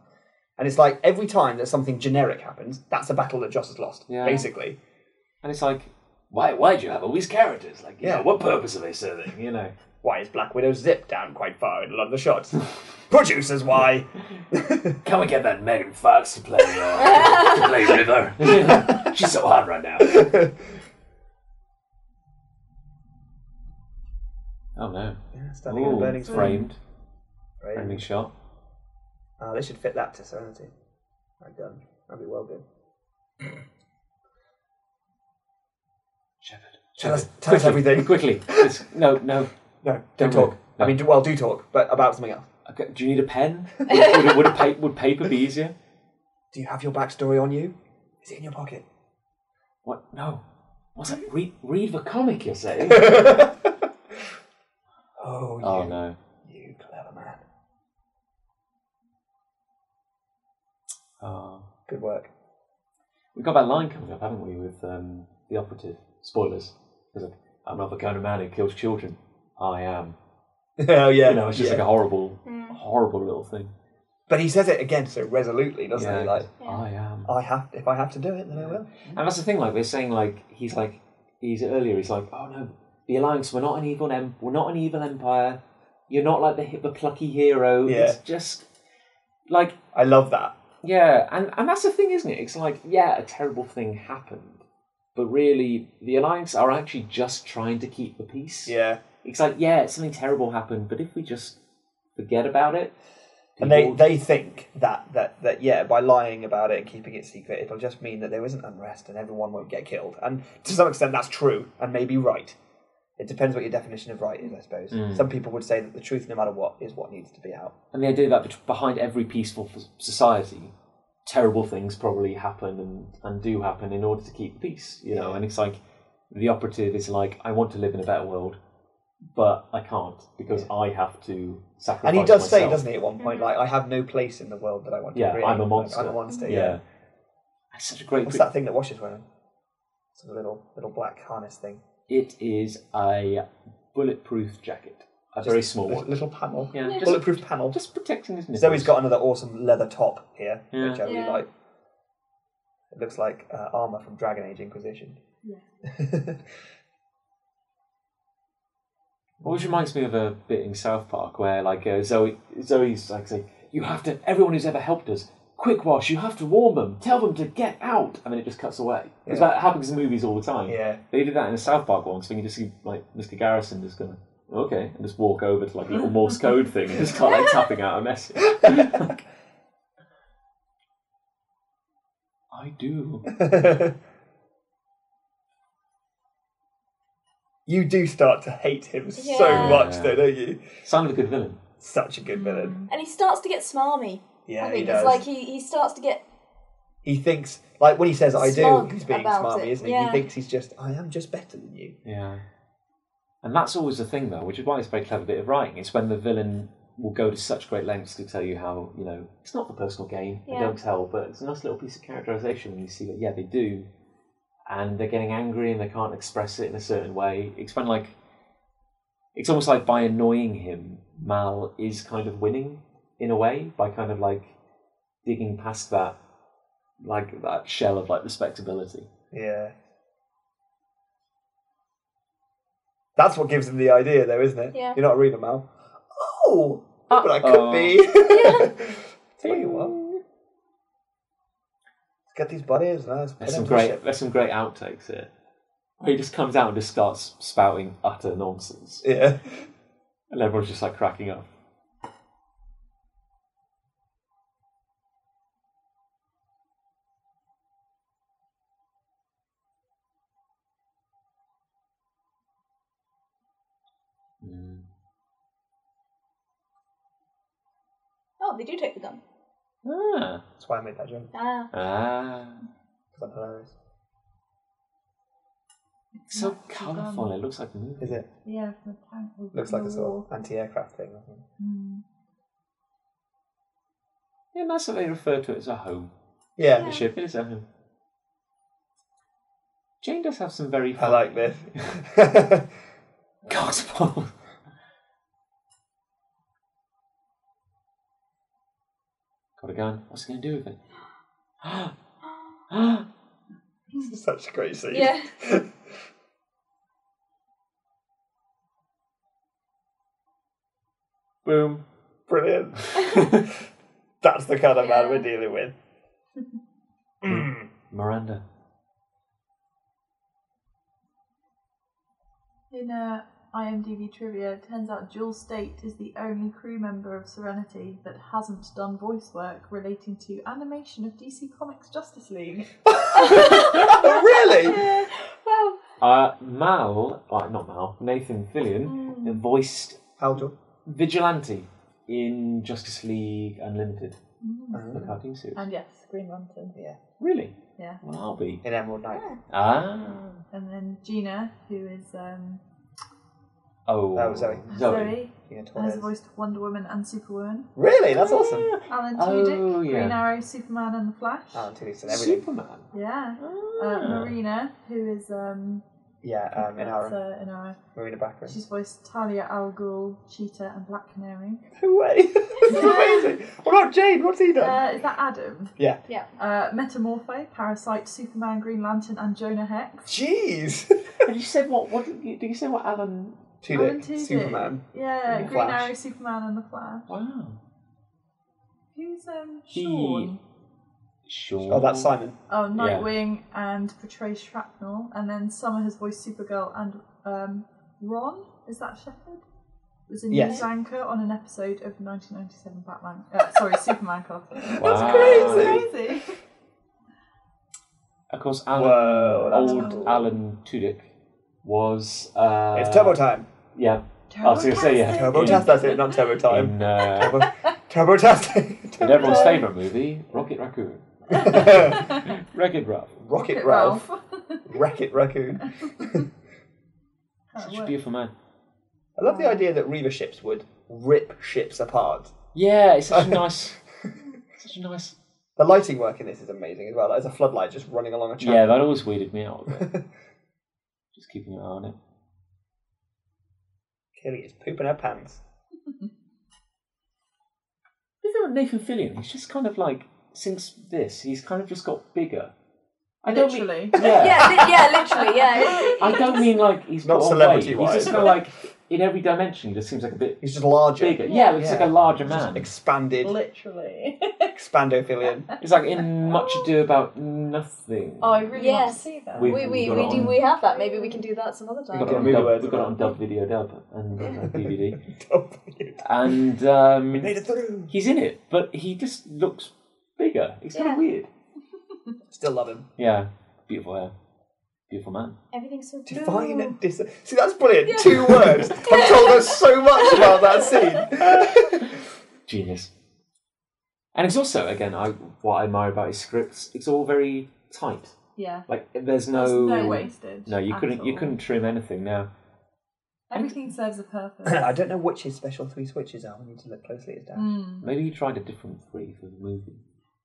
Speaker 2: And it's like every time that something generic happens, that's a battle that Joss has lost,
Speaker 1: Yeah.
Speaker 2: basically.
Speaker 1: and it's like, why why do you have all these characters? Like, you
Speaker 2: Yeah.
Speaker 1: know, what purpose are they serving? You know.
Speaker 2: Why is Black Widow's zip down quite far in a lot of the shots? Producers, why?
Speaker 1: Can we get that Megan Fox to play uh, to play River? She's so hot right now. Oh no.
Speaker 2: Yeah, standing in a
Speaker 1: Ooh,
Speaker 2: burning frame.
Speaker 1: framed. Framing
Speaker 2: Right.
Speaker 1: shot.
Speaker 2: Uh, they should fit that to Serenity. That gun. That'd be well good.
Speaker 1: Shepard.
Speaker 2: Tell us,
Speaker 1: Shepard,
Speaker 2: tell us
Speaker 1: quickly,
Speaker 2: everything.
Speaker 1: Quickly. It's- no, no.
Speaker 2: No,
Speaker 1: Don't
Speaker 2: don't talk.
Speaker 1: move.
Speaker 2: I mean, do- well, do talk, but about something else.
Speaker 1: Okay, do you need a pen? Would, would, would, a pa- would paper be easier?
Speaker 2: Do you have your backstory on you? Is it in your pocket?
Speaker 1: What? No. What's that? Read, read the comic, you're saying?
Speaker 2: Oh, you,
Speaker 1: oh no.
Speaker 2: you clever man.
Speaker 1: Oh.
Speaker 2: Good work.
Speaker 1: We've got that line coming up, haven't we, with um, the operative? Spoilers. It's like, I'm not the kind of man who kills children. I am.
Speaker 2: oh yeah,
Speaker 1: You know, it's just like a horrible, horrible little thing.
Speaker 2: But he says it again so resolutely, doesn't he? Like,
Speaker 1: I am.
Speaker 2: I have. If I have to do it, then I will.
Speaker 1: And that's the thing. Like they're saying, like he's like he's earlier. He's like, oh no, the alliance. We're not an evil. Em- we're not an evil empire. You're not like the hi- the plucky hero.
Speaker 2: Yeah.
Speaker 1: It's just like
Speaker 2: I love that.
Speaker 1: yeah, and and that's the thing, isn't it? It's like yeah, a terrible thing happened, but really the alliance are actually just trying to keep the peace.
Speaker 2: Yeah.
Speaker 1: It's like yeah, something terrible happened, but if we just forget about it,
Speaker 2: And they,
Speaker 1: people-
Speaker 2: they think that, that that yeah, by lying about it and keeping it secret, it'll just mean that there isn't unrest and everyone won't get killed. And to some extent, that's true and maybe right. It depends what your definition of right is, I suppose.
Speaker 1: Mm.
Speaker 2: Some people would say that the truth, no matter what, is what needs to be out.
Speaker 1: and the idea that bet- behind every peaceful f- society, terrible things probably happen and, and do happen in order to keep the peace, you know. And it's like the operative is like, I want to live in a better world, but I can't because I have to sacrifice.
Speaker 2: And he does say,
Speaker 1: myself.
Speaker 2: doesn't he, at one point, like, I have no place in the world that I want
Speaker 1: Yeah,
Speaker 2: to create.
Speaker 1: I'm a
Speaker 2: Like,
Speaker 1: monster.
Speaker 2: I'm a monster, yeah.
Speaker 1: Yeah, that's such a great.
Speaker 2: What's
Speaker 1: pic-
Speaker 2: that thing that Wash is wearing? It's a little, little black harness thing.
Speaker 1: It is a bulletproof jacket, a very small
Speaker 2: Little,
Speaker 1: one.
Speaker 2: little panel.
Speaker 1: Yeah, just-
Speaker 2: Bulletproof panel.
Speaker 1: Just protecting his nipples.
Speaker 2: Zoe's got another awesome leather top here,
Speaker 1: Yeah.
Speaker 2: which I really
Speaker 3: Yeah.
Speaker 2: like. It looks like uh, armor from Dragon Age Inquisition.
Speaker 1: Always reminds me of a bit in South Park where like uh, Zoe, Zoe's like saying, "You have to. Everyone who's ever helped us, quick wash. You have to warn them. Tell them to get out." And then it just cuts away. Because
Speaker 2: Yeah.
Speaker 1: that happens in movies all the time.
Speaker 2: Yeah.
Speaker 1: They did that in the South Park one, so you can just see like Mr. Garrison just going, "Okay," and just walk over to like a little Morse code thing and just start like tapping out a message. I do.
Speaker 2: you do start to hate him so
Speaker 3: Yeah.
Speaker 2: much, though, don't you?
Speaker 1: Sound of a good villain.
Speaker 2: Such a good villain.
Speaker 3: And he starts to get smarmy.
Speaker 2: Yeah,
Speaker 3: I think
Speaker 2: he does.
Speaker 3: it's like he, he starts to get
Speaker 2: he thinks, like when he says "I do,"
Speaker 3: Smug
Speaker 2: he's being
Speaker 3: about
Speaker 2: smarmy,
Speaker 3: it,
Speaker 2: isn't he? He
Speaker 3: yeah.
Speaker 2: thinks he's just, "I am just better than you."
Speaker 1: Yeah. And that's always the thing, though, which is why it's a very clever bit of writing. It's when the villain will go to such great lengths to tell you how, you know, it's not for personal gain, they
Speaker 3: Yeah.
Speaker 1: don't tell, but it's a nice little piece of characterization when you see that, yeah, they do. And they're getting angry and they can't express it in a certain way. It's when, like, it's almost like by annoying him, Mal is kind of winning in a way by kind of like digging past that, like, that shell of like respectability.
Speaker 2: Yeah. That's what gives him the idea, though, isn't it?
Speaker 3: Yeah.
Speaker 2: You're not a reader, Mal. Oh, but I could
Speaker 1: Uh-oh.
Speaker 2: be. Tell you what. Get these buddies and let's put
Speaker 1: There's
Speaker 2: them
Speaker 1: some
Speaker 2: to
Speaker 1: great.
Speaker 2: shit.
Speaker 1: There's some great outtakes here. Where he just comes out and just starts spouting utter nonsense,
Speaker 2: Yeah.
Speaker 1: and everyone's just like cracking up. Mm.
Speaker 3: oh, they do take the gun.
Speaker 1: Ah,
Speaker 2: That's why I made that joke.
Speaker 3: Ah.
Speaker 1: ah,
Speaker 2: 'cause I'm hilarious.
Speaker 1: it's so colourful. It looks like a movie.
Speaker 2: Is it?
Speaker 4: Yeah, from the tank. with
Speaker 2: Looks like a
Speaker 4: the
Speaker 2: sort
Speaker 4: wall.
Speaker 2: of anti-aircraft thing. doesn't it?
Speaker 4: Mm.
Speaker 1: Yeah, nice that they refer to it as a home.
Speaker 2: Yeah.
Speaker 1: The ship it is a home. Jane does have some very.
Speaker 2: I
Speaker 1: fun-
Speaker 2: like this. That's
Speaker 1: Gospel. Got a gun. What's he going to do with it?
Speaker 2: such a great scene.
Speaker 3: Yeah.
Speaker 1: Boom.
Speaker 2: Brilliant. That's the kind of man
Speaker 3: Yeah.
Speaker 2: we're dealing with. Mm.
Speaker 1: Miranda.
Speaker 4: In uh, IMDb trivia, turns out Jill State is the only crew member of Serenity that hasn't done voice work relating to animation of DC Comics Justice League.
Speaker 2: oh, really?
Speaker 4: Yeah. Well,
Speaker 1: Uh, Mal, uh, not Mal, Nathan Fillion
Speaker 2: Mm.
Speaker 1: voiced
Speaker 2: Haldor.
Speaker 1: Vigilante in Justice League Unlimited, the
Speaker 2: Uh-huh.
Speaker 1: cartoon series.
Speaker 4: Hmm. Mm. and yes, Green Lantern.
Speaker 2: Yeah.
Speaker 1: Really?
Speaker 4: Yeah.
Speaker 1: Well, I'll be.
Speaker 2: In Emerald Knight.
Speaker 1: Ah.
Speaker 4: And then Gina, who is um,
Speaker 1: Oh.
Speaker 2: That was Zoe.
Speaker 1: Zoe.
Speaker 4: Zoe,
Speaker 2: Yeah,
Speaker 4: has
Speaker 2: Torres.
Speaker 4: voiced Wonder Woman and Superwoman.
Speaker 2: Really? That's awesome. Oh,
Speaker 4: Alan
Speaker 1: Oh,
Speaker 4: Tudyk,
Speaker 1: yeah.
Speaker 4: Green Arrow, Superman, and the Flash.
Speaker 2: Alan Tudyk's in everything.
Speaker 1: Superman.
Speaker 4: Yeah. Uh,
Speaker 2: Hmm.
Speaker 1: Ah.
Speaker 4: Marina, who is um,
Speaker 2: Yeah, um, in Aaron.
Speaker 4: that's, uh, in Arrow.
Speaker 2: Marina Baccarin.
Speaker 4: She's voiced Talia Al Ghul, Cheetah, and Black Canary.
Speaker 2: No way. this is amazing. What about Jane? What's he done?
Speaker 4: Uh, is that Adam?
Speaker 2: yeah.
Speaker 4: Uh, Metamorpho, Parasite, Superman, Green Lantern, and Jonah Hex.
Speaker 2: Jeez.
Speaker 1: Did you say what? What did you, did you say? What Alan?
Speaker 4: Alan
Speaker 2: Tudyk,
Speaker 4: Tudyk.
Speaker 2: Superman.
Speaker 4: Yeah,
Speaker 2: and the
Speaker 4: Green
Speaker 2: Flash.
Speaker 4: Arrow, Superman, and the Flash.
Speaker 1: Wow.
Speaker 4: Who's um,
Speaker 1: He-
Speaker 4: Sean?
Speaker 1: Sure.
Speaker 2: Oh, that's Simon.
Speaker 4: Oh, Nightwing and Patrice Shrapnel. And then Summer has voiced Supergirl and um, Ron. Is that Shepard? Was a
Speaker 2: Yes.
Speaker 4: news anchor on an episode of 1997 Batman. Uh, sorry, Superman cartoon.
Speaker 1: Wow.
Speaker 2: That's crazy.
Speaker 4: Crazy.
Speaker 1: Of course, Alan,
Speaker 2: Whoa, that's
Speaker 1: old
Speaker 2: cool.
Speaker 1: Alan Tudyk was. Uh,
Speaker 2: It's turbo time.
Speaker 1: Yeah. I was gonna say, yeah.
Speaker 2: Turbo
Speaker 1: in-
Speaker 2: test, that's it, not turbo time.
Speaker 1: In, uh,
Speaker 2: Turbo, turbo test.
Speaker 1: in everyone's favourite movie, Rocket Raccoon. Wreck-It Ralph.
Speaker 2: Rocket
Speaker 4: Rocket
Speaker 2: Ralph.
Speaker 4: Ralph.
Speaker 2: Wreck It Raccoon.
Speaker 4: Can't
Speaker 1: Such a
Speaker 4: work.
Speaker 1: beautiful man.
Speaker 2: I love
Speaker 4: Oh.
Speaker 2: the idea that Reaver ships would rip ships apart.
Speaker 1: Yeah, it's such a nice, such a nice.
Speaker 2: The lighting work in this is amazing as well. There's a floodlight just running along a
Speaker 1: Yeah,
Speaker 2: channel.
Speaker 1: that always weirded me out. a bit. Just keeping an eye on it.
Speaker 2: Kelly is pooping her pants.
Speaker 1: The thing with Nathan Fillion, he's just kind of like since this, he's kind of just got bigger. I don't mean-
Speaker 4: Literally.
Speaker 1: yeah.
Speaker 3: Yeah, li- yeah, literally, yeah.
Speaker 1: I don't mean like he's
Speaker 2: Not
Speaker 1: put on
Speaker 2: celebrity-wise,
Speaker 1: weight. He's just kind of like in every dimension, he just seems like a bit
Speaker 2: He's just larger.
Speaker 1: bigger. Yeah, he's like a larger
Speaker 2: Just
Speaker 1: man.
Speaker 2: expanded.
Speaker 4: Literally.
Speaker 2: Expandophilian.
Speaker 1: It's like in Much Ado About Nothing.
Speaker 4: Oh, I really want to
Speaker 3: Yes.
Speaker 4: see that.
Speaker 1: We-
Speaker 3: We we, we,
Speaker 1: got it
Speaker 3: do
Speaker 1: on-
Speaker 3: we have that. Maybe we can do that some other
Speaker 1: we got
Speaker 3: time.
Speaker 1: it on
Speaker 2: Movie
Speaker 1: dub,
Speaker 2: words
Speaker 1: we got it on
Speaker 2: about
Speaker 1: dub video dub and uh, DVD,
Speaker 2: Made
Speaker 1: and um,
Speaker 2: it through.
Speaker 1: he's in it, but he just looks bigger. It's kind
Speaker 3: Yeah.
Speaker 1: of weird.
Speaker 2: Still love him.
Speaker 1: Yeah, beautiful hair, beautiful man.
Speaker 3: Everything's so blue.
Speaker 2: Divine and dis- See, that's brilliant. Two words. I've told us so much about that scene.
Speaker 1: genius. And it's also again, I what I admire about his scripts. It's all very tight.
Speaker 4: Yeah.
Speaker 1: Like there's no
Speaker 4: There's no wastage.
Speaker 1: No, you
Speaker 4: at
Speaker 1: couldn't. You
Speaker 4: all.
Speaker 1: couldn't trim anything now.
Speaker 4: Everything serves a purpose.
Speaker 2: I don't know which his special three switches are. We need to look closely at that.
Speaker 4: Mm.
Speaker 1: Maybe he tried a different three for the movie.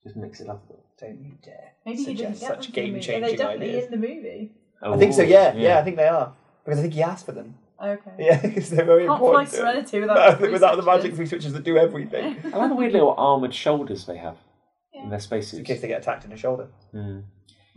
Speaker 1: Just mix it up a bit.
Speaker 2: Don't you dare.
Speaker 4: Maybe he didn't
Speaker 2: suggest
Speaker 4: get
Speaker 2: such
Speaker 4: them from the movie. Are
Speaker 2: game-changing
Speaker 4: they definitely
Speaker 2: ideas.
Speaker 4: in the movie?
Speaker 1: Oh,
Speaker 2: I think so,
Speaker 1: ooh,
Speaker 2: yeah, yeah. I think they are. Because I think he asked for them.
Speaker 4: Okay.
Speaker 2: Yeah, because they're very
Speaker 4: Can't fly
Speaker 2: important. to him.
Speaker 4: Serenity
Speaker 2: No,
Speaker 4: without,
Speaker 2: I
Speaker 4: the
Speaker 2: think without the magic
Speaker 4: researchers.
Speaker 2: three switches that do everything.
Speaker 1: I like the weird little armored shoulders they have in their
Speaker 2: In
Speaker 1: spaces.
Speaker 2: case they get attacked in the shoulder.
Speaker 1: Mm.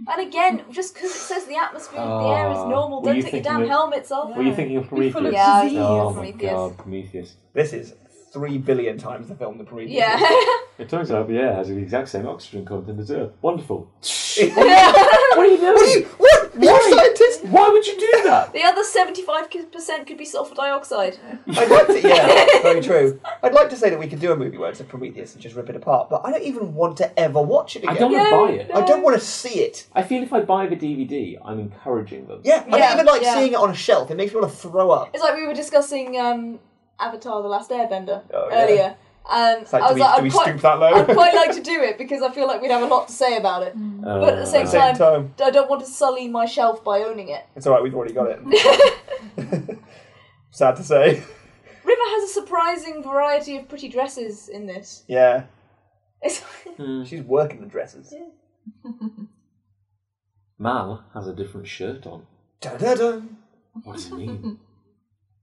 Speaker 3: And again, just because it says the atmosphere of the air is
Speaker 1: Ah,
Speaker 3: normal,
Speaker 1: were
Speaker 3: don't
Speaker 1: you
Speaker 3: take your
Speaker 1: thinking
Speaker 3: damn
Speaker 1: of-
Speaker 3: helmets off.
Speaker 1: Were you thinking of
Speaker 4: Be
Speaker 1: Prometheus?
Speaker 4: full of
Speaker 3: Yeah,
Speaker 4: disease.
Speaker 1: Oh my
Speaker 3: Prometheus.
Speaker 1: god, Prometheus!
Speaker 2: This is three billion times the film the previous.
Speaker 3: Yeah.
Speaker 2: one.
Speaker 1: It turns out the air has the exact same oxygen content as Earth. Wonderful.
Speaker 3: the
Speaker 1: What are you doing?
Speaker 2: What? What
Speaker 1: Why?
Speaker 2: scientist?
Speaker 1: Why would you do that?
Speaker 3: other 75% could be sulfur dioxide.
Speaker 2: I'd like to, yeah, very true. I'd like to say that we could do a movie where it's a Prometheus and just rip it apart, but I don't even want to ever watch it
Speaker 1: I don't
Speaker 2: again.
Speaker 3: Yeah,
Speaker 1: want to buy it.
Speaker 3: no.
Speaker 2: I don't want to see it.
Speaker 1: I feel if I buy the DVD, I'm encouraging them.
Speaker 2: Yeah, I don't
Speaker 3: Yeah,
Speaker 2: even like
Speaker 3: yeah.
Speaker 2: seeing it on a shelf. It makes me want to throw up.
Speaker 3: It's like we were discussing um, Avatar The Last Airbender
Speaker 2: Oh, yeah.
Speaker 3: earlier. Um,
Speaker 2: It's like, do
Speaker 3: I was
Speaker 2: we,
Speaker 3: like,
Speaker 2: do we
Speaker 3: I'd, quite,
Speaker 2: stoop that low?
Speaker 3: I'd quite like to do it because I feel like we'd have a lot to say about it.
Speaker 1: Uh,
Speaker 3: But at the same
Speaker 2: Same
Speaker 3: time,
Speaker 2: time.
Speaker 3: I don't want to sully my shelf by owning it.
Speaker 2: It's alright, we've already got it. Sad to say.
Speaker 3: River has a surprising variety of pretty dresses in this.
Speaker 2: Yeah.
Speaker 3: It's
Speaker 2: She's working the dresses.
Speaker 1: Mal has a different shirt on.
Speaker 2: Dun, dun, dun.
Speaker 1: What does it mean?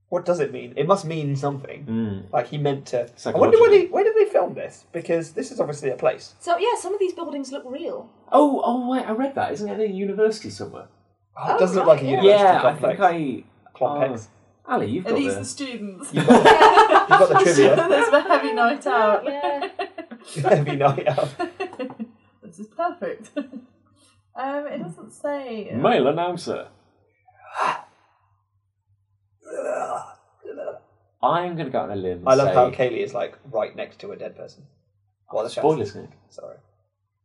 Speaker 2: What does it mean? It must mean something.
Speaker 1: mm.
Speaker 2: Like he meant to. I wonder where
Speaker 1: Psychologically.
Speaker 2: they where did they film this? Because this is obviously a place.
Speaker 3: so yeah, some of these buildings look real.
Speaker 1: Oh, oh wait, I read that. Isn't it at a university somewhere?
Speaker 2: Oh, it
Speaker 3: Oh,
Speaker 2: does look
Speaker 3: right,
Speaker 2: like a
Speaker 3: yeah.
Speaker 2: university
Speaker 1: Yeah, I think
Speaker 2: complex.
Speaker 1: I.
Speaker 2: Complex.
Speaker 1: Oh. Ali, you've
Speaker 4: Are
Speaker 1: got
Speaker 4: these the
Speaker 1: the-
Speaker 4: students?
Speaker 2: You've got the trivia.
Speaker 4: There's a heavy night out.
Speaker 3: Yeah.
Speaker 2: Every night out.
Speaker 4: this is perfect. Um, it doesn't say.
Speaker 1: male announcer. I'm going to go out on a limb. and
Speaker 2: I love
Speaker 1: say,
Speaker 2: how Kaylee is like right next to a dead person. What are the chances?
Speaker 1: Spoilers, Nick.
Speaker 2: Sorry.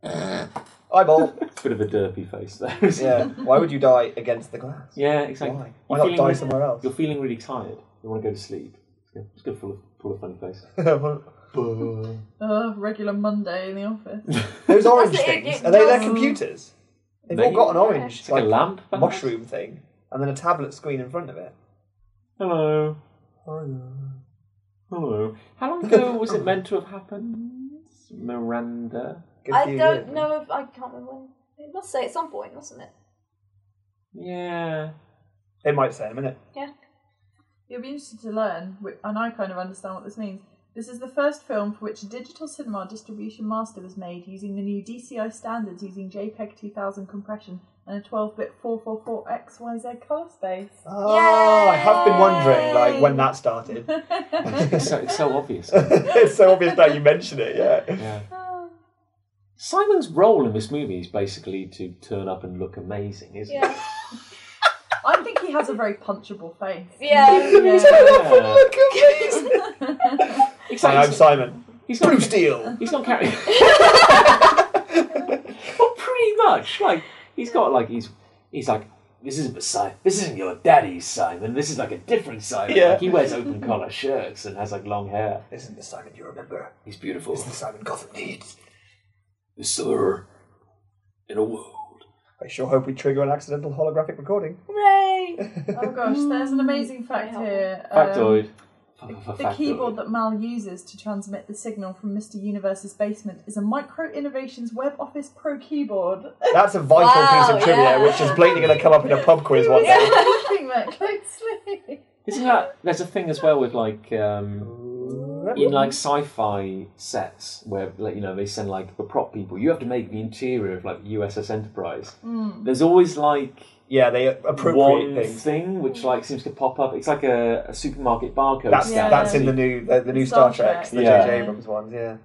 Speaker 2: Eyeball.
Speaker 1: Bit of a derpy face there. isn't it?
Speaker 2: yeah. Why would you die against the glass?
Speaker 1: Yeah, exactly.
Speaker 2: Why?
Speaker 1: You're
Speaker 2: Why not
Speaker 1: feeling
Speaker 2: die
Speaker 1: really-
Speaker 2: somewhere else?
Speaker 1: You're feeling really tired. You want to go to sleep. Yeah, just go full of, full of funny face. Buh.
Speaker 4: Uh, regular Monday in the office.
Speaker 2: Those orange
Speaker 3: That's it,
Speaker 2: things
Speaker 3: it
Speaker 2: are they their
Speaker 3: does-
Speaker 2: computers? They've all
Speaker 1: Maybe.
Speaker 2: got an orange
Speaker 1: It's like, a lamp. perhaps?
Speaker 2: mushroom thing, and then a tablet screen in front of it.
Speaker 1: Hello. Oh, Hello. How long ago was it meant to have happened? Miranda.
Speaker 2: Good for
Speaker 3: I
Speaker 2: you,
Speaker 3: don't
Speaker 2: yeah.
Speaker 3: know if I can't remember when. It must say at some point, mustn't it?
Speaker 1: Yeah.
Speaker 2: It might say in a minute.
Speaker 3: Yeah.
Speaker 4: You'll be interested to learn, whi- and I kind of understand what this means. This is the first film for which a digital cinema distribution master was made using the new DCI standards using JPEG 2000 compression and a 12 bit 444XYZ colour space.
Speaker 2: Ah, I have been wondering like when that started.
Speaker 1: It's so, it's so obvious.
Speaker 2: it's so obvious now you mention it. Yeah.
Speaker 1: Yeah. Simon's role in this movie is basically to turn up and look amazing, isn't
Speaker 3: Yeah.
Speaker 4: I think he has a very punchable face.
Speaker 3: Yeah.
Speaker 1: it? Yeah.
Speaker 2: Look at these. Hi, I'm
Speaker 1: Exactly.
Speaker 2: Simon.
Speaker 1: He's
Speaker 2: Blue
Speaker 1: not,
Speaker 2: steel.
Speaker 1: he's not carrying. well, pretty much. Like he's got like he's he's like this isn't Simon. This isn't your daddy's Simon. This is like a different Simon.
Speaker 2: Yeah.
Speaker 1: Like, he wears open collar shirts and has like long hair.
Speaker 2: Isn't the Simon you remember?
Speaker 1: He's beautiful.
Speaker 2: It's the Simon Gotham needs.
Speaker 1: Sir, in a world.
Speaker 2: I sure hope we trigger an accidental holographic recording.
Speaker 3: Hooray!
Speaker 4: Oh gosh, there's an amazing fact here. Um,
Speaker 1: Factoid.
Speaker 4: The keyboard that Mal uses to transmit the signal from Mr. Universe's basement is a Micro Innovations Web Office Pro keyboard.
Speaker 2: That's a vital
Speaker 3: Wow,
Speaker 2: piece of trivia,
Speaker 3: yeah.
Speaker 2: which is blatantly going to come up in a pub quiz one day.
Speaker 4: Anything that closely.
Speaker 1: Isn't that there's a thing as well with like um in like sci-fi sets where like you know they send like the prop people you have to make the interior of like USS Enterprise.
Speaker 4: Hmm.
Speaker 1: There's always like
Speaker 2: Yeah, they appropriate
Speaker 1: one
Speaker 2: things.
Speaker 1: thing which like seems to pop up. It's like a, a supermarket barcode.
Speaker 2: That's
Speaker 1: scan.
Speaker 2: that's in the new the, the new Star,
Speaker 4: Star
Speaker 2: Treks, the
Speaker 1: Trek, yeah.
Speaker 2: J.J. Abrams ones. Yeah,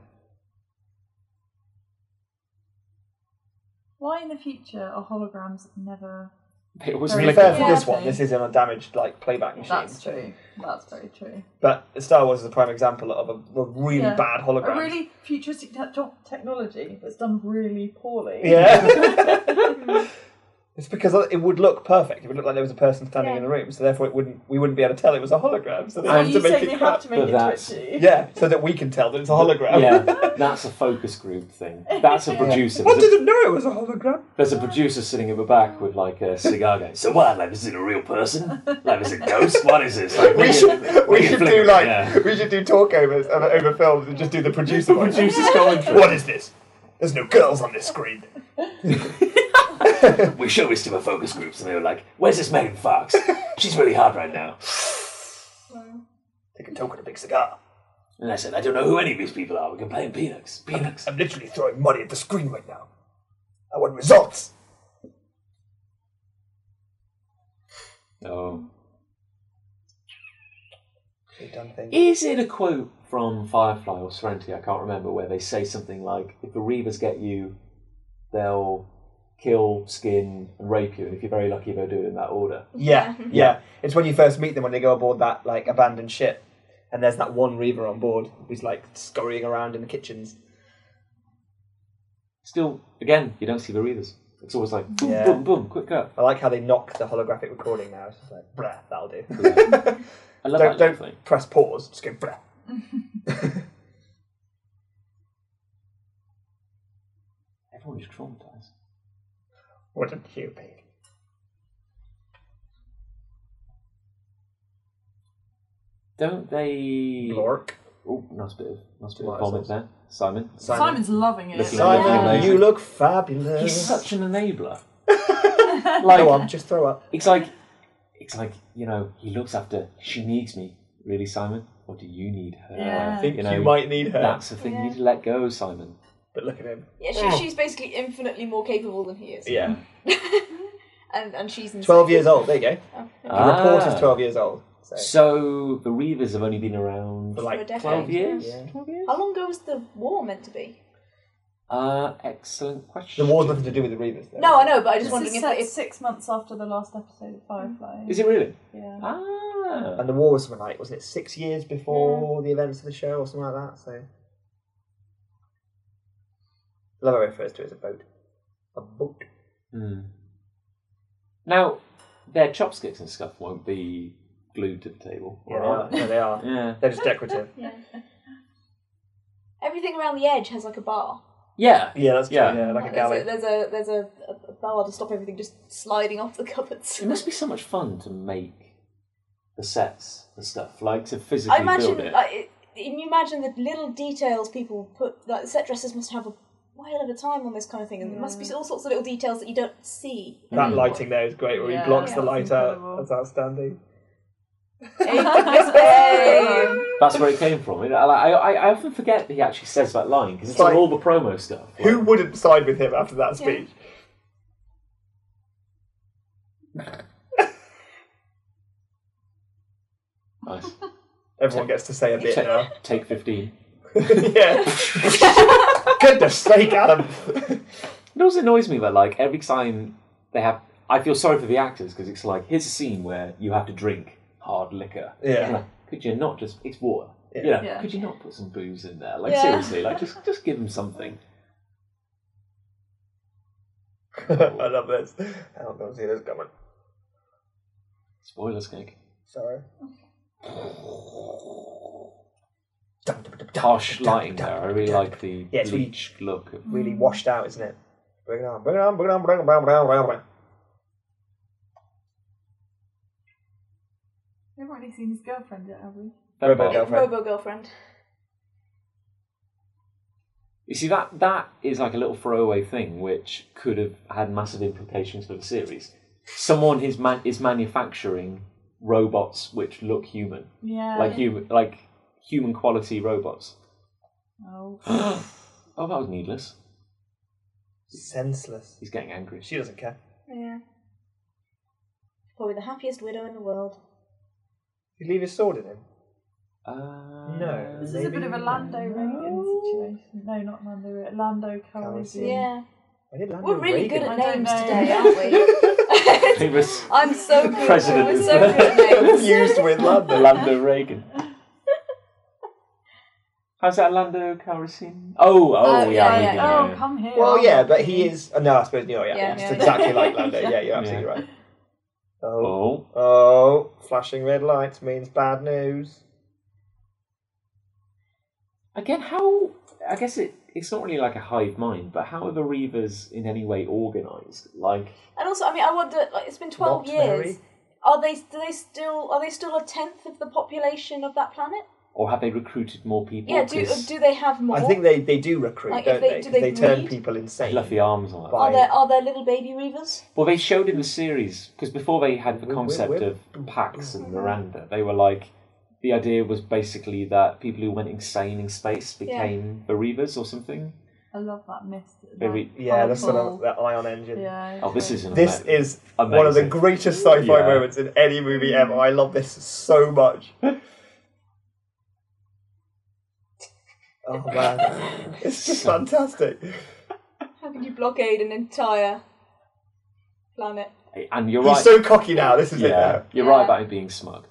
Speaker 4: Why in the future are holograms never.
Speaker 1: It was
Speaker 2: to
Speaker 4: Very
Speaker 1: really
Speaker 2: be fair
Speaker 1: fair.
Speaker 4: good.
Speaker 2: for this
Speaker 4: Yeah.
Speaker 2: one, this is on a damaged like playback machine.
Speaker 4: That's
Speaker 2: so-
Speaker 4: true. That's very true.
Speaker 2: But Star Wars is a prime example of a, a really
Speaker 4: Yeah.
Speaker 2: bad
Speaker 4: A
Speaker 2: hologram.
Speaker 4: really futuristic te- technology that's done really poorly.
Speaker 2: Yeah. it's because it would look perfect. It would look like there was a person standing
Speaker 3: Yeah.
Speaker 2: in the room, so therefore it wouldn't. We wouldn't be able to tell it was a hologram. So they
Speaker 4: So
Speaker 2: have to
Speaker 4: you
Speaker 2: make it.
Speaker 4: say they
Speaker 2: crap.
Speaker 4: have to make
Speaker 1: But
Speaker 4: it
Speaker 1: that's-
Speaker 4: twitchy.
Speaker 2: Yeah, so that we can tell that it's a hologram.
Speaker 1: Yeah, that's a focus group thing. That's a producer.
Speaker 2: I
Speaker 1: There's a,
Speaker 2: didn't know it was a hologram.
Speaker 1: there's a producer sitting at the back with like a cigar going. So what? Like this is it a real person? Like is it a ghost? What is this? Like,
Speaker 2: We
Speaker 1: can-
Speaker 2: should we
Speaker 1: can
Speaker 2: should
Speaker 1: flick
Speaker 2: do
Speaker 1: it,
Speaker 2: like
Speaker 1: yeah.
Speaker 2: we should do talkovers and over films and just do the producer one.
Speaker 1: producer's commentary.
Speaker 2: What is this? There's no girls on this screen.
Speaker 1: We show this to our focus groups, and they were like, "Where's this Megan Fox? She's really hard right now."
Speaker 2: Take a token, a big cigar.
Speaker 1: And I said, "I don't know who any of these people are. We're can playing Peanuts. Peanuts."
Speaker 2: I'm literally throwing money at the screen right now. I want results.
Speaker 1: Oh,
Speaker 2: done thing.
Speaker 1: is it a quote from Firefly or Serenity? I can't remember where they say something like, "If the Reavers get you, they'll kill, skin, and rape you." And if you're very lucky, they'll do it in that order.
Speaker 2: Yeah, yeah. It's when you first meet them when they go aboard that like abandoned ship, and there's that one reaver on board who's like scurrying around in the kitchens.
Speaker 1: Still, again, you don't see the Reavers. It's always like boom,
Speaker 2: Yeah.
Speaker 1: boom, boom, quick cut.
Speaker 2: I like how they knock the holographic recording now. It's just like, bruh, that'll do.
Speaker 1: I love that little
Speaker 2: don't
Speaker 1: thing.
Speaker 2: don't press pause. Just go bruh.
Speaker 1: Everyone is traumatized.
Speaker 2: Wouldn't you be?
Speaker 1: Don't they?
Speaker 2: Lork.
Speaker 1: Oh, nice bit of nice bit of
Speaker 2: Tomato
Speaker 1: vomit
Speaker 2: sauce.
Speaker 1: there, Simon.
Speaker 4: Simon's loving it.
Speaker 1: Looking
Speaker 2: Simon,
Speaker 1: Yeah.
Speaker 2: you look fabulous.
Speaker 1: He's such an enabler.
Speaker 2: Go
Speaker 1: like
Speaker 2: on, just throw up.
Speaker 1: it's like it's like you know he looks after. She needs me, really, Simon. Or do you need her?
Speaker 4: Yeah. I
Speaker 2: I think you,
Speaker 1: know,
Speaker 2: might uh, need her.
Speaker 1: That's the thing. You need to let go, Simon.
Speaker 2: But look at him.
Speaker 3: Yeah, she, she's basically infinitely more capable than he is.
Speaker 2: Oh. Yeah.
Speaker 3: And and she's insane. Oh,
Speaker 2: Twelve years old. There you go. The report
Speaker 1: Ah.
Speaker 2: is twelve years old. So,
Speaker 1: So the Reavers have only been around
Speaker 2: for
Speaker 3: For a
Speaker 2: like
Speaker 3: decade.
Speaker 1: twelve years.
Speaker 2: Yeah.
Speaker 1: Twelve years.
Speaker 3: How long ago was the war meant to be?
Speaker 1: Uh, excellent question.
Speaker 2: The war's nothing to do with the Reavers, though.
Speaker 3: No, I know, but I just
Speaker 4: This
Speaker 3: wondering
Speaker 4: is
Speaker 3: if,
Speaker 4: set
Speaker 3: if
Speaker 4: six months after the last episode of Firefly.
Speaker 1: Is it really?
Speaker 4: Yeah.
Speaker 1: Ah.
Speaker 2: And the war was something like, wasn't it six years before the events of the show or something like that? So. Love refers to it as a boat. A boat.
Speaker 1: Hmm. Now, their chopsticks and stuff won't be glued to the table.
Speaker 2: Yeah, they
Speaker 1: are
Speaker 2: are. No, they are.
Speaker 1: they? Yeah.
Speaker 2: They're just decorative.
Speaker 3: everything around the edge has like a bar.
Speaker 1: Yeah.
Speaker 2: Yeah, that's true.
Speaker 1: Yeah.
Speaker 2: Yeah, like a
Speaker 3: Like,
Speaker 2: galley.
Speaker 3: There's a there's, a, there's a, a bar to stop everything just sliding off the cupboards.
Speaker 1: It must be so much fun to make the sets and stuff, like to physically
Speaker 3: I imagine,
Speaker 1: build it.
Speaker 3: like, it- can you imagine the little details people put. Like, set dressers must have a whale of a time on this kind of thing, and there must be all sorts of little details that you don't see.
Speaker 2: That lighting there is great, where
Speaker 4: Yeah,
Speaker 2: he blocks
Speaker 4: yeah,
Speaker 2: the light
Speaker 4: that's
Speaker 2: out.
Speaker 4: incredible.
Speaker 2: That's outstanding.
Speaker 3: Hey!
Speaker 1: That's where it came from. You know, I, I, I often forget that he actually says that line because it's on
Speaker 2: Like-
Speaker 1: all the promo stuff. Like,
Speaker 2: Who wouldn't side with him after that speech?
Speaker 1: Nice.
Speaker 2: Everyone gets to say a bit
Speaker 1: Take-
Speaker 2: now.
Speaker 1: Take fifteen.
Speaker 2: yeah. Goodness sake, Adam.
Speaker 1: It always annoys me that like every time they have, I feel sorry for the actors because it's like here's a scene where you have to drink hard liquor.
Speaker 2: Yeah.
Speaker 1: Like, could you not just? It's water.
Speaker 2: Yeah.
Speaker 1: You know,
Speaker 4: Yeah.
Speaker 1: Could you not put some booze in there? Like
Speaker 3: Yeah.
Speaker 1: seriously, like just just give them something.
Speaker 2: I love this. I don't see this coming.
Speaker 1: Spoilers, cake.
Speaker 2: Sorry.
Speaker 1: Harsh lighting there. I really like the
Speaker 2: Yeah, it's really-
Speaker 1: bleached look of
Speaker 2: Really washed out, isn't it? Bring it on, bring it on, bring it on, bring it on, bring it on, bring it on, bring it on.
Speaker 4: We haven't really seen his girlfriend yet, have we?
Speaker 2: Robo
Speaker 1: Bebop.
Speaker 2: girlfriend.
Speaker 3: Robo girlfriend.
Speaker 1: You see that that is like a little throwaway thing which could have had massive implications for the series. Someone is man- is manufacturing robots which look human,
Speaker 4: Yeah.
Speaker 3: Um,
Speaker 1: like human like human quality robots.
Speaker 4: Oh.
Speaker 1: oh, that was needless.
Speaker 2: Senseless.
Speaker 1: He's getting angry.
Speaker 2: She doesn't care.
Speaker 3: Yeah. Probably the happiest widow in the world.
Speaker 2: You leave his sword in him.
Speaker 1: Uh,
Speaker 2: No.
Speaker 4: Mm, This is a bit of a Lando Reagan situation. No, not Lando. uh, Lando Calrissian.
Speaker 2: Calrissian.
Speaker 3: Yeah.
Speaker 2: I did Lando
Speaker 3: We're really
Speaker 2: Reagan.
Speaker 3: good
Speaker 4: I
Speaker 3: at
Speaker 4: don't
Speaker 3: names
Speaker 4: know.
Speaker 3: today, aren't we?
Speaker 1: famous
Speaker 3: I'm so good.
Speaker 1: President.
Speaker 3: We're so good at names.
Speaker 2: Confused with Lando.
Speaker 1: Lando Reagan. How's that Lando Calrissian? Oh, oh,
Speaker 3: Oh,
Speaker 1: yeah,
Speaker 3: yeah,
Speaker 1: Reagan,
Speaker 4: Oh,
Speaker 1: yeah.
Speaker 4: come here.
Speaker 2: Well, yeah, but he is. oh, No, I suppose no. Yeah,
Speaker 3: Yeah,
Speaker 2: it's
Speaker 4: yeah,
Speaker 2: exactly
Speaker 4: yeah.
Speaker 2: like Lando. Yeah, you're
Speaker 1: Yeah.
Speaker 2: absolutely right. Oh,
Speaker 1: Oh,
Speaker 2: oh, flashing red lights means bad news.
Speaker 1: Again, how? I guess it, it's not really like a hive mind, but how are the Reavers in any way organised? Like,
Speaker 3: And also, I mean, I wonder. Like, it's been twelve
Speaker 2: Not
Speaker 3: years.
Speaker 2: very.
Speaker 3: Are they? Do they still? Are they still a tenth of the population of that planet?
Speaker 1: or have they recruited more people?
Speaker 3: Yeah. Do uh,
Speaker 1: 'Cause
Speaker 3: do they have more?
Speaker 2: I think they, they do recruit,
Speaker 3: Like, if
Speaker 2: don't
Speaker 3: they-
Speaker 2: they?
Speaker 3: do
Speaker 2: 'Cause
Speaker 3: they
Speaker 2: they, turn
Speaker 3: breed?
Speaker 2: people
Speaker 1: they
Speaker 2: insane.
Speaker 1: fluffy arms and all that.
Speaker 2: But-
Speaker 3: are there? Are there little baby reavers?
Speaker 1: Well, they showed in the series because before they had the
Speaker 2: Whip, whip,
Speaker 1: concept
Speaker 2: whip.
Speaker 1: of
Speaker 2: Oh,
Speaker 1: Pax and Miranda, they were like the idea was basically that people who went insane in space
Speaker 3: Yeah.
Speaker 1: became the Reavers or something.
Speaker 4: I love that mist. Like,
Speaker 1: Maybe-
Speaker 2: Yeah, that's sort of
Speaker 4: purple.
Speaker 2: that ion engine.
Speaker 4: Yeah.
Speaker 1: Oh, this is an
Speaker 2: This
Speaker 1: ama-
Speaker 2: is one of the
Speaker 1: amazing.
Speaker 2: greatest sci-fi
Speaker 1: Yeah.
Speaker 2: moments in any movie ever. I love this so much. oh man, it's just fantastic.
Speaker 3: How can you blockade an entire planet?
Speaker 1: and you're
Speaker 2: He's
Speaker 1: right.
Speaker 2: so cocky now. This is
Speaker 1: yeah,
Speaker 2: it now.
Speaker 1: you're
Speaker 3: Yeah.
Speaker 1: right about him being smug.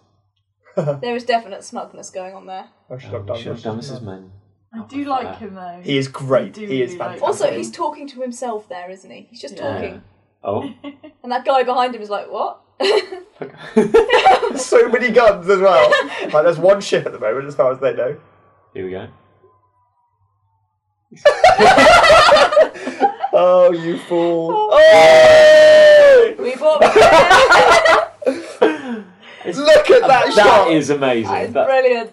Speaker 3: There is definite smugness going on there.
Speaker 2: I should
Speaker 1: Oh,
Speaker 2: have
Speaker 1: we
Speaker 2: done
Speaker 1: should have
Speaker 2: this.
Speaker 1: done this as men.
Speaker 4: I do like him though.
Speaker 2: He is great.
Speaker 4: I do
Speaker 2: He is
Speaker 4: really like
Speaker 2: fantastic.
Speaker 4: him.
Speaker 3: Also, he's talking to himself there, isn't he? He's just
Speaker 4: Yeah.
Speaker 3: talking,
Speaker 1: Oh,
Speaker 3: and that guy behind him is like, "What?"
Speaker 2: so many guns as well. like there's one ship at the moment, as far as they know.
Speaker 1: here we go.
Speaker 2: Oh, you fool! Oh!
Speaker 3: we bought. That's
Speaker 2: Look at that shot.
Speaker 1: That is amazing. That-
Speaker 3: brilliant.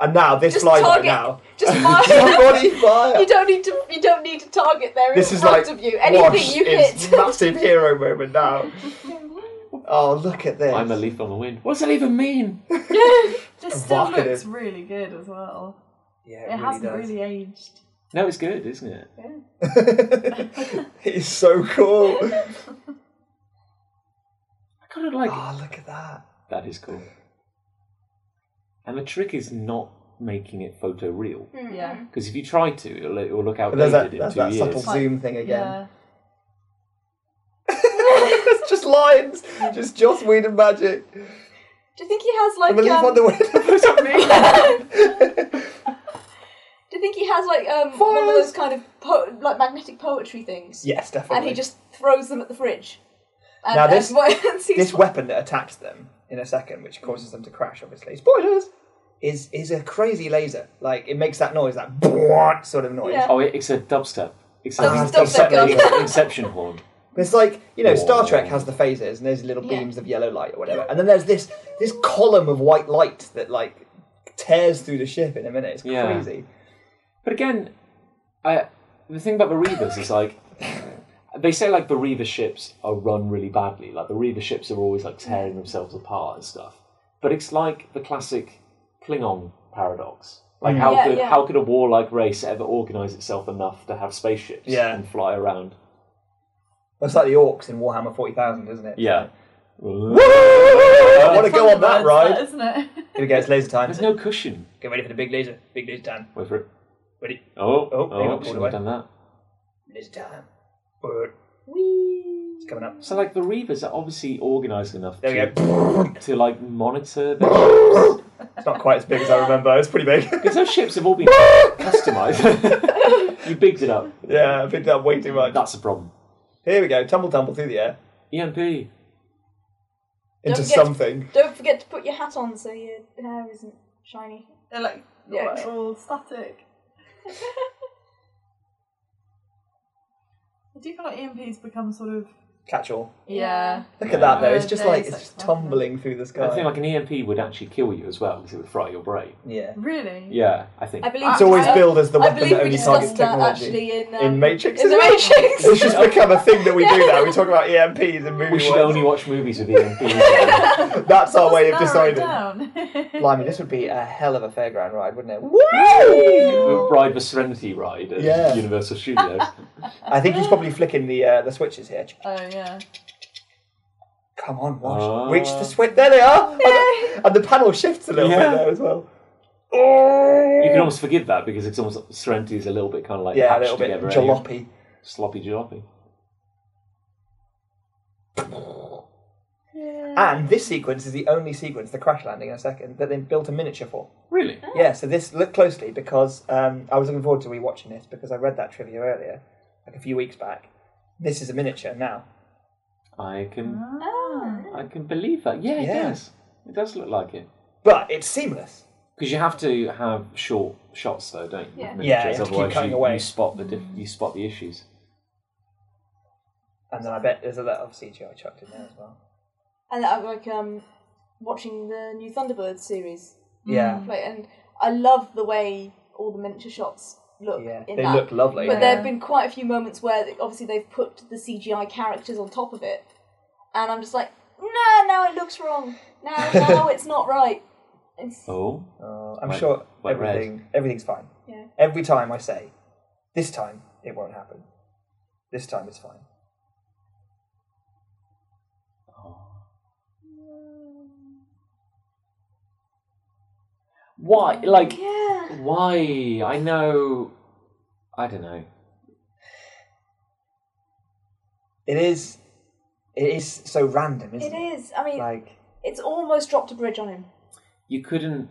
Speaker 2: And now this
Speaker 3: Just
Speaker 2: flies
Speaker 3: target.
Speaker 2: right now.
Speaker 3: Just fire.
Speaker 2: Somebody fire.
Speaker 3: you don't need to. You don't need to target there
Speaker 2: This
Speaker 3: in
Speaker 2: is
Speaker 3: front
Speaker 2: like
Speaker 3: of you. Anything
Speaker 2: Wash
Speaker 3: you
Speaker 2: is
Speaker 3: hit.
Speaker 2: massive hero moment now. Oh, look at this.
Speaker 1: I'm a leaf on the wind. What does that even mean?
Speaker 4: This still
Speaker 2: Evocative.
Speaker 4: looks really good as well.
Speaker 2: Yeah,
Speaker 4: It, hasn't really aged.
Speaker 1: No, it's good, isn't it?
Speaker 2: It's so cool.
Speaker 1: I kind of like
Speaker 2: Oh, look at that.
Speaker 1: that. Is cool. And the trick is not making it photo real.
Speaker 2: Mm-hmm.
Speaker 4: Yeah.
Speaker 1: Because if you try to, it'll, it'll look
Speaker 2: But there's
Speaker 1: outdated
Speaker 2: that,
Speaker 1: in
Speaker 2: that's
Speaker 1: two
Speaker 2: that subtle
Speaker 1: years.
Speaker 2: zoom thing again.
Speaker 4: Yeah.
Speaker 2: it's just lines, just Joss Whedon magic.
Speaker 3: Do you think he has like?
Speaker 2: I believe
Speaker 3: um,
Speaker 2: on the window.
Speaker 3: Do you think he has like um, one of
Speaker 2: Fires.
Speaker 3: those kind of po- like magnetic poetry things?
Speaker 2: yes, definitely.
Speaker 3: And he just throws them at the fridge. And,
Speaker 2: Now this-
Speaker 3: and what- and sees
Speaker 2: this
Speaker 3: what-
Speaker 2: weapon that attacks them in a second, which causes them to crash, obviously. Spoilers! Is is a crazy laser. Like it makes that noise, that boing sort of noise.
Speaker 3: Yeah.
Speaker 1: Oh, it- it's a dubstep. Except
Speaker 2: Ah,
Speaker 1: it's
Speaker 3: Oh, dubstep gun.
Speaker 1: It's an Inception horn.
Speaker 2: It's like you know, Star
Speaker 1: Whoa.
Speaker 2: Trek has the phases, and there's little
Speaker 3: Yeah.
Speaker 2: beams of yellow light or whatever, and then there's this this column of white light that like tears through the ship in a minute. It's
Speaker 1: Yeah.
Speaker 2: crazy.
Speaker 1: But again, I, the thing about the Reavers is like they say like the Reaver ships are run really badly. Like the Reaver ships are always like tearing themselves apart and stuff. But it's like the classic Klingon paradox.
Speaker 2: Mm.
Speaker 1: Like how
Speaker 3: Yeah,
Speaker 1: could
Speaker 3: yeah.
Speaker 1: how could a warlike race ever organize itself enough to have spaceships
Speaker 2: Yeah.
Speaker 1: and fly around?
Speaker 2: That's like the orcs in Warhammer Forty Thousand, isn't it?
Speaker 1: Yeah.
Speaker 2: I want to go on that
Speaker 4: Thunderbirds,
Speaker 2: ride.
Speaker 4: isn't it?
Speaker 2: Here we go. It's laser time.
Speaker 1: There's no cushion.
Speaker 2: Get ready for the big laser. Big laser time.
Speaker 1: Wait for it.
Speaker 2: Ready.
Speaker 1: Oh,
Speaker 2: Oh,
Speaker 1: oh, oh
Speaker 2: they got pulled
Speaker 1: shouldn't
Speaker 2: away.
Speaker 1: have done that.
Speaker 2: Laser time. Brrr. It's coming up.
Speaker 1: So like the Reavers are obviously organized enough
Speaker 2: There
Speaker 1: to,
Speaker 2: we go.
Speaker 1: to like monitor their ships.
Speaker 2: It's not quite as big as I remember. It's pretty big.
Speaker 1: Because those ships have all been customized. you bigged it up.
Speaker 2: yeah, I picked up way too much.
Speaker 1: That's a problem. E
Speaker 2: Here we go. Tumble, tumble through the air
Speaker 1: EMP.
Speaker 2: into
Speaker 3: Don't get-
Speaker 2: something.
Speaker 3: Don't forget to put your hat on so your hair isn't shiny.
Speaker 4: They're like
Speaker 3: Yeah.
Speaker 4: all- all static. I do feel like EMPs become sort of
Speaker 2: Catch all.
Speaker 4: yeah.
Speaker 2: Look at that though.
Speaker 4: Yeah.
Speaker 3: Oh,
Speaker 2: It's just
Speaker 4: Yeah,
Speaker 2: like
Speaker 4: it's
Speaker 2: it's
Speaker 4: like
Speaker 2: just
Speaker 4: sparkling.
Speaker 2: tumbling through the
Speaker 1: I think
Speaker 2: sky.
Speaker 1: like an EMP would actually kill you as well because it would fry your brain.
Speaker 2: Yeah.
Speaker 4: Really?
Speaker 1: Yeah, I think.
Speaker 3: I believe
Speaker 2: It's always
Speaker 3: I-
Speaker 2: billed as the
Speaker 3: I
Speaker 2: weapon
Speaker 3: believe
Speaker 2: that
Speaker 3: we
Speaker 2: only targets
Speaker 3: discussed that
Speaker 2: technology.
Speaker 3: actually in, um,
Speaker 2: In Matrix,
Speaker 3: In the
Speaker 2: isn't it?
Speaker 3: Matrix.
Speaker 2: It's just become a thing that we do now. We talk about E EMPs and
Speaker 1: we
Speaker 2: movies.
Speaker 1: should only watch movies with E EMPs.
Speaker 2: That's our way of
Speaker 4: Narrow
Speaker 2: deciding.
Speaker 4: it down.
Speaker 2: Blimey, this would be a hell of a fairground ride, wouldn't it? Woo!
Speaker 1: We'll Ride the Serenity ride at
Speaker 2: Yeah.
Speaker 1: Universal Studios.
Speaker 2: I think he's probably flicking the uh, the switches here.
Speaker 4: oh yeah.
Speaker 2: Come on,
Speaker 1: Ah.
Speaker 2: Wash. Reach the switch. There they are. And the, and the panel shifts a little
Speaker 1: Yeah.
Speaker 2: bit there as well.
Speaker 1: you can almost forgive that because it's almost Serenity is a little bit kind of like
Speaker 2: Yeah, a
Speaker 1: patched
Speaker 2: little bit
Speaker 1: together eh? anyway.
Speaker 2: jalopy.
Speaker 1: sloppy jalopy.
Speaker 2: And this sequence is the only sequence, the crash landing in a second, that they built a miniature for.
Speaker 1: Really?
Speaker 2: Yeah, so this look closely because um, I was looking forward to rewatching this because I read that trivia earlier, like a few weeks back. This is a miniature now.
Speaker 1: I can I can believe that. Yeah,
Speaker 2: Yeah.
Speaker 1: it does. It does look like it.
Speaker 2: But it's seamless.
Speaker 1: Because you have to have short shots, though, don't you?
Speaker 3: Yeah.
Speaker 1: With
Speaker 2: Yeah, you
Speaker 1: miniatures,
Speaker 2: have to keep
Speaker 1: otherwise
Speaker 2: cutting
Speaker 1: you,
Speaker 2: away.
Speaker 1: you spot the diff- you spot the issues.
Speaker 2: And then I bet there's a lot of CGI chucked in there as well.
Speaker 3: And I'm like um, watching the new Thunderbird series.
Speaker 2: Yeah.
Speaker 3: Like, and I love the way all the miniature shots look
Speaker 2: Yeah.
Speaker 3: in
Speaker 2: They
Speaker 3: that.
Speaker 2: look lovely.
Speaker 3: But
Speaker 2: yeah.
Speaker 3: there have been quite a few moments where they- obviously they've put the CGI characters on top of it, and I'm just like, no, now it looks wrong. Now, now it's not right. It's,
Speaker 1: Oh,
Speaker 2: Uh, I'm
Speaker 1: Like-
Speaker 2: sure
Speaker 1: like red.
Speaker 2: everything everything's fine.
Speaker 3: Yeah.
Speaker 2: Every time I say, this time it won't happen. This time it's fine.
Speaker 1: why? Like,
Speaker 3: yeah.
Speaker 1: why? I know. I don't know.
Speaker 2: It is. It is so random, isn't
Speaker 3: It
Speaker 2: it?
Speaker 3: is. I mean,
Speaker 2: Like,
Speaker 3: it's almost dropped a bridge on him.
Speaker 1: You couldn't.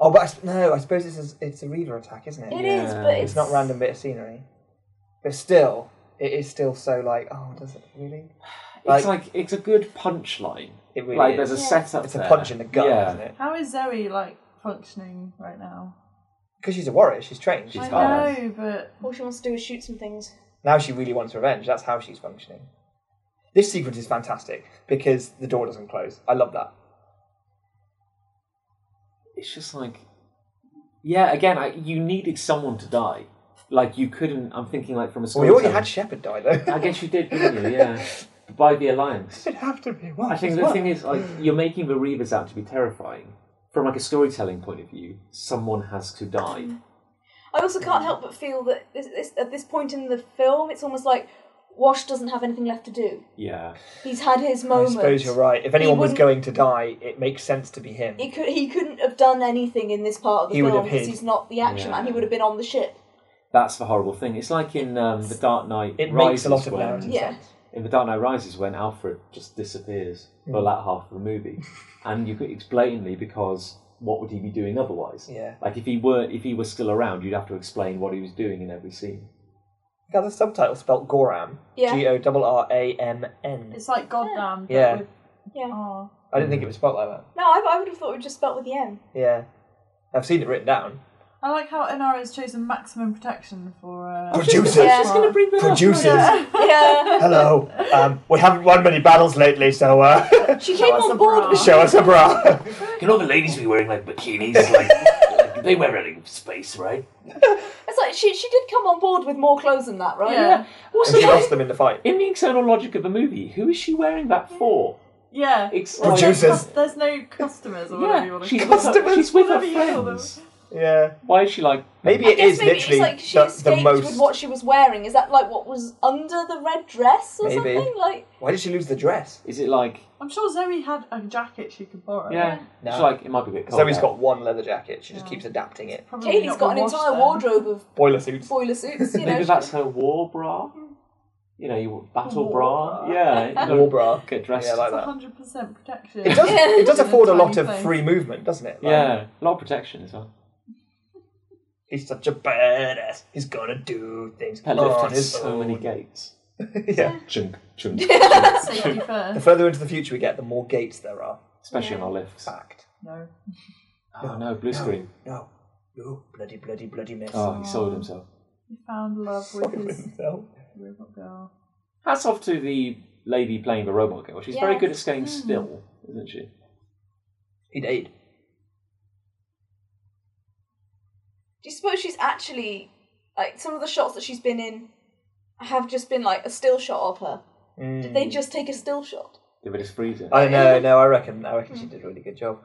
Speaker 2: oh, but I, s- no, I suppose it's a, it's a Reaver attack, isn't it?
Speaker 3: It is,
Speaker 1: Yeah.
Speaker 3: but it's,
Speaker 2: It's not random bit of scenery, but still, it is still so like, oh, does it really? Like-
Speaker 1: it's like it's a good punchline.
Speaker 2: It really
Speaker 1: Like,
Speaker 2: is.
Speaker 1: there's a
Speaker 3: Yeah.
Speaker 1: setup.
Speaker 2: it's a
Speaker 1: there.
Speaker 2: punch in the gut,
Speaker 1: Yeah.
Speaker 2: isn't it?
Speaker 4: How is Zoe like functioning right now?
Speaker 2: Because she's a warrior, she's trained.
Speaker 1: She's
Speaker 4: I
Speaker 1: hard.
Speaker 4: know, but
Speaker 3: All she wants to do is shoot some things.
Speaker 2: Now she really wants revenge. That's how she's functioning. This sequence is fantastic because the door doesn't close. I love that.
Speaker 1: It's just like, yeah. Again, I, you needed someone to die. Like, you couldn't. I'm thinking, like, from a
Speaker 2: Well,
Speaker 1: story.
Speaker 2: we already had Shepard die though.
Speaker 1: I guess you did, didn't you? Yeah. By the alliance.
Speaker 2: It'd have to be.
Speaker 1: I think the thing is, like, you're making the Reavers out to be terrifying. From like a storytelling point of view, someone has to die.
Speaker 3: I also can't help but feel that this, this, at this point in the film, it's almost like Wash doesn't have anything left to do.
Speaker 1: Yeah.
Speaker 3: He's had his
Speaker 2: I
Speaker 3: moment.
Speaker 2: suppose you're right. If anyone was
Speaker 3: wouldn't-
Speaker 2: going to die, it makes sense to be him.
Speaker 3: He could. He couldn't have done anything in this part of the
Speaker 2: He would
Speaker 3: film
Speaker 2: have
Speaker 3: because
Speaker 2: hid.
Speaker 3: he's not the action
Speaker 1: Yeah.
Speaker 3: man. He would have been on the ship.
Speaker 1: That's the horrible thing. It's like in um, The Dark Knight
Speaker 2: It makes
Speaker 1: Rises
Speaker 2: a lot of
Speaker 1: when,
Speaker 2: narrative
Speaker 3: Yeah.
Speaker 2: sense.
Speaker 1: in The Dark Knight Rises when Alfred just disappears for that half of the movie, and you could it's blatantly because what would he be doing otherwise?
Speaker 2: Yeah.
Speaker 1: Like if he were if he were still around, you'd have to explain what he was doing in every scene.
Speaker 2: Got the subtitle spelt Goram.
Speaker 3: Yeah.
Speaker 2: G O R R A M N.
Speaker 4: It's like goddamn. but
Speaker 2: Yeah.
Speaker 4: with
Speaker 3: Yeah.
Speaker 4: R.
Speaker 2: I didn't think it was spelt like that.
Speaker 3: No, I, I would have thought it just spelt with the M.
Speaker 2: Yeah. I've seen it written down.
Speaker 4: I like how Inara has chosen maximum protection for. Uh,
Speaker 2: Producers.
Speaker 3: I was just
Speaker 4: gonna
Speaker 1: bring that
Speaker 2: Producers.
Speaker 3: Yeah.
Speaker 2: Hello. Um, we haven't won many battles lately, so uh,
Speaker 3: She came
Speaker 4: us
Speaker 3: on
Speaker 4: a
Speaker 3: board
Speaker 4: bra.
Speaker 3: with
Speaker 2: show us a bra.
Speaker 1: Can all the ladies be wearing like bikinis? like, like they wear any space, right?
Speaker 3: It's like she she did come on board with more clothes than that, right?
Speaker 4: Yeah.
Speaker 1: Also,
Speaker 2: and she
Speaker 1: like,
Speaker 2: lost them in the fight.
Speaker 1: in the external logic of the movie, who is she wearing that for?
Speaker 4: Yeah.
Speaker 1: It's
Speaker 4: Well,
Speaker 1: like-
Speaker 4: there's
Speaker 2: Producers.
Speaker 4: cus- There's no customers or whatever you
Speaker 1: yeah,
Speaker 4: want to
Speaker 1: she's
Speaker 4: call
Speaker 1: with,
Speaker 4: them.
Speaker 1: her, she's with her
Speaker 4: Whatever you call them.
Speaker 1: friends.
Speaker 2: Yeah.
Speaker 1: Why is she like?
Speaker 2: Maybe
Speaker 3: I
Speaker 2: it
Speaker 3: guess
Speaker 2: is
Speaker 3: maybe
Speaker 2: literally
Speaker 3: it's like she
Speaker 2: the,
Speaker 3: escaped
Speaker 2: the most.
Speaker 3: with what she was wearing. Is that like what was under the red dress or
Speaker 2: Maybe.
Speaker 3: something? Like
Speaker 2: Why did she lose the dress?
Speaker 1: Is it like?
Speaker 4: I'm sure Zoe had a jacket she could borrow.
Speaker 1: Yeah,
Speaker 2: No.
Speaker 1: it's like it might be a bit cold.
Speaker 2: Zoe's
Speaker 1: out.
Speaker 2: got one leather jacket. She just
Speaker 3: Oh.
Speaker 2: keeps adapting it.
Speaker 4: Probably
Speaker 3: Kaylee's
Speaker 4: not
Speaker 3: got an
Speaker 4: been washed
Speaker 3: entire
Speaker 4: then.
Speaker 3: wardrobe of
Speaker 2: Boiler suits.
Speaker 3: boiler suits. You know,
Speaker 1: Maybe that's her war bra. You know, your battle bra.
Speaker 4: War bra.
Speaker 1: Yeah, you gotta
Speaker 2: War bra.
Speaker 1: Get dressed.
Speaker 2: Yeah,
Speaker 1: Yeah,
Speaker 2: like
Speaker 4: It's
Speaker 2: that.
Speaker 4: 100% protection.
Speaker 2: It does,
Speaker 3: Yeah.
Speaker 2: it does
Speaker 4: In a
Speaker 2: afford a
Speaker 4: tiny
Speaker 2: lot of
Speaker 4: thing.
Speaker 2: free movement, doesn't it? Like,
Speaker 1: a lot of protection as well.
Speaker 2: He's such a badass. He's gonna do things
Speaker 1: That
Speaker 2: on
Speaker 1: lifted
Speaker 2: his
Speaker 1: so
Speaker 2: own.
Speaker 1: many gates.
Speaker 2: yeah.
Speaker 1: Chunk, chunk,
Speaker 4: Safety
Speaker 2: The
Speaker 4: first.
Speaker 2: further into the future we get, the more gates there are.
Speaker 1: especially on our lifts.
Speaker 2: Fact.
Speaker 4: No.
Speaker 1: Oh no, blue screen.
Speaker 2: No. No. Bloody, bloody, bloody mess.
Speaker 1: Oh, he sold himself.
Speaker 4: He found love with his
Speaker 2: No.
Speaker 4: robot girl.
Speaker 1: Hats off to the lady playing the robot girl. She's very
Speaker 3: Yeah.
Speaker 1: good at staying still, isn't she?
Speaker 2: He'd aid.
Speaker 3: do you suppose she's actually like some of the shots that she's been in have just been like a still shot of her? Did they just take a still shot?
Speaker 1: Give it a freezer.
Speaker 2: I know, no, I reckon, I reckon she did a really good job.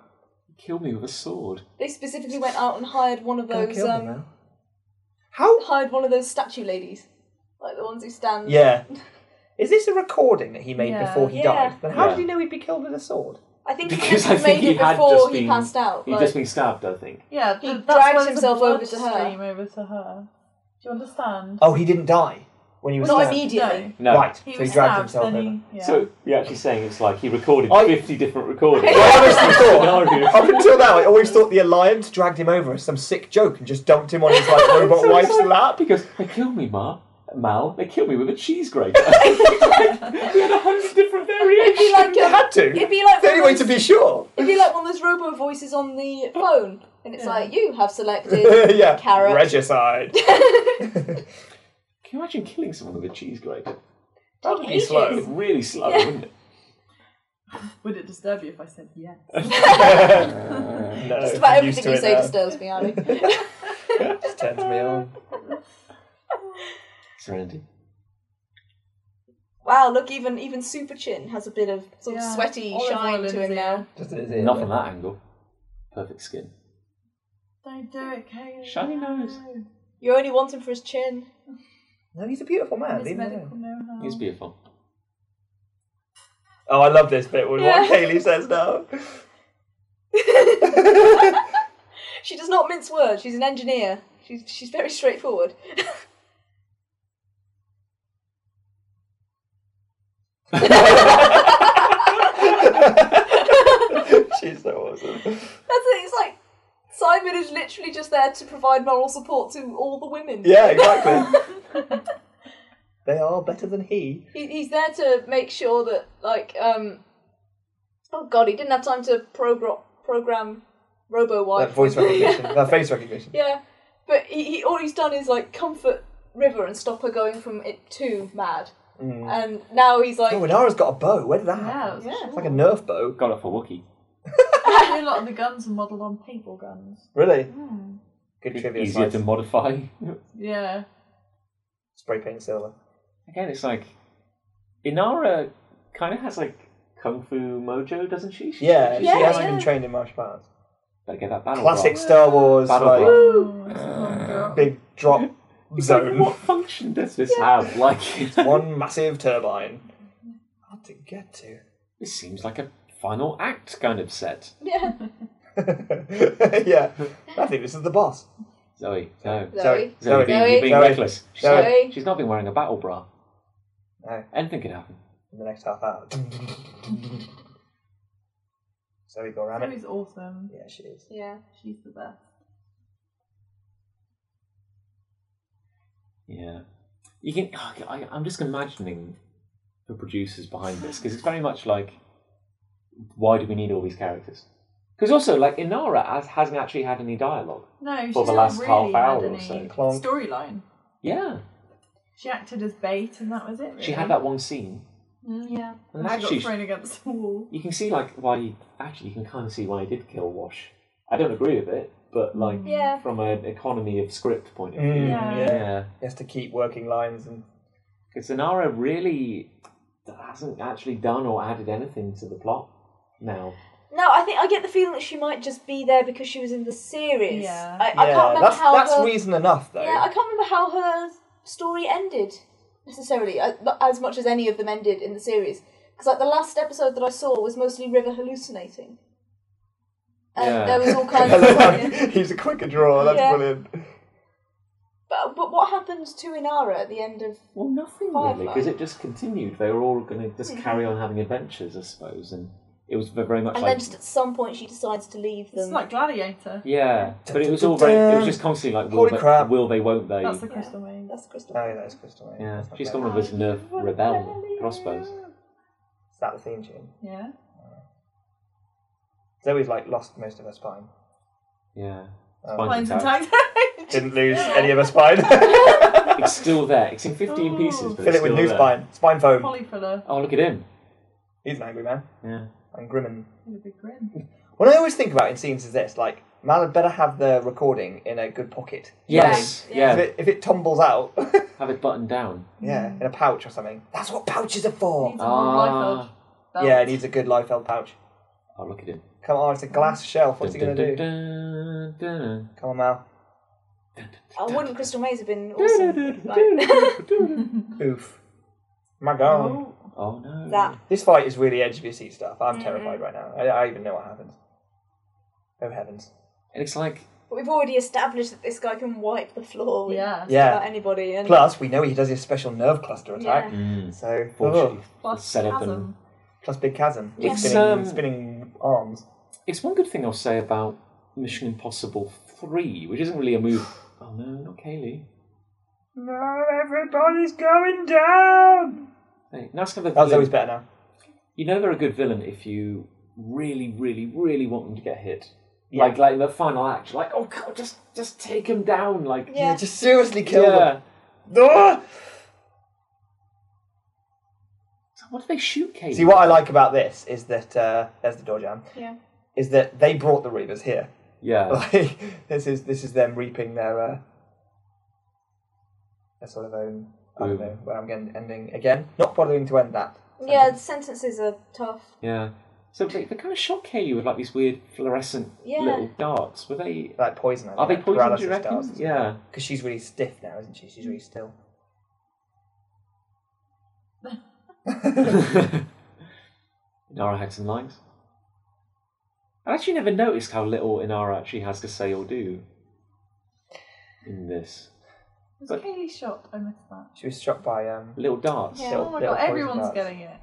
Speaker 1: Kill me with a sword.
Speaker 3: They specifically went out and hired one of
Speaker 2: Don't
Speaker 3: those
Speaker 2: kill me
Speaker 3: um,
Speaker 2: now. How?
Speaker 3: hired one of those statue ladies, like the ones who stand.
Speaker 2: Yeah. Is this a recording that he made
Speaker 4: Yeah.
Speaker 2: before he
Speaker 3: Yeah.
Speaker 2: died? Then how
Speaker 1: Yeah.
Speaker 2: did he know he'd be killed with a sword?
Speaker 3: I think
Speaker 1: Because
Speaker 3: he must
Speaker 1: I
Speaker 3: have
Speaker 1: think
Speaker 3: made
Speaker 1: he
Speaker 3: it
Speaker 1: had
Speaker 3: before
Speaker 1: just
Speaker 3: he
Speaker 1: been.
Speaker 3: passed out.
Speaker 1: He'd
Speaker 3: like-
Speaker 1: just been stabbed, I think.
Speaker 4: Yeah,
Speaker 3: He
Speaker 4: th-
Speaker 3: dragged
Speaker 4: that's where
Speaker 3: himself
Speaker 4: the
Speaker 3: over
Speaker 4: blood
Speaker 3: to her.
Speaker 4: stream over to her. Do you understand?
Speaker 2: Oh, he didn't die when he was
Speaker 1: Oh,
Speaker 3: Not
Speaker 2: stabbed.
Speaker 3: immediately.
Speaker 1: No.
Speaker 2: Right,
Speaker 4: He
Speaker 2: so
Speaker 4: was
Speaker 2: he dragged
Speaker 4: stabbed,
Speaker 2: himself over.
Speaker 4: then he. Yeah.
Speaker 1: So you're actually saying it's like he recorded
Speaker 2: I-
Speaker 1: 50 different recordings.
Speaker 2: I honestly thought,
Speaker 1: Scenarios.
Speaker 2: up until now, I always thought the Alliance dragged him over as some sick joke and just dumped him on his like robot
Speaker 1: So
Speaker 2: wife's
Speaker 1: it's like-
Speaker 2: lap.
Speaker 1: Because they killed me, Ma. Mal, they killed me with a cheese grater. we had a hundred different
Speaker 3: It'd be
Speaker 1: variations.
Speaker 3: like
Speaker 2: They
Speaker 3: um,
Speaker 2: had to.
Speaker 3: It'd be like
Speaker 2: the
Speaker 3: one
Speaker 2: only
Speaker 3: of
Speaker 2: way
Speaker 3: those-
Speaker 2: to be sure.
Speaker 3: It'd be like one of those robo voices on the phone, and it's
Speaker 4: Yeah.
Speaker 3: like you have selected.
Speaker 2: yeah.
Speaker 3: Carrot.
Speaker 2: Regicide.
Speaker 1: Can you imagine killing someone with a cheese grater?
Speaker 2: That would be
Speaker 3: Ages.
Speaker 1: It'd
Speaker 2: slow.
Speaker 1: be really slow,
Speaker 3: Yeah.
Speaker 1: wouldn't it?
Speaker 4: Would it disturb you if I said yes?
Speaker 2: No,
Speaker 3: Just about
Speaker 2: I'm used
Speaker 3: everything
Speaker 2: to
Speaker 3: you
Speaker 2: it
Speaker 3: say
Speaker 2: now.
Speaker 3: disturbs me, Ali.
Speaker 2: Just turns me on.
Speaker 1: Serenity.
Speaker 3: wow, look, even even Super Chin has a bit of sort of
Speaker 4: Yeah.
Speaker 3: sweaty
Speaker 4: Olive
Speaker 3: shine
Speaker 4: oil
Speaker 3: to
Speaker 4: in
Speaker 3: him
Speaker 4: his
Speaker 3: now.
Speaker 4: ear.
Speaker 2: Just in his ear.
Speaker 1: Not from that angle. Perfect skin.
Speaker 4: Don't do it, Kaylee.
Speaker 1: Shiny
Speaker 4: No.
Speaker 1: nose.
Speaker 3: You only want him for his chin.
Speaker 2: No, he's a beautiful man.
Speaker 4: His
Speaker 2: leave him
Speaker 4: medical
Speaker 2: alone.
Speaker 4: know-how.
Speaker 1: He's beautiful.
Speaker 2: Oh, I love this bit with
Speaker 3: Yeah.
Speaker 2: what Kaylee says now.
Speaker 3: She does not mince words. She's an engineer. She's she's very straightforward.
Speaker 2: She's so awesome.
Speaker 3: That's it. It's like Simon is literally just there to provide moral support to all the women.
Speaker 2: Yeah, exactly. they are better than he.
Speaker 3: He, he's there to make sure that, like, um, oh god, he didn't have time to progr- program Robo
Speaker 2: That
Speaker 3: Wife.
Speaker 2: voice recognition, that face recognition.
Speaker 3: yeah, but he, he all he's done is like comfort River and stop her going from it to mad,
Speaker 2: Mm.
Speaker 3: and now he's like,
Speaker 2: Oh, Inara's got a bow. Where did that happen?
Speaker 4: Yeah,
Speaker 3: Yeah.
Speaker 2: It's like a Nerf bow.
Speaker 1: Got it for Wookiee.
Speaker 4: a lot of the guns are modelled on paintball guns.
Speaker 2: Really?
Speaker 3: Hmm.
Speaker 2: Good trivia.
Speaker 1: Easier to
Speaker 2: slice.
Speaker 1: modify.
Speaker 4: Yeah.
Speaker 2: Spray paint silver.
Speaker 1: Again, it's like Inara kind of has like kung fu mojo, doesn't she? She's-
Speaker 2: Yeah,
Speaker 1: she's
Speaker 2: she
Speaker 3: Yeah,
Speaker 2: has
Speaker 1: like,
Speaker 2: been
Speaker 3: yeah.
Speaker 2: trained in martial arts.
Speaker 1: Better get that battle.
Speaker 2: Classic
Speaker 1: rock.
Speaker 2: Star Wars,
Speaker 1: Battle
Speaker 2: like
Speaker 1: Rock.
Speaker 4: Oh, it's a long girl.
Speaker 2: big drop
Speaker 1: Like,
Speaker 2: zone.
Speaker 1: what function does this have? Like,
Speaker 2: One massive turbine. Hard to get to.
Speaker 1: this seems like a final act kind of set.
Speaker 3: Yeah,
Speaker 2: yeah, I think this is the boss.
Speaker 1: Zoe, no.
Speaker 3: Zoe.
Speaker 1: Zoe,
Speaker 3: Zoe.
Speaker 1: you're being
Speaker 2: Zoe.
Speaker 1: reckless. She's,
Speaker 2: Zoe.
Speaker 1: Not, she's not been wearing a battle bra.
Speaker 2: No,
Speaker 1: Anything could happen.
Speaker 2: in the next half hour. Zoe go around it.
Speaker 4: Zoe's awesome.
Speaker 2: Yeah, she is.
Speaker 3: Yeah.
Speaker 4: She's the best.
Speaker 1: Yeah. You can. oh, I, I'm just imagining the producers behind this because it's very much like, why do we need all these characters? Because also, like Inara has, hasn't actually had any dialogue.
Speaker 4: No, she's
Speaker 1: the
Speaker 4: not
Speaker 1: last
Speaker 4: really
Speaker 1: half hour
Speaker 4: had
Speaker 1: or
Speaker 4: any
Speaker 1: so.
Speaker 2: Clonk.
Speaker 4: storyline.
Speaker 1: Yeah,
Speaker 4: She acted as bait, and that was it.
Speaker 1: she
Speaker 4: really.
Speaker 1: had that one scene,
Speaker 3: yeah.
Speaker 1: and
Speaker 4: And she
Speaker 1: actually,
Speaker 4: got thrown against the wall.
Speaker 1: you can see like why. He, actually, you can kind of see why he did kill Wash. I don't agree with it, but like
Speaker 3: Yeah.
Speaker 1: from an economy of script point of view,
Speaker 2: Mm,
Speaker 4: Yeah.
Speaker 1: yeah.
Speaker 2: He has to keep working lines and
Speaker 1: Because Inara really hasn't actually done or added anything to the plot now.
Speaker 3: No, I think I get the feeling that she might just be there because she was in the series.
Speaker 4: Yeah.
Speaker 3: I, I
Speaker 2: yeah,
Speaker 3: can't remember
Speaker 2: that's
Speaker 3: how
Speaker 2: that's
Speaker 3: her,
Speaker 2: reason enough though.
Speaker 3: Yeah, I can't remember how her story ended necessarily, I- not as much as any of them ended in the series. Because like the last episode that I saw was mostly River hallucinating, and
Speaker 1: Yeah.
Speaker 3: there was all
Speaker 2: I
Speaker 3: kinds
Speaker 2: love
Speaker 3: of.
Speaker 2: how He's a quicker draw. That's
Speaker 3: Yeah.
Speaker 2: brilliant.
Speaker 3: But, but what happened to Inara at the end of?
Speaker 1: Well, nothing really,
Speaker 3: Firefly.
Speaker 1: because it just continued. They were all going to just carry on having adventures, I suppose, and it was very much
Speaker 3: Mm-hmm. And
Speaker 1: like
Speaker 3: then just at some point she decides to leave them.
Speaker 4: It's like Gladiator.
Speaker 1: yeah, but it was all very. It was just constantly like will
Speaker 2: Holy
Speaker 1: they,
Speaker 2: crap.
Speaker 1: will they, won't they?
Speaker 4: That's the crystal maze.
Speaker 3: That's the crystal.
Speaker 2: No, that is Crystal Lake.
Speaker 1: yeah,
Speaker 2: That's not
Speaker 1: she's
Speaker 2: bad.
Speaker 1: gone with this nerf rebel crossbows.
Speaker 2: Is that the theme tune?
Speaker 4: Yeah.
Speaker 2: Zoe's like lost most of her spine.
Speaker 1: Yeah,
Speaker 2: Um,
Speaker 1: Spine
Speaker 4: Mines and
Speaker 1: intact.
Speaker 4: tags.
Speaker 2: Didn't lose any of her spine.
Speaker 1: it's still there. It's in
Speaker 3: Oh.
Speaker 1: fifteen pieces, but
Speaker 2: Fill
Speaker 1: it's
Speaker 2: it with
Speaker 1: still
Speaker 2: new
Speaker 1: there.
Speaker 2: spine. Spine foam.
Speaker 4: Polyfiller.
Speaker 1: Oh, look at him.
Speaker 2: He's an angry man.
Speaker 1: Yeah,
Speaker 2: And Grimmin.
Speaker 4: With a big grin.
Speaker 2: What I always think about in scenes is this: like, man had better have the recording in a good pocket.
Speaker 1: Yes,
Speaker 2: If,
Speaker 1: yeah.
Speaker 2: it, if it tumbles out,
Speaker 1: Have it buttoned down.
Speaker 2: yeah, in a pouch or something. That's what pouches are for.
Speaker 4: Needs a whole
Speaker 1: Ah.
Speaker 4: life belt.
Speaker 2: Yeah, it needs a good Liefeld pouch.
Speaker 1: Oh, look at him.
Speaker 2: Come on, it's a glass shelf. What's he
Speaker 1: Dun, dun,
Speaker 2: gonna do?
Speaker 1: dun, dun, dun.
Speaker 2: Come on, Mal.
Speaker 3: Oh, wouldn't Crystal Maze have been awesome? Like,
Speaker 2: Oof. My God.
Speaker 4: Oh.
Speaker 1: Oh no.
Speaker 3: that.
Speaker 2: This fight is really edge of your seat stuff. I'm terrified right now. I, I even know what happens. Oh heavens!
Speaker 1: And it's like
Speaker 3: But we've already established that this guy can wipe the floor with
Speaker 4: Oh, Yeah.
Speaker 3: just about
Speaker 2: Yeah.
Speaker 3: anybody. And
Speaker 2: Plus, we know he does his special nerve cluster attack.
Speaker 3: Yeah.
Speaker 2: So
Speaker 1: fortunately,
Speaker 2: oh,
Speaker 4: Plus
Speaker 1: set up and
Speaker 4: chasm.
Speaker 2: plus big chasm, with
Speaker 1: Yes.
Speaker 2: spinning,
Speaker 1: Um,
Speaker 2: spinning arms.
Speaker 1: It's one good thing I'll say about Mission Impossible 3, which isn't really a movie. Oh no, not Kaylee.
Speaker 2: No, everybody's going down.
Speaker 1: Hey, nice to have a
Speaker 2: That's
Speaker 1: villain.
Speaker 2: always better now.
Speaker 1: You know they're a good villain if you really, really, really want them to get hit.
Speaker 2: Yeah.
Speaker 1: Like, like the final act, like, oh god, just, just take him down, like,
Speaker 3: Yeah.
Speaker 2: Just seriously kill
Speaker 1: yeah.
Speaker 2: them. Ah!
Speaker 1: So what do they shoot Kaylee?
Speaker 2: See what I like about this is that uh, there's the door jam.
Speaker 3: Yeah.
Speaker 2: Is that they brought the reapers here.
Speaker 1: Yeah,
Speaker 2: Like this is this is them reaping their uh, their sort of own. I don't
Speaker 1: Boom.
Speaker 2: know where I'm getting ending again. Not bothering to end that.
Speaker 3: yeah, the sentences are tough.
Speaker 1: yeah. So they, they kind of shot Kaylee with like these weird fluorescent
Speaker 3: Yeah.
Speaker 1: little darts. Were they?
Speaker 2: Like poison. I think,
Speaker 1: Are they
Speaker 2: like
Speaker 1: poisoned? Do
Speaker 2: paralysis
Speaker 1: you reckon?
Speaker 2: darts.
Speaker 1: Yeah.
Speaker 2: Because she's really stiff now, isn't she? She's really still.
Speaker 1: Inara had some lines. I actually never noticed how little Inara actually has to say or do in this.
Speaker 4: Was
Speaker 1: But-
Speaker 4: Kaylee shocked? I missed that.
Speaker 2: She was shot by um.
Speaker 1: Little darts.
Speaker 3: Yeah.
Speaker 2: Little-
Speaker 4: oh my
Speaker 2: little
Speaker 4: god,
Speaker 2: poison
Speaker 4: everyone's
Speaker 2: darts.
Speaker 4: getting it.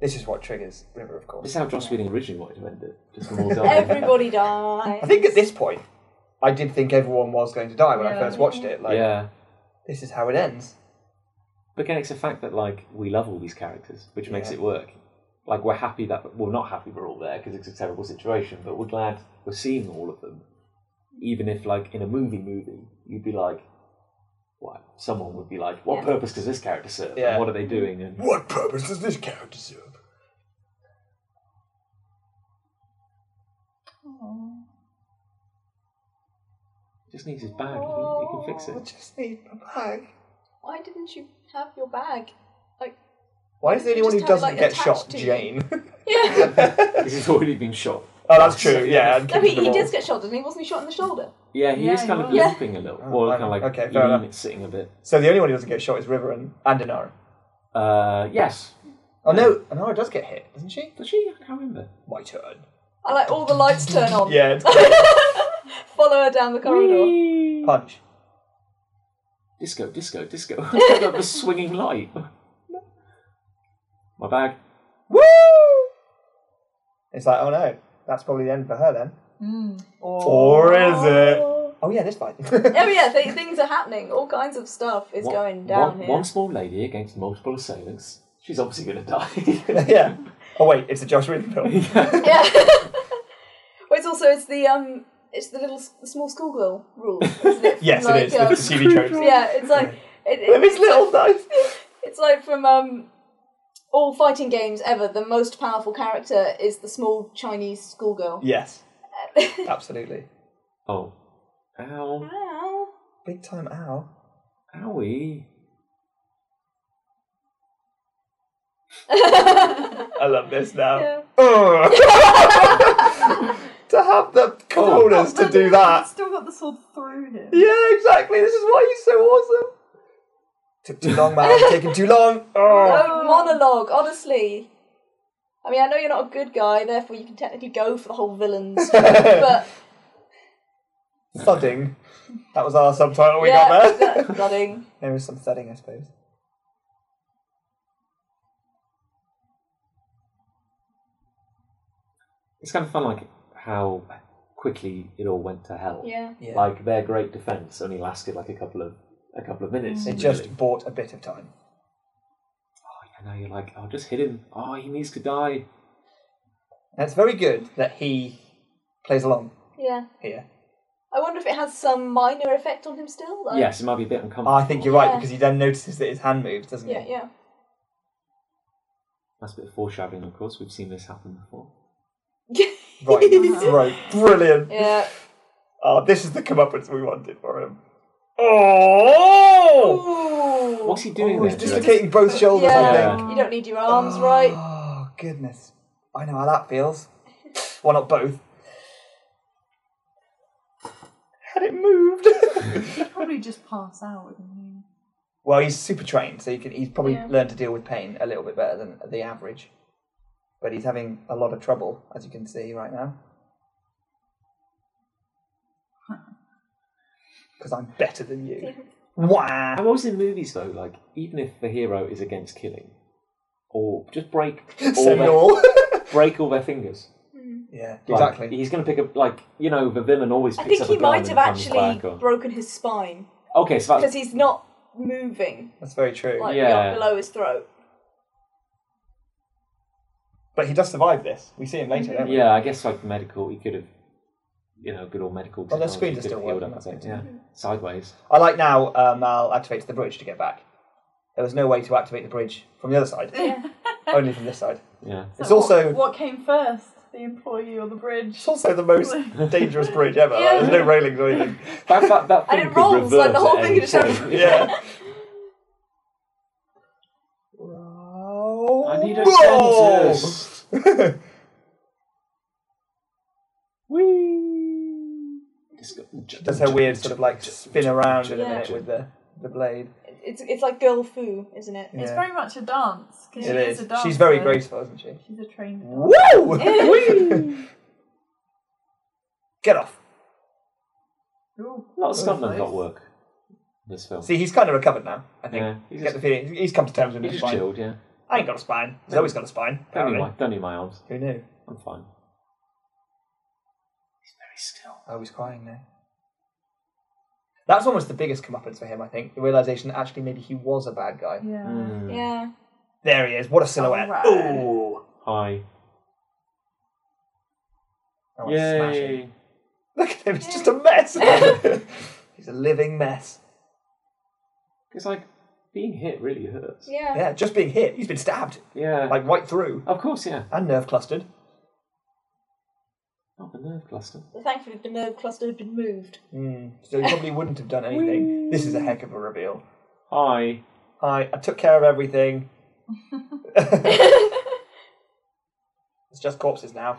Speaker 2: This is what triggers River, of
Speaker 1: This
Speaker 2: course.
Speaker 1: is how Joss Whedon originally wanted to end it. Just more darts.
Speaker 3: Everybody dies.
Speaker 2: I think at this point, I did think everyone was going to die when I
Speaker 4: Yeah.
Speaker 2: first watched it. Like
Speaker 1: yeah.
Speaker 2: this is how it ends.
Speaker 1: But again, it's a fact that like we love all these characters, which makes
Speaker 2: Yeah.
Speaker 1: it work. Like we're happy that we're not happy we're all there because it's a terrible situation, but we're glad we're seeing all of them. Even if like in a movie movie, you'd be like, "Why?" Someone would be like, "What
Speaker 3: Yeah.
Speaker 1: purpose does this character serve? And
Speaker 2: Yeah.
Speaker 1: what are they doing?" And
Speaker 2: What purpose does this character serve?
Speaker 4: Oh.
Speaker 1: he just needs his bag. He can, he can fix
Speaker 2: I
Speaker 1: it.
Speaker 2: just need my bag.
Speaker 3: Why didn't you have your bag? Like,
Speaker 2: Why is the only
Speaker 3: Just
Speaker 2: one who
Speaker 3: have it,
Speaker 2: doesn't
Speaker 3: like,
Speaker 2: get
Speaker 3: attached
Speaker 2: shot
Speaker 3: to you.
Speaker 2: Jane?
Speaker 3: yeah.
Speaker 1: Because he's already been shot.
Speaker 2: Oh, that's true. Yeah. and
Speaker 3: No, he,
Speaker 2: kicking the
Speaker 3: he
Speaker 2: ball.
Speaker 3: did get shot, didn't he? Wasn't he shot in the shoulder?
Speaker 1: Yeah, he
Speaker 4: Yeah,
Speaker 1: is
Speaker 4: he
Speaker 1: kind of
Speaker 4: was.
Speaker 3: Yeah.
Speaker 1: limping a little,
Speaker 2: Oh,
Speaker 1: or
Speaker 2: I-
Speaker 1: kind of like
Speaker 2: okay, fair
Speaker 1: lean,
Speaker 2: enough.
Speaker 1: sitting a bit.
Speaker 2: So the only one who doesn't get shot is River and and Inara.
Speaker 1: Uh, yes.
Speaker 2: Oh no, Inara does get hit, doesn't she?
Speaker 1: Does she? I can't remember.
Speaker 2: My turn.
Speaker 3: I like all the lights turn on.
Speaker 2: Yeah. It's great.
Speaker 3: Follow her down the corridor.
Speaker 1: Whee!
Speaker 2: Punch.
Speaker 1: Disco, disco, disco. Look at the swinging light. My bag.
Speaker 2: Woo! It's like, oh no, that's probably the end for her then.
Speaker 4: Mm.
Speaker 2: Or is it? Oh yeah, this fight.
Speaker 3: Oh yeah, th- things are happening. All kinds of stuff is
Speaker 1: One-
Speaker 3: going down
Speaker 1: one,
Speaker 3: here.
Speaker 1: one small lady against multiple assailants. She's obviously going to die.
Speaker 2: yeah. Oh wait, it's a Josh Whedon film.
Speaker 3: Yeah. well, it's also it's the um it's the little s- the small schoolgirl rule, isn't it? From,
Speaker 2: Yes,
Speaker 3: like,
Speaker 2: it is. It's a
Speaker 3: um,
Speaker 2: TV show.
Speaker 3: yeah, it's like it, it-
Speaker 2: With his little knife.
Speaker 3: It's like from um, all fighting games ever. The most powerful character is the small Chinese schoolgirl.
Speaker 2: Yes, absolutely.
Speaker 1: oh. Ow.
Speaker 3: Ow.
Speaker 2: Big time owl.
Speaker 1: Owie.
Speaker 2: I love this now.
Speaker 3: Yeah.
Speaker 2: Ugh. to have the corners to do that.
Speaker 4: Still got the sword through him.
Speaker 2: Yeah, exactly. This is why he's so awesome. Took too long, man. Taking too long. Oh.
Speaker 3: No monologue, honestly. I mean, I know you're not a good guy, therefore you can technically go for the whole villains. but
Speaker 2: Thudding. That was our subtitle we
Speaker 3: yeah,
Speaker 2: got there.
Speaker 3: that- thudding.
Speaker 2: there was some thudding, I suppose.
Speaker 1: It's kind of fun, like, how quickly it all went to hell.
Speaker 3: Yeah.
Speaker 2: Yeah.
Speaker 1: Like, their great defense only lasted, like, a couple of a couple of
Speaker 3: Mm.
Speaker 1: minutes.
Speaker 2: it
Speaker 1: really.
Speaker 2: just bought a bit of time.
Speaker 1: And now you're like, oh, just hit him. Oh, he needs to die.
Speaker 2: And it's very good that he plays along
Speaker 3: Yeah.
Speaker 2: here.
Speaker 3: I wonder if it has some minor effect on him still. Like,
Speaker 1: Yes, it might be a bit
Speaker 2: Oh,
Speaker 1: uncomfortable.
Speaker 2: I think you're right
Speaker 3: Yeah.
Speaker 2: because he then notices that his hand moves, doesn't
Speaker 3: Yeah,
Speaker 2: he?
Speaker 3: yeah.
Speaker 1: That's a bit of foreshadowing, of course. We've seen this happen before.
Speaker 2: Right, in the throat. Brilliant.
Speaker 3: Yeah.
Speaker 2: Oh, this is the comeuppance we wanted for him. Oh!
Speaker 3: Ooh.
Speaker 1: What's he doing
Speaker 2: Oh,
Speaker 1: there?
Speaker 2: he's
Speaker 1: do you reckon?
Speaker 2: dislocating both shoulders, I
Speaker 3: yeah.
Speaker 2: think.
Speaker 3: You don't need your arms right.
Speaker 2: Oh, goodness. I know how that feels. Well, not both. Had it moved.
Speaker 4: He'd probably just pass out, wouldn't he?
Speaker 2: well, he's super trained, so he can, he's probably
Speaker 4: Yeah.
Speaker 2: learned to deal with pain a little bit better than the average. But he's having a lot of trouble, as you can see right now. Because I'm better than you. Wow.
Speaker 1: I'm always in movies though, like even if the hero is against killing, or just break all
Speaker 2: Send it all.
Speaker 1: their, break all their fingers.
Speaker 2: yeah,
Speaker 1: Like,
Speaker 2: exactly.
Speaker 1: He's going to pick up like you know the villain always
Speaker 3: I
Speaker 1: picks
Speaker 3: think
Speaker 1: up
Speaker 3: he
Speaker 1: a gun
Speaker 3: might
Speaker 1: and
Speaker 3: have
Speaker 1: comes
Speaker 3: actually
Speaker 1: back, or-
Speaker 3: broken his spine
Speaker 1: okay, so
Speaker 3: because
Speaker 1: that's
Speaker 3: he's not moving
Speaker 2: That's very true.
Speaker 3: like
Speaker 1: Yeah.
Speaker 3: beyond- below his throat.
Speaker 2: But he does survive this. We see him later, don't we?
Speaker 1: yeah. I guess like medical, he could have, you know, good old medical.
Speaker 2: Well, their
Speaker 1: technology
Speaker 2: screens
Speaker 1: could
Speaker 2: are
Speaker 1: have
Speaker 2: still
Speaker 1: healed
Speaker 2: working,
Speaker 1: up a
Speaker 2: that's
Speaker 1: bit, Yeah,
Speaker 3: Mm-hmm.
Speaker 1: sideways.
Speaker 2: I like now um, Mal activates the bridge to get back. There was no way to activate the bridge from the other side, only from this side.
Speaker 1: Yeah,
Speaker 2: It's
Speaker 4: So
Speaker 2: also-
Speaker 4: What, what came first? The employee or the bridge?
Speaker 2: It's also the most dangerous bridge ever. like,
Speaker 3: Yeah.
Speaker 2: there's no railings or anything.
Speaker 1: that, that, that
Speaker 3: And
Speaker 1: thing
Speaker 3: it
Speaker 1: could
Speaker 3: rolls, like, the
Speaker 1: reverse
Speaker 3: whole
Speaker 1: at
Speaker 3: thing
Speaker 1: any
Speaker 3: just goes-
Speaker 1: point.
Speaker 2: Yeah.
Speaker 1: I need a
Speaker 2: Whoa!
Speaker 1: dentist. Whee. Just go-
Speaker 2: Does her weird sort of like spin around in a
Speaker 3: Yeah.
Speaker 2: minute with the, the blade.
Speaker 3: It's it's like girl foo, isn't it?
Speaker 4: It's
Speaker 2: Yeah.
Speaker 4: very much a dance. 'cause she
Speaker 2: It
Speaker 4: is.
Speaker 2: is.
Speaker 4: a dancer.
Speaker 2: She's very graceful, isn't she?
Speaker 4: She's a trained dancer.
Speaker 2: Whoa! Get off.
Speaker 4: Ooh,
Speaker 1: A lot of stumbling
Speaker 4: nice.
Speaker 1: got work in this film.
Speaker 2: Oh, See, he's kind of recovered now. I think.
Speaker 1: Yeah, he
Speaker 2: You
Speaker 1: just-
Speaker 2: get the feeling he's come to terms with
Speaker 1: he
Speaker 2: his
Speaker 1: just
Speaker 2: spine.
Speaker 1: chilled, yeah.
Speaker 2: I ain't got a spine. He's always got a spine.
Speaker 1: Don't need, my,
Speaker 2: Apparently.
Speaker 1: don't need my arms.
Speaker 2: Who knew?
Speaker 1: I'm fine. He's very still.
Speaker 2: Oh, he's crying now. That's almost the biggest comeuppance for him, I think. The realization that actually maybe he was a bad guy.
Speaker 4: Yeah.
Speaker 1: Hmm.
Speaker 3: Yeah.
Speaker 2: There he is. What a silhouette.
Speaker 4: Alright.
Speaker 2: Ooh.
Speaker 1: Hi.
Speaker 2: Oh, it's smashing.
Speaker 1: Yay.
Speaker 2: Look at him. He's just a mess. he's a living mess.
Speaker 1: It's like being hit really hurts.
Speaker 3: Yeah.
Speaker 2: Yeah, just being hit. He's been stabbed,
Speaker 1: Yeah.
Speaker 2: like right through,
Speaker 1: of course, yeah.
Speaker 2: and nerve clustered.
Speaker 1: Not the nerve cluster.
Speaker 3: Thankfully, the nerve cluster had been moved.
Speaker 2: Mm. So he probably wouldn't have done anything. this is a heck of a reveal.
Speaker 1: Hi.
Speaker 2: Hi, I took care of everything. it's just corpses now.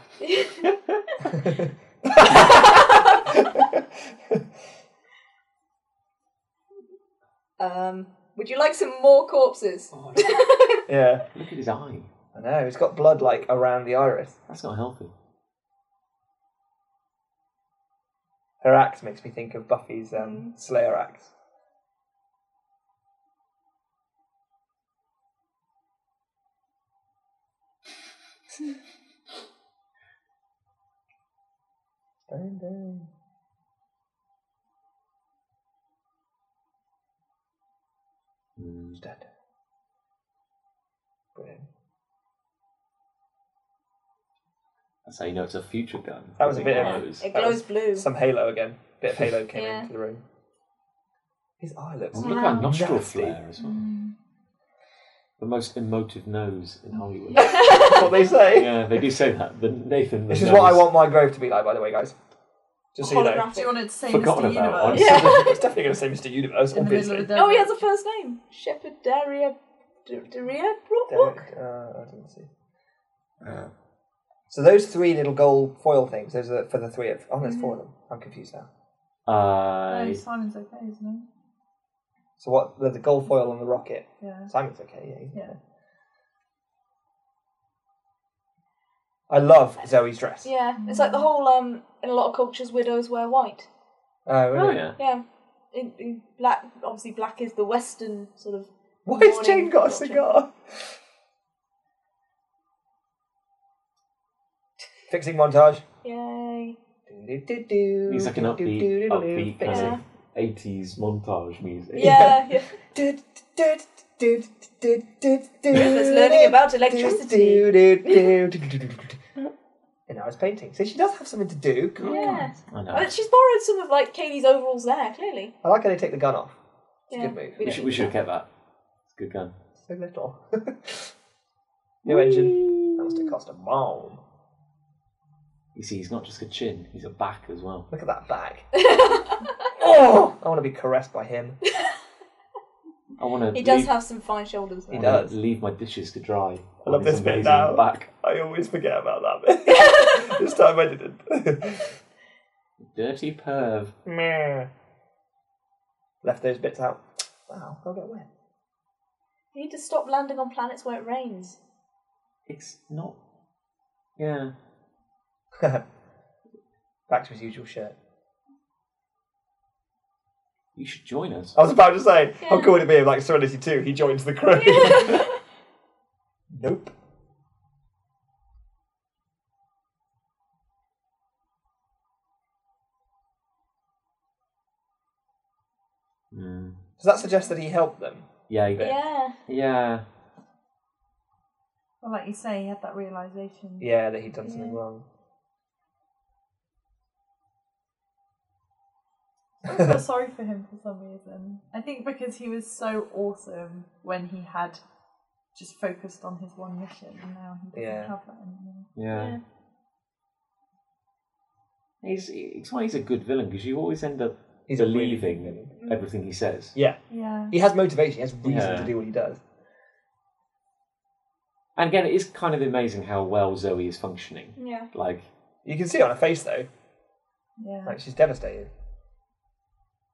Speaker 3: Um, would you like some more corpses?
Speaker 2: yeah,
Speaker 1: Look at his eye.
Speaker 2: I know. It's got blood like around the iris.
Speaker 1: That's not healthy.
Speaker 2: Her axe makes me think of Buffy's um,
Speaker 3: Mm.
Speaker 2: Slayer axe. Dun, dun.
Speaker 1: Mm.
Speaker 2: He's Mm, dead. Brilliant.
Speaker 1: That's how you know it's a future gun.
Speaker 2: That was a bit
Speaker 1: It
Speaker 2: of-
Speaker 1: glows.
Speaker 3: It
Speaker 2: That
Speaker 3: glows
Speaker 2: was
Speaker 3: blue.
Speaker 2: Some halo again. Bit of halo came
Speaker 3: Yeah.
Speaker 2: into the room. His eye looks.
Speaker 1: Oh, Look at that nostril
Speaker 2: Nasty.
Speaker 1: flare as well.
Speaker 3: Mm.
Speaker 1: The most emotive nose in Hollywood.
Speaker 2: That's what they say.
Speaker 1: yeah, they do say that. The Nathan. The
Speaker 2: This is
Speaker 1: nose
Speaker 2: what I want my grove to be like, by the way, guys. Just so you know.
Speaker 3: Holographic.
Speaker 4: Do you want to say
Speaker 1: Forgotten
Speaker 4: Mr.
Speaker 1: about one.
Speaker 4: Universe?
Speaker 1: Yeah.
Speaker 2: it's definitely going to say Mr. Universe,
Speaker 4: In the middle
Speaker 2: obviously.
Speaker 4: of the
Speaker 3: Oh, he has a first name. Shepherd Daria. D- Daria Brook?
Speaker 2: Derek, uh, I didn't see.
Speaker 1: Uh.
Speaker 2: So those three little gold foil things, those are for the three of. Oh, there's four
Speaker 4: Mm-hmm.
Speaker 2: of them. I'm confused now.
Speaker 4: No,
Speaker 1: I
Speaker 4: Simon's okay, isn't
Speaker 2: So what? The, the gold foil on the rocket.
Speaker 4: he? Yeah.
Speaker 2: Simon's okay. Yeah. he's
Speaker 4: Yeah.
Speaker 2: okay. I love Zoe's dress.
Speaker 3: Yeah, it's like the whole, um, in a lot of cultures, widows wear white.
Speaker 2: Oh, really?
Speaker 1: oh yeah.
Speaker 3: Yeah. In, in black, obviously, black is the Western sort of.
Speaker 2: Why has
Speaker 3: morning
Speaker 2: Jane got a
Speaker 3: culture.
Speaker 2: cigar? Fixing montage.
Speaker 3: Yay.
Speaker 1: He's like an upbeat, upbeat
Speaker 3: fix
Speaker 1: kind
Speaker 3: it.
Speaker 1: of eighties montage music.
Speaker 3: Yeah, yeah.
Speaker 2: River's
Speaker 3: learning about electricity.
Speaker 2: and now it's painting. So she does have something to do. Cool.
Speaker 3: yeah.
Speaker 1: I know.
Speaker 3: But she's borrowed some of, like, Katie's overalls there, clearly.
Speaker 2: I like how they take the gun off.
Speaker 3: yeah.
Speaker 2: good move.
Speaker 1: We should, we should have kept that. It's a good gun.
Speaker 2: So little. New engine. That must have cost a bomb.
Speaker 1: You see, he's not just a chin; he's a back as well.
Speaker 2: Look at that back. oh, I want to be caressed by him.
Speaker 1: Oh, I want to.
Speaker 3: He does
Speaker 1: leave,
Speaker 3: have some fine shoulders.
Speaker 2: He
Speaker 1: I
Speaker 3: Though.
Speaker 1: wanna
Speaker 2: does.
Speaker 1: Leave my dishes to dry.
Speaker 2: I love
Speaker 1: on
Speaker 2: this
Speaker 1: his
Speaker 2: bit
Speaker 1: amazing
Speaker 2: now.
Speaker 1: Back.
Speaker 2: I always forget about that bit. this time I didn't.
Speaker 1: Dirty perv.
Speaker 2: Meh. Left those bits out. Wow, they'll get wet.
Speaker 3: You need to stop landing on planets where it rains.
Speaker 1: It's not. Yeah.
Speaker 2: Back to his usual shirt.
Speaker 1: You should join us.
Speaker 2: I was about to say, how
Speaker 3: Yeah.
Speaker 2: cool would it be if, like, Serenity 2, he joins the crew? nope.
Speaker 1: Mm.
Speaker 2: Does that suggest that he helped them?
Speaker 1: Yeah. you-
Speaker 3: Yeah.
Speaker 1: Yeah.
Speaker 4: Well, like you say, he had that realization.
Speaker 2: Yeah, that he'd done something
Speaker 3: Yeah.
Speaker 2: wrong.
Speaker 4: I feel sorry for him for some reason. I think because he was so awesome when he had just focused on his one mission, and now he doesn't
Speaker 2: Yeah.
Speaker 4: have that anymore.
Speaker 1: Yeah. He's it's why he's a good villain because you always end up
Speaker 2: He's a really good
Speaker 1: believing
Speaker 2: villain.
Speaker 1: everything he says.
Speaker 2: Yeah.
Speaker 4: Yeah.
Speaker 2: He has motivation, he has reason
Speaker 1: Yeah.
Speaker 2: to do what he does.
Speaker 1: And again, it is kind of amazing how well Zoe is functioning.
Speaker 3: Yeah.
Speaker 1: Like,
Speaker 2: You can see it on her face, though.
Speaker 4: Yeah.
Speaker 2: Like, she's devastated.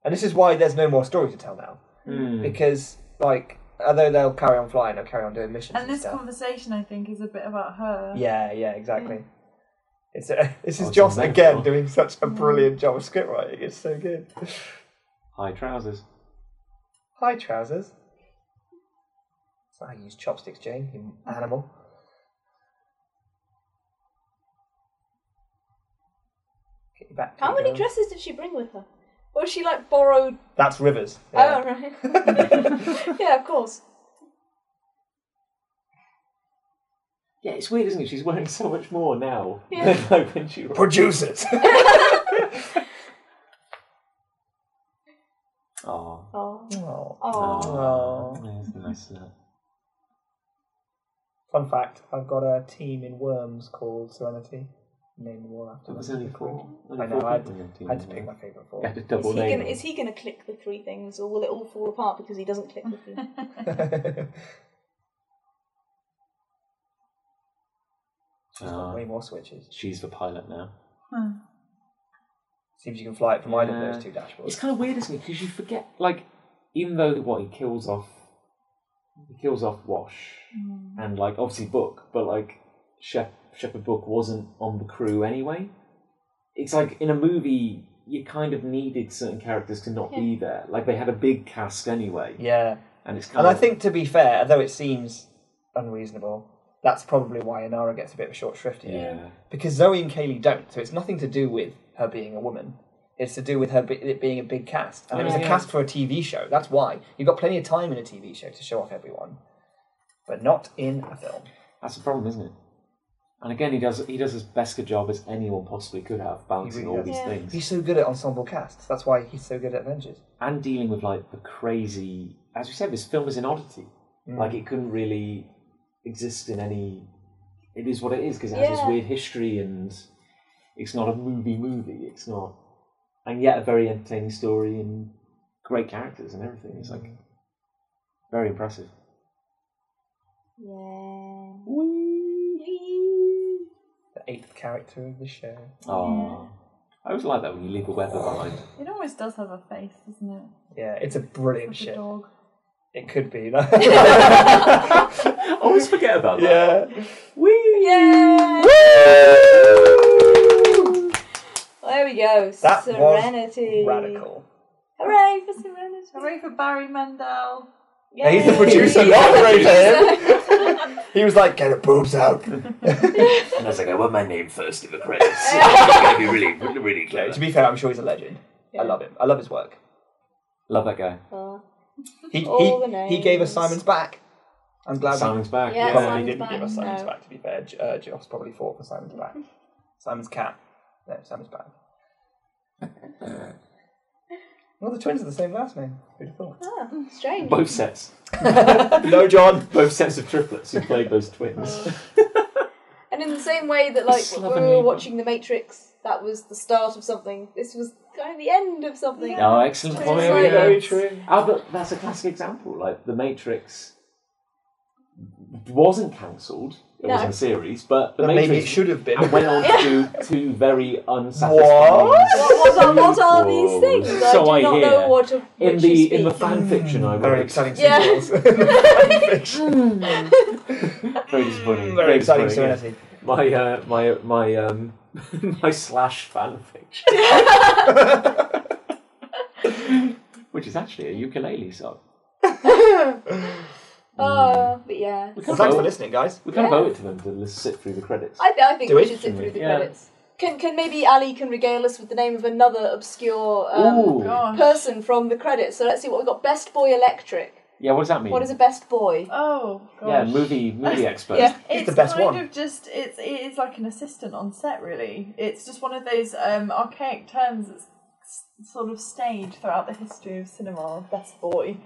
Speaker 2: And this is why there's no more story to tell now.
Speaker 3: Hmm.
Speaker 1: mm,
Speaker 2: Because, like, although they'll carry on flying, they'll carry on doing missions and,
Speaker 4: And this
Speaker 2: stuff.
Speaker 4: conversation, I think, is a bit about her.
Speaker 2: Yeah, yeah, exactly. It's a,
Speaker 1: Oh,
Speaker 2: this is
Speaker 1: it's
Speaker 2: Joss
Speaker 1: a
Speaker 2: again
Speaker 1: metaphor.
Speaker 2: doing such a brilliant job of script writing. It's so good.
Speaker 1: high trousers.
Speaker 2: Hi, trousers. That's not how you use chopsticks, Jane. You animal. Get your back. to
Speaker 3: How
Speaker 2: the
Speaker 3: many
Speaker 2: girl.
Speaker 3: dresses did she bring with her? Or she like borrowed?
Speaker 2: That's Rivers.
Speaker 3: Oh
Speaker 2: Yeah.
Speaker 3: right. yeah, of course.
Speaker 1: Yeah, it's weird, isn't it? She's wearing so much more now
Speaker 3: Yeah.
Speaker 1: than like when she.
Speaker 2: Producers.
Speaker 1: Oh,
Speaker 3: Oh.
Speaker 2: oh.
Speaker 3: Oh.
Speaker 2: Aw.
Speaker 1: Yeah, it's nice. isn't it?
Speaker 2: Fun fact: I've got a team in Worms called Serenity. Name them all after.
Speaker 1: That was
Speaker 2: me.
Speaker 1: only four. Only
Speaker 2: I know.
Speaker 1: four
Speaker 2: I had,
Speaker 1: people in your team,
Speaker 2: I had to
Speaker 1: wasn't
Speaker 2: pick
Speaker 1: it?
Speaker 2: my favourite four.
Speaker 1: You had to
Speaker 3: Is
Speaker 1: double
Speaker 3: he
Speaker 1: name
Speaker 3: gonna
Speaker 1: them.
Speaker 3: is he gonna click the three things, or will it all fall apart because he doesn't click the three?
Speaker 2: She's got
Speaker 1: Ah.
Speaker 2: way more switches. Ah.
Speaker 1: She's the pilot now.
Speaker 2: Seems you can fly it from either
Speaker 1: Yeah.
Speaker 2: of those two
Speaker 1: It's
Speaker 2: dashboards.
Speaker 1: kind of weird, isn't it? Because you forget, like, even though what he kills off, he kills off Wash, and like obviously Book, but like Shep, Shepherd Book wasn't on the crew anyway. It's like in a movie, you kind of needed certain characters to not be there. Like they had a big cast anyway,
Speaker 2: Yeah.
Speaker 1: and it's kind
Speaker 2: And I
Speaker 1: of
Speaker 2: think, to be fair, though it seems unreasonable, that's probably why Inara gets a bit of a short shrift here.
Speaker 1: yeah,
Speaker 2: Because Zoe and Kaylee don't, so it's nothing to do with her being a woman. It's to do with her be- it being a big cast. And it was a
Speaker 1: Yeah.
Speaker 2: cast for a TV show, that's why. You've got plenty of time in a TV show to show off everyone, but not in a film.
Speaker 1: that's the problem, isn't it? And again, he does he does as best a job as anyone possibly could have, balancing
Speaker 2: really
Speaker 1: all
Speaker 2: does.
Speaker 1: these
Speaker 3: Yeah.
Speaker 1: things.
Speaker 2: He's so good at ensemble casts, that's why he's so good at Avengers.
Speaker 1: and dealing with like the crazy as you said this film is an oddity like it couldn't really exist in any it is what it is because it has this
Speaker 3: Yeah.
Speaker 1: weird history and it's not a movie movie it's not and yet a very entertaining story and great characters and everything it's like very impressive
Speaker 3: Yeah.
Speaker 2: The eighth character of the show.
Speaker 1: Aww. i always like that when you leave a weapon behind
Speaker 4: It always does have a face, doesn't it?
Speaker 2: Yeah, it's a brilliant
Speaker 4: Like a
Speaker 2: ship.
Speaker 4: dog.
Speaker 2: It could be.
Speaker 1: i always forget about that
Speaker 2: yeah.
Speaker 1: Whee!
Speaker 3: Yay! There we go.
Speaker 2: That
Speaker 3: serenity.
Speaker 2: was radical.
Speaker 3: Hooray for serenity.
Speaker 4: Hooray for Barry Mandel.
Speaker 2: Now, he's the
Speaker 3: Yay.
Speaker 2: producer, not Graham. he was like, get the boobs out.
Speaker 1: and i was like i want my name first in the credits it's going to be really really, really
Speaker 2: No,
Speaker 1: close
Speaker 2: to be fair, I'm sure he's a legend. I love him. I love his work.
Speaker 1: love that guy
Speaker 2: He
Speaker 3: All the
Speaker 2: he,
Speaker 3: names.
Speaker 2: he gave us Simon's back. I'm glad
Speaker 1: Simon's back.
Speaker 2: we
Speaker 3: Yeah,
Speaker 2: probably
Speaker 3: Simon's
Speaker 2: didn't
Speaker 3: back,
Speaker 2: give us Simon's
Speaker 3: no.
Speaker 2: back. To be fair, J- uh, Joss probably fought for Simon's back. Simon's cat. No, Simon's back. well, the twins are the same last name. Who'd have thought?
Speaker 3: Ah, strange.
Speaker 1: Both sets.
Speaker 2: no, John.
Speaker 1: Both sets of triplets who played those
Speaker 3: Oh.
Speaker 1: twins.
Speaker 3: And in the same way that, like, when we
Speaker 1: Slovenly.
Speaker 3: were watching The Matrix, that was the start of something. This was kind of the end of something.
Speaker 1: oh, excellent point.
Speaker 3: Very
Speaker 1: yeah.
Speaker 3: very
Speaker 2: true.
Speaker 1: Ah, but that's a classic example. Like, The Matrix wasn't cancelled. It
Speaker 3: No.
Speaker 1: wasn't a series, but The
Speaker 2: But
Speaker 1: Matrix
Speaker 2: maybe it should have been.
Speaker 1: and went on to do two very unsatisfying.
Speaker 2: What?
Speaker 3: What, what, are, what are these
Speaker 1: sequels.
Speaker 3: things? I
Speaker 1: So
Speaker 3: do
Speaker 1: I
Speaker 3: not
Speaker 1: hear.
Speaker 3: know what of
Speaker 1: In
Speaker 3: which you
Speaker 1: the in the
Speaker 3: speak.
Speaker 1: fan fiction, I
Speaker 2: Very
Speaker 1: wrote.
Speaker 2: exciting
Speaker 3: Yeah.
Speaker 2: sequels.
Speaker 1: Very disappointing.
Speaker 2: Very exciting
Speaker 1: disappointing, yeah.
Speaker 2: serenity.
Speaker 1: My uh, my my um my slash fanfiction, which is actually a ukulele song.
Speaker 3: Uh, but yeah.
Speaker 1: We kind
Speaker 2: Well, thanks
Speaker 1: of
Speaker 2: for
Speaker 1: owe,
Speaker 2: listening, guys.
Speaker 1: we kind of
Speaker 3: Yeah.
Speaker 1: owe it to them to l- sit through the credits.
Speaker 3: I, th- I think
Speaker 2: Do
Speaker 3: we
Speaker 2: we?
Speaker 3: should sit through the
Speaker 1: Yeah.
Speaker 3: credits. Can, can maybe Ali can regale us with the name of another obscure um,
Speaker 1: Ooh,
Speaker 4: Gosh.
Speaker 3: person from the credits? So let's see what we've got. Best Boy Electric.
Speaker 1: yeah. What does that mean?
Speaker 3: What is a best boy?
Speaker 4: Oh, gosh.
Speaker 1: yeah, movie movie expert.
Speaker 3: Yeah.
Speaker 2: It's the best
Speaker 4: kind
Speaker 2: one.
Speaker 4: of just it's it is like an assistant on set really. It's just one of those um, archaic terms that's s- sort of stayed throughout the history of cinema. Best boy.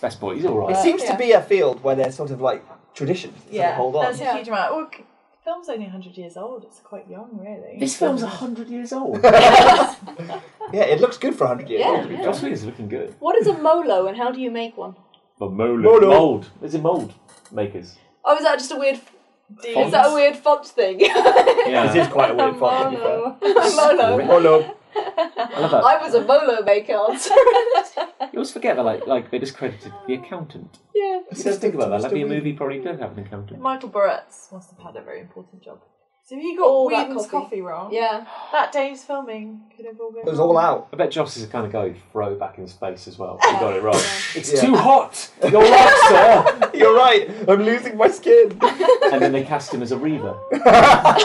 Speaker 1: Best boy. He's all
Speaker 2: It
Speaker 1: right.
Speaker 2: seems
Speaker 3: yeah.
Speaker 2: to be a field where there's sort of like traditions that
Speaker 4: Yeah,
Speaker 2: hold on.
Speaker 4: there's
Speaker 3: Yeah.
Speaker 4: a huge amount. Well, c- film's only hundred years old. It's quite young, really.
Speaker 1: This film's hundred years old.
Speaker 2: Yeah, it looks good for 100 years.
Speaker 3: Yeah.
Speaker 1: Joss Whedon's looking good.
Speaker 3: What is a molo and how do you make one?
Speaker 1: But mold,
Speaker 2: Mold.
Speaker 1: mold. Is it mold makers?
Speaker 3: Oh, is that just a weird?
Speaker 4: Dude,
Speaker 3: Is that a weird font thing?
Speaker 1: Yeah.
Speaker 2: It is quite a weird font, to be fair.
Speaker 3: molo. A molo.
Speaker 2: Oh no.
Speaker 1: I love that.
Speaker 3: I was a molo maker. on
Speaker 1: You always forget that, like, like they discredited the accountant.
Speaker 3: yeah.
Speaker 1: You don't think about that. That'd be a movie probably don't have an accountant.
Speaker 4: Michael Burrett must have had a very important job. So if you got
Speaker 3: All that
Speaker 4: Whedon's
Speaker 3: coffee.
Speaker 4: coffee. wrong,
Speaker 3: Yeah.
Speaker 4: that day's filming could have all been
Speaker 2: It was all
Speaker 4: wrong.
Speaker 2: out.
Speaker 1: I bet Joss is the kind of guy who'd throw back in his face as well. if He got it wrong. It's
Speaker 2: Yeah.
Speaker 1: too hot. You're right, sir.
Speaker 2: You're right. I'm losing my skin.
Speaker 1: And then they cast him as a reaver.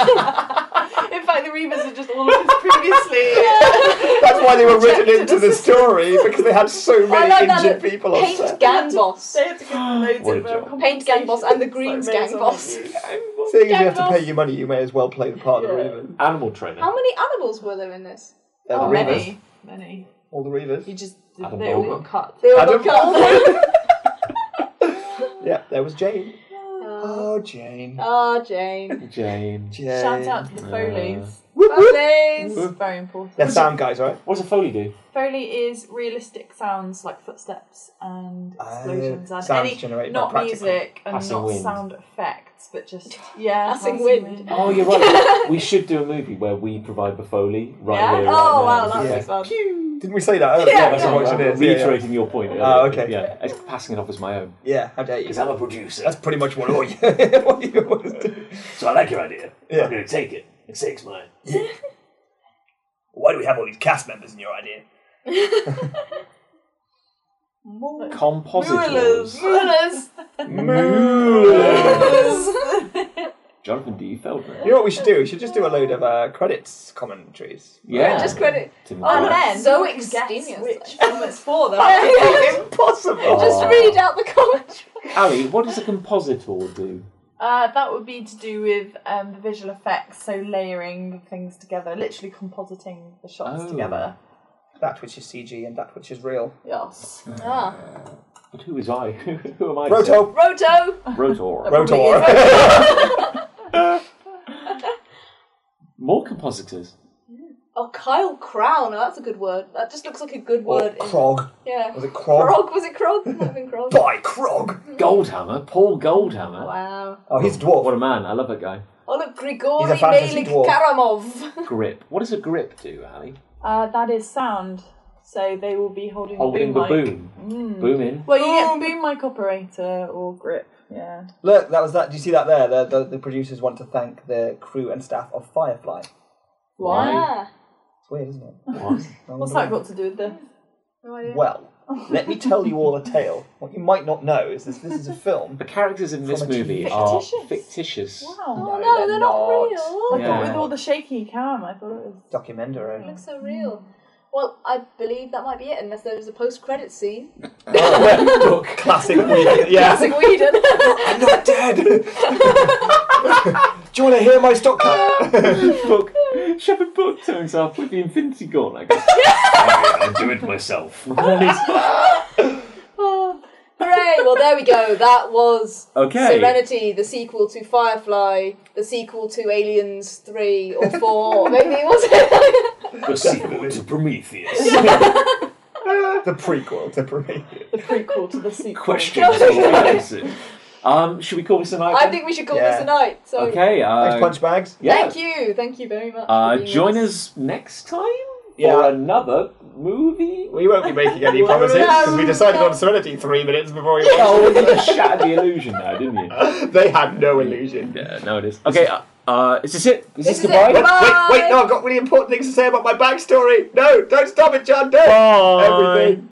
Speaker 4: In fact, the Reavers are just all of his previously.
Speaker 2: That's why they were written into the story because they had so
Speaker 3: I
Speaker 2: many
Speaker 3: like that.
Speaker 2: injured
Speaker 3: look.
Speaker 2: people on
Speaker 3: Paint
Speaker 2: set.
Speaker 3: Gambos.
Speaker 4: They had to give them loads
Speaker 1: What
Speaker 4: of
Speaker 1: a
Speaker 4: uh,
Speaker 1: job.
Speaker 3: Paint gang boss and the Greens
Speaker 4: Like,
Speaker 3: gang
Speaker 4: loads of
Speaker 3: boss.
Speaker 4: reviews.
Speaker 2: Seeing as you have to
Speaker 3: Gambos.
Speaker 2: pay your money, you may as well play the part of the
Speaker 4: Yeah.
Speaker 2: Reaver.
Speaker 1: Animal trainer.
Speaker 3: How many animals were there in this?
Speaker 2: They're
Speaker 4: Oh,
Speaker 2: the Reavers.
Speaker 4: many, many.
Speaker 2: All the
Speaker 4: You
Speaker 2: Reavers.
Speaker 4: just
Speaker 1: Adam
Speaker 4: they all
Speaker 1: Baldwin.
Speaker 4: got cut.
Speaker 3: They all
Speaker 2: Adam
Speaker 3: got cut.
Speaker 2: Yeah, there was Jane.
Speaker 3: Oh,
Speaker 2: Oh, Jane.
Speaker 3: oh, Jane.
Speaker 1: Jane.
Speaker 2: Jane.
Speaker 4: Shout out to the Foleys. Birthdays!
Speaker 1: Whoop.
Speaker 4: Very important.
Speaker 2: They're sound guys, right?
Speaker 1: What does a foley do?
Speaker 4: Foley is realistic sounds like footsteps and
Speaker 2: Oh,
Speaker 4: explosions and
Speaker 2: sounds
Speaker 4: any
Speaker 2: generated by
Speaker 4: not
Speaker 2: practical.
Speaker 4: music and
Speaker 1: Passing
Speaker 4: not
Speaker 1: wind.
Speaker 4: sound effects, but just yeah,
Speaker 3: Passing
Speaker 4: passing
Speaker 3: wind.
Speaker 1: Oh, you're right. we should do a movie where we provide the foley right
Speaker 4: Yeah?
Speaker 1: here.
Speaker 3: Oh, wow,
Speaker 1: right now.
Speaker 3: that would
Speaker 1: Yeah.
Speaker 3: be fun.
Speaker 2: Didn't we say that? earlier?
Speaker 4: Yeah,
Speaker 1: Yeah, that's
Speaker 4: yeah.
Speaker 1: what
Speaker 2: what
Speaker 1: I'm
Speaker 2: it is. Yeah, yeah.
Speaker 1: reiterating your point. earlier,
Speaker 2: Ah,
Speaker 1: but
Speaker 2: okay.
Speaker 1: Yeah, it's passing it off as my own.
Speaker 2: Yeah, how dare you?
Speaker 1: Because I'm a producer,
Speaker 2: That's pretty much what all you, what you always do.
Speaker 1: so I like your idea.
Speaker 2: Yeah.
Speaker 1: I'm going to take it and say it's mine.
Speaker 2: Why do we have all these cast members in your idea?
Speaker 1: Compositors.
Speaker 4: Rulers.
Speaker 1: Jonathan D. Feldman.
Speaker 2: You know what we should do? We should just do a load of uh, credits commentaries.
Speaker 1: Yeah.
Speaker 3: Just Oh, credit.
Speaker 1: Tim
Speaker 4: And
Speaker 1: McGuire.
Speaker 4: then
Speaker 3: So
Speaker 4: you can guess
Speaker 3: extraneous,
Speaker 4: which
Speaker 3: like.
Speaker 4: film it's for. though.
Speaker 1: Just
Speaker 2: impossible.
Speaker 3: Just
Speaker 1: Aw.
Speaker 3: read out the commentary.
Speaker 1: Ali, what does a compositor do?
Speaker 4: Uh, that would be to do with um, the visual effects, so layering things together, literally compositing the shots
Speaker 1: Oh.
Speaker 4: together.
Speaker 2: That which is CG and that which is real.
Speaker 4: Yes.
Speaker 3: Ah.
Speaker 1: But who is I? who am I? to say?
Speaker 2: Roto.
Speaker 3: Roto!
Speaker 1: Rotor.
Speaker 2: Rotor.
Speaker 1: More compositors.
Speaker 3: Oh, Kyle Crown. Oh, that's a good word. That just looks like a good
Speaker 2: Or
Speaker 3: word. in-
Speaker 2: Oh, Krog.
Speaker 3: Yeah.
Speaker 2: Was it Krog?
Speaker 3: Krog? Was it Krog? Might have been Krog.
Speaker 2: By Krog.
Speaker 1: Goldhammer. Paul Goldhammer.
Speaker 3: Wow.
Speaker 2: Oh, he's a dwarf.
Speaker 1: What a man. I love that guy.
Speaker 3: Oh, look, Grigori
Speaker 2: He's a fantasy
Speaker 3: Melik
Speaker 2: dwarf.
Speaker 3: Karamov.
Speaker 1: Grip. What does a grip do, Ali?
Speaker 4: Uh, that is sound, so they will be holding,
Speaker 1: Holding
Speaker 4: the
Speaker 1: the
Speaker 4: boom mic.
Speaker 1: boom. Boom in.
Speaker 4: Well, you get boom mic operator or grip. Yeah.
Speaker 2: Look, that was that. Do you see that there? The, the, the producers want to thank the crew and staff of Firefly. It's
Speaker 1: Why?
Speaker 3: Ah.
Speaker 2: weird, isn't it?
Speaker 1: What?
Speaker 2: I
Speaker 4: What's that
Speaker 2: wonder
Speaker 4: got to do with the?
Speaker 3: No idea.
Speaker 2: Well, let me tell you all a tale. What you might not know is this this is a film.
Speaker 1: The characters in this
Speaker 2: From a
Speaker 1: movie
Speaker 2: TV
Speaker 1: are
Speaker 4: Fictitious.
Speaker 1: fictitious.
Speaker 4: Wow.
Speaker 3: Oh, no, they're, not, real.
Speaker 4: I
Speaker 1: Yeah.
Speaker 4: thought with all the shaky cam, I thought it was.
Speaker 3: It
Speaker 2: Documentary.
Speaker 3: looks so real. Well, I believe that might be it, unless there is a post-credit scene.
Speaker 2: Oh, Look, classic. weird, Yeah.
Speaker 3: Classic Whedon.
Speaker 2: I'm not dead. Do you want to hear my stock cut?
Speaker 1: Book. Shepherd Book turns up with the Infinity Gauntlet. I do it myself.
Speaker 3: oh, hooray! Well, there we go. That was
Speaker 1: Okay.
Speaker 3: Serenity, the sequel to Firefly, the sequel to Aliens 3 or 4, or maybe it was it?
Speaker 1: the sequel to Prometheus.
Speaker 2: the prequel to Prometheus.
Speaker 4: The prequel to the sequel.
Speaker 1: Questions for answers. Um, should we call this a night?
Speaker 3: I
Speaker 1: then?
Speaker 3: think we should call
Speaker 2: Yeah.
Speaker 3: this a night. So,
Speaker 1: Okay. Uh,
Speaker 2: Thanks, Punch Bags.
Speaker 1: yeah.
Speaker 3: thank you. Thank you very much.
Speaker 1: Uh,
Speaker 3: for being
Speaker 1: join
Speaker 3: with
Speaker 1: us next time
Speaker 2: Yeah.
Speaker 1: for another movie.
Speaker 2: We won't be making any promises because we decided on Serenity three minutes before we.
Speaker 1: Oh, you shattered the illusion now, didn't you?
Speaker 2: they had no illusion.
Speaker 1: Yeah, now it is. Okay, uh, uh, is this it? Is this,
Speaker 3: This is it.
Speaker 1: goodbye?
Speaker 2: Wait,
Speaker 3: Bye.
Speaker 2: wait, wait, no, I've got really important things to say about my backstory. No, don't stop it, John. Don't.
Speaker 1: Bye.
Speaker 2: Everything.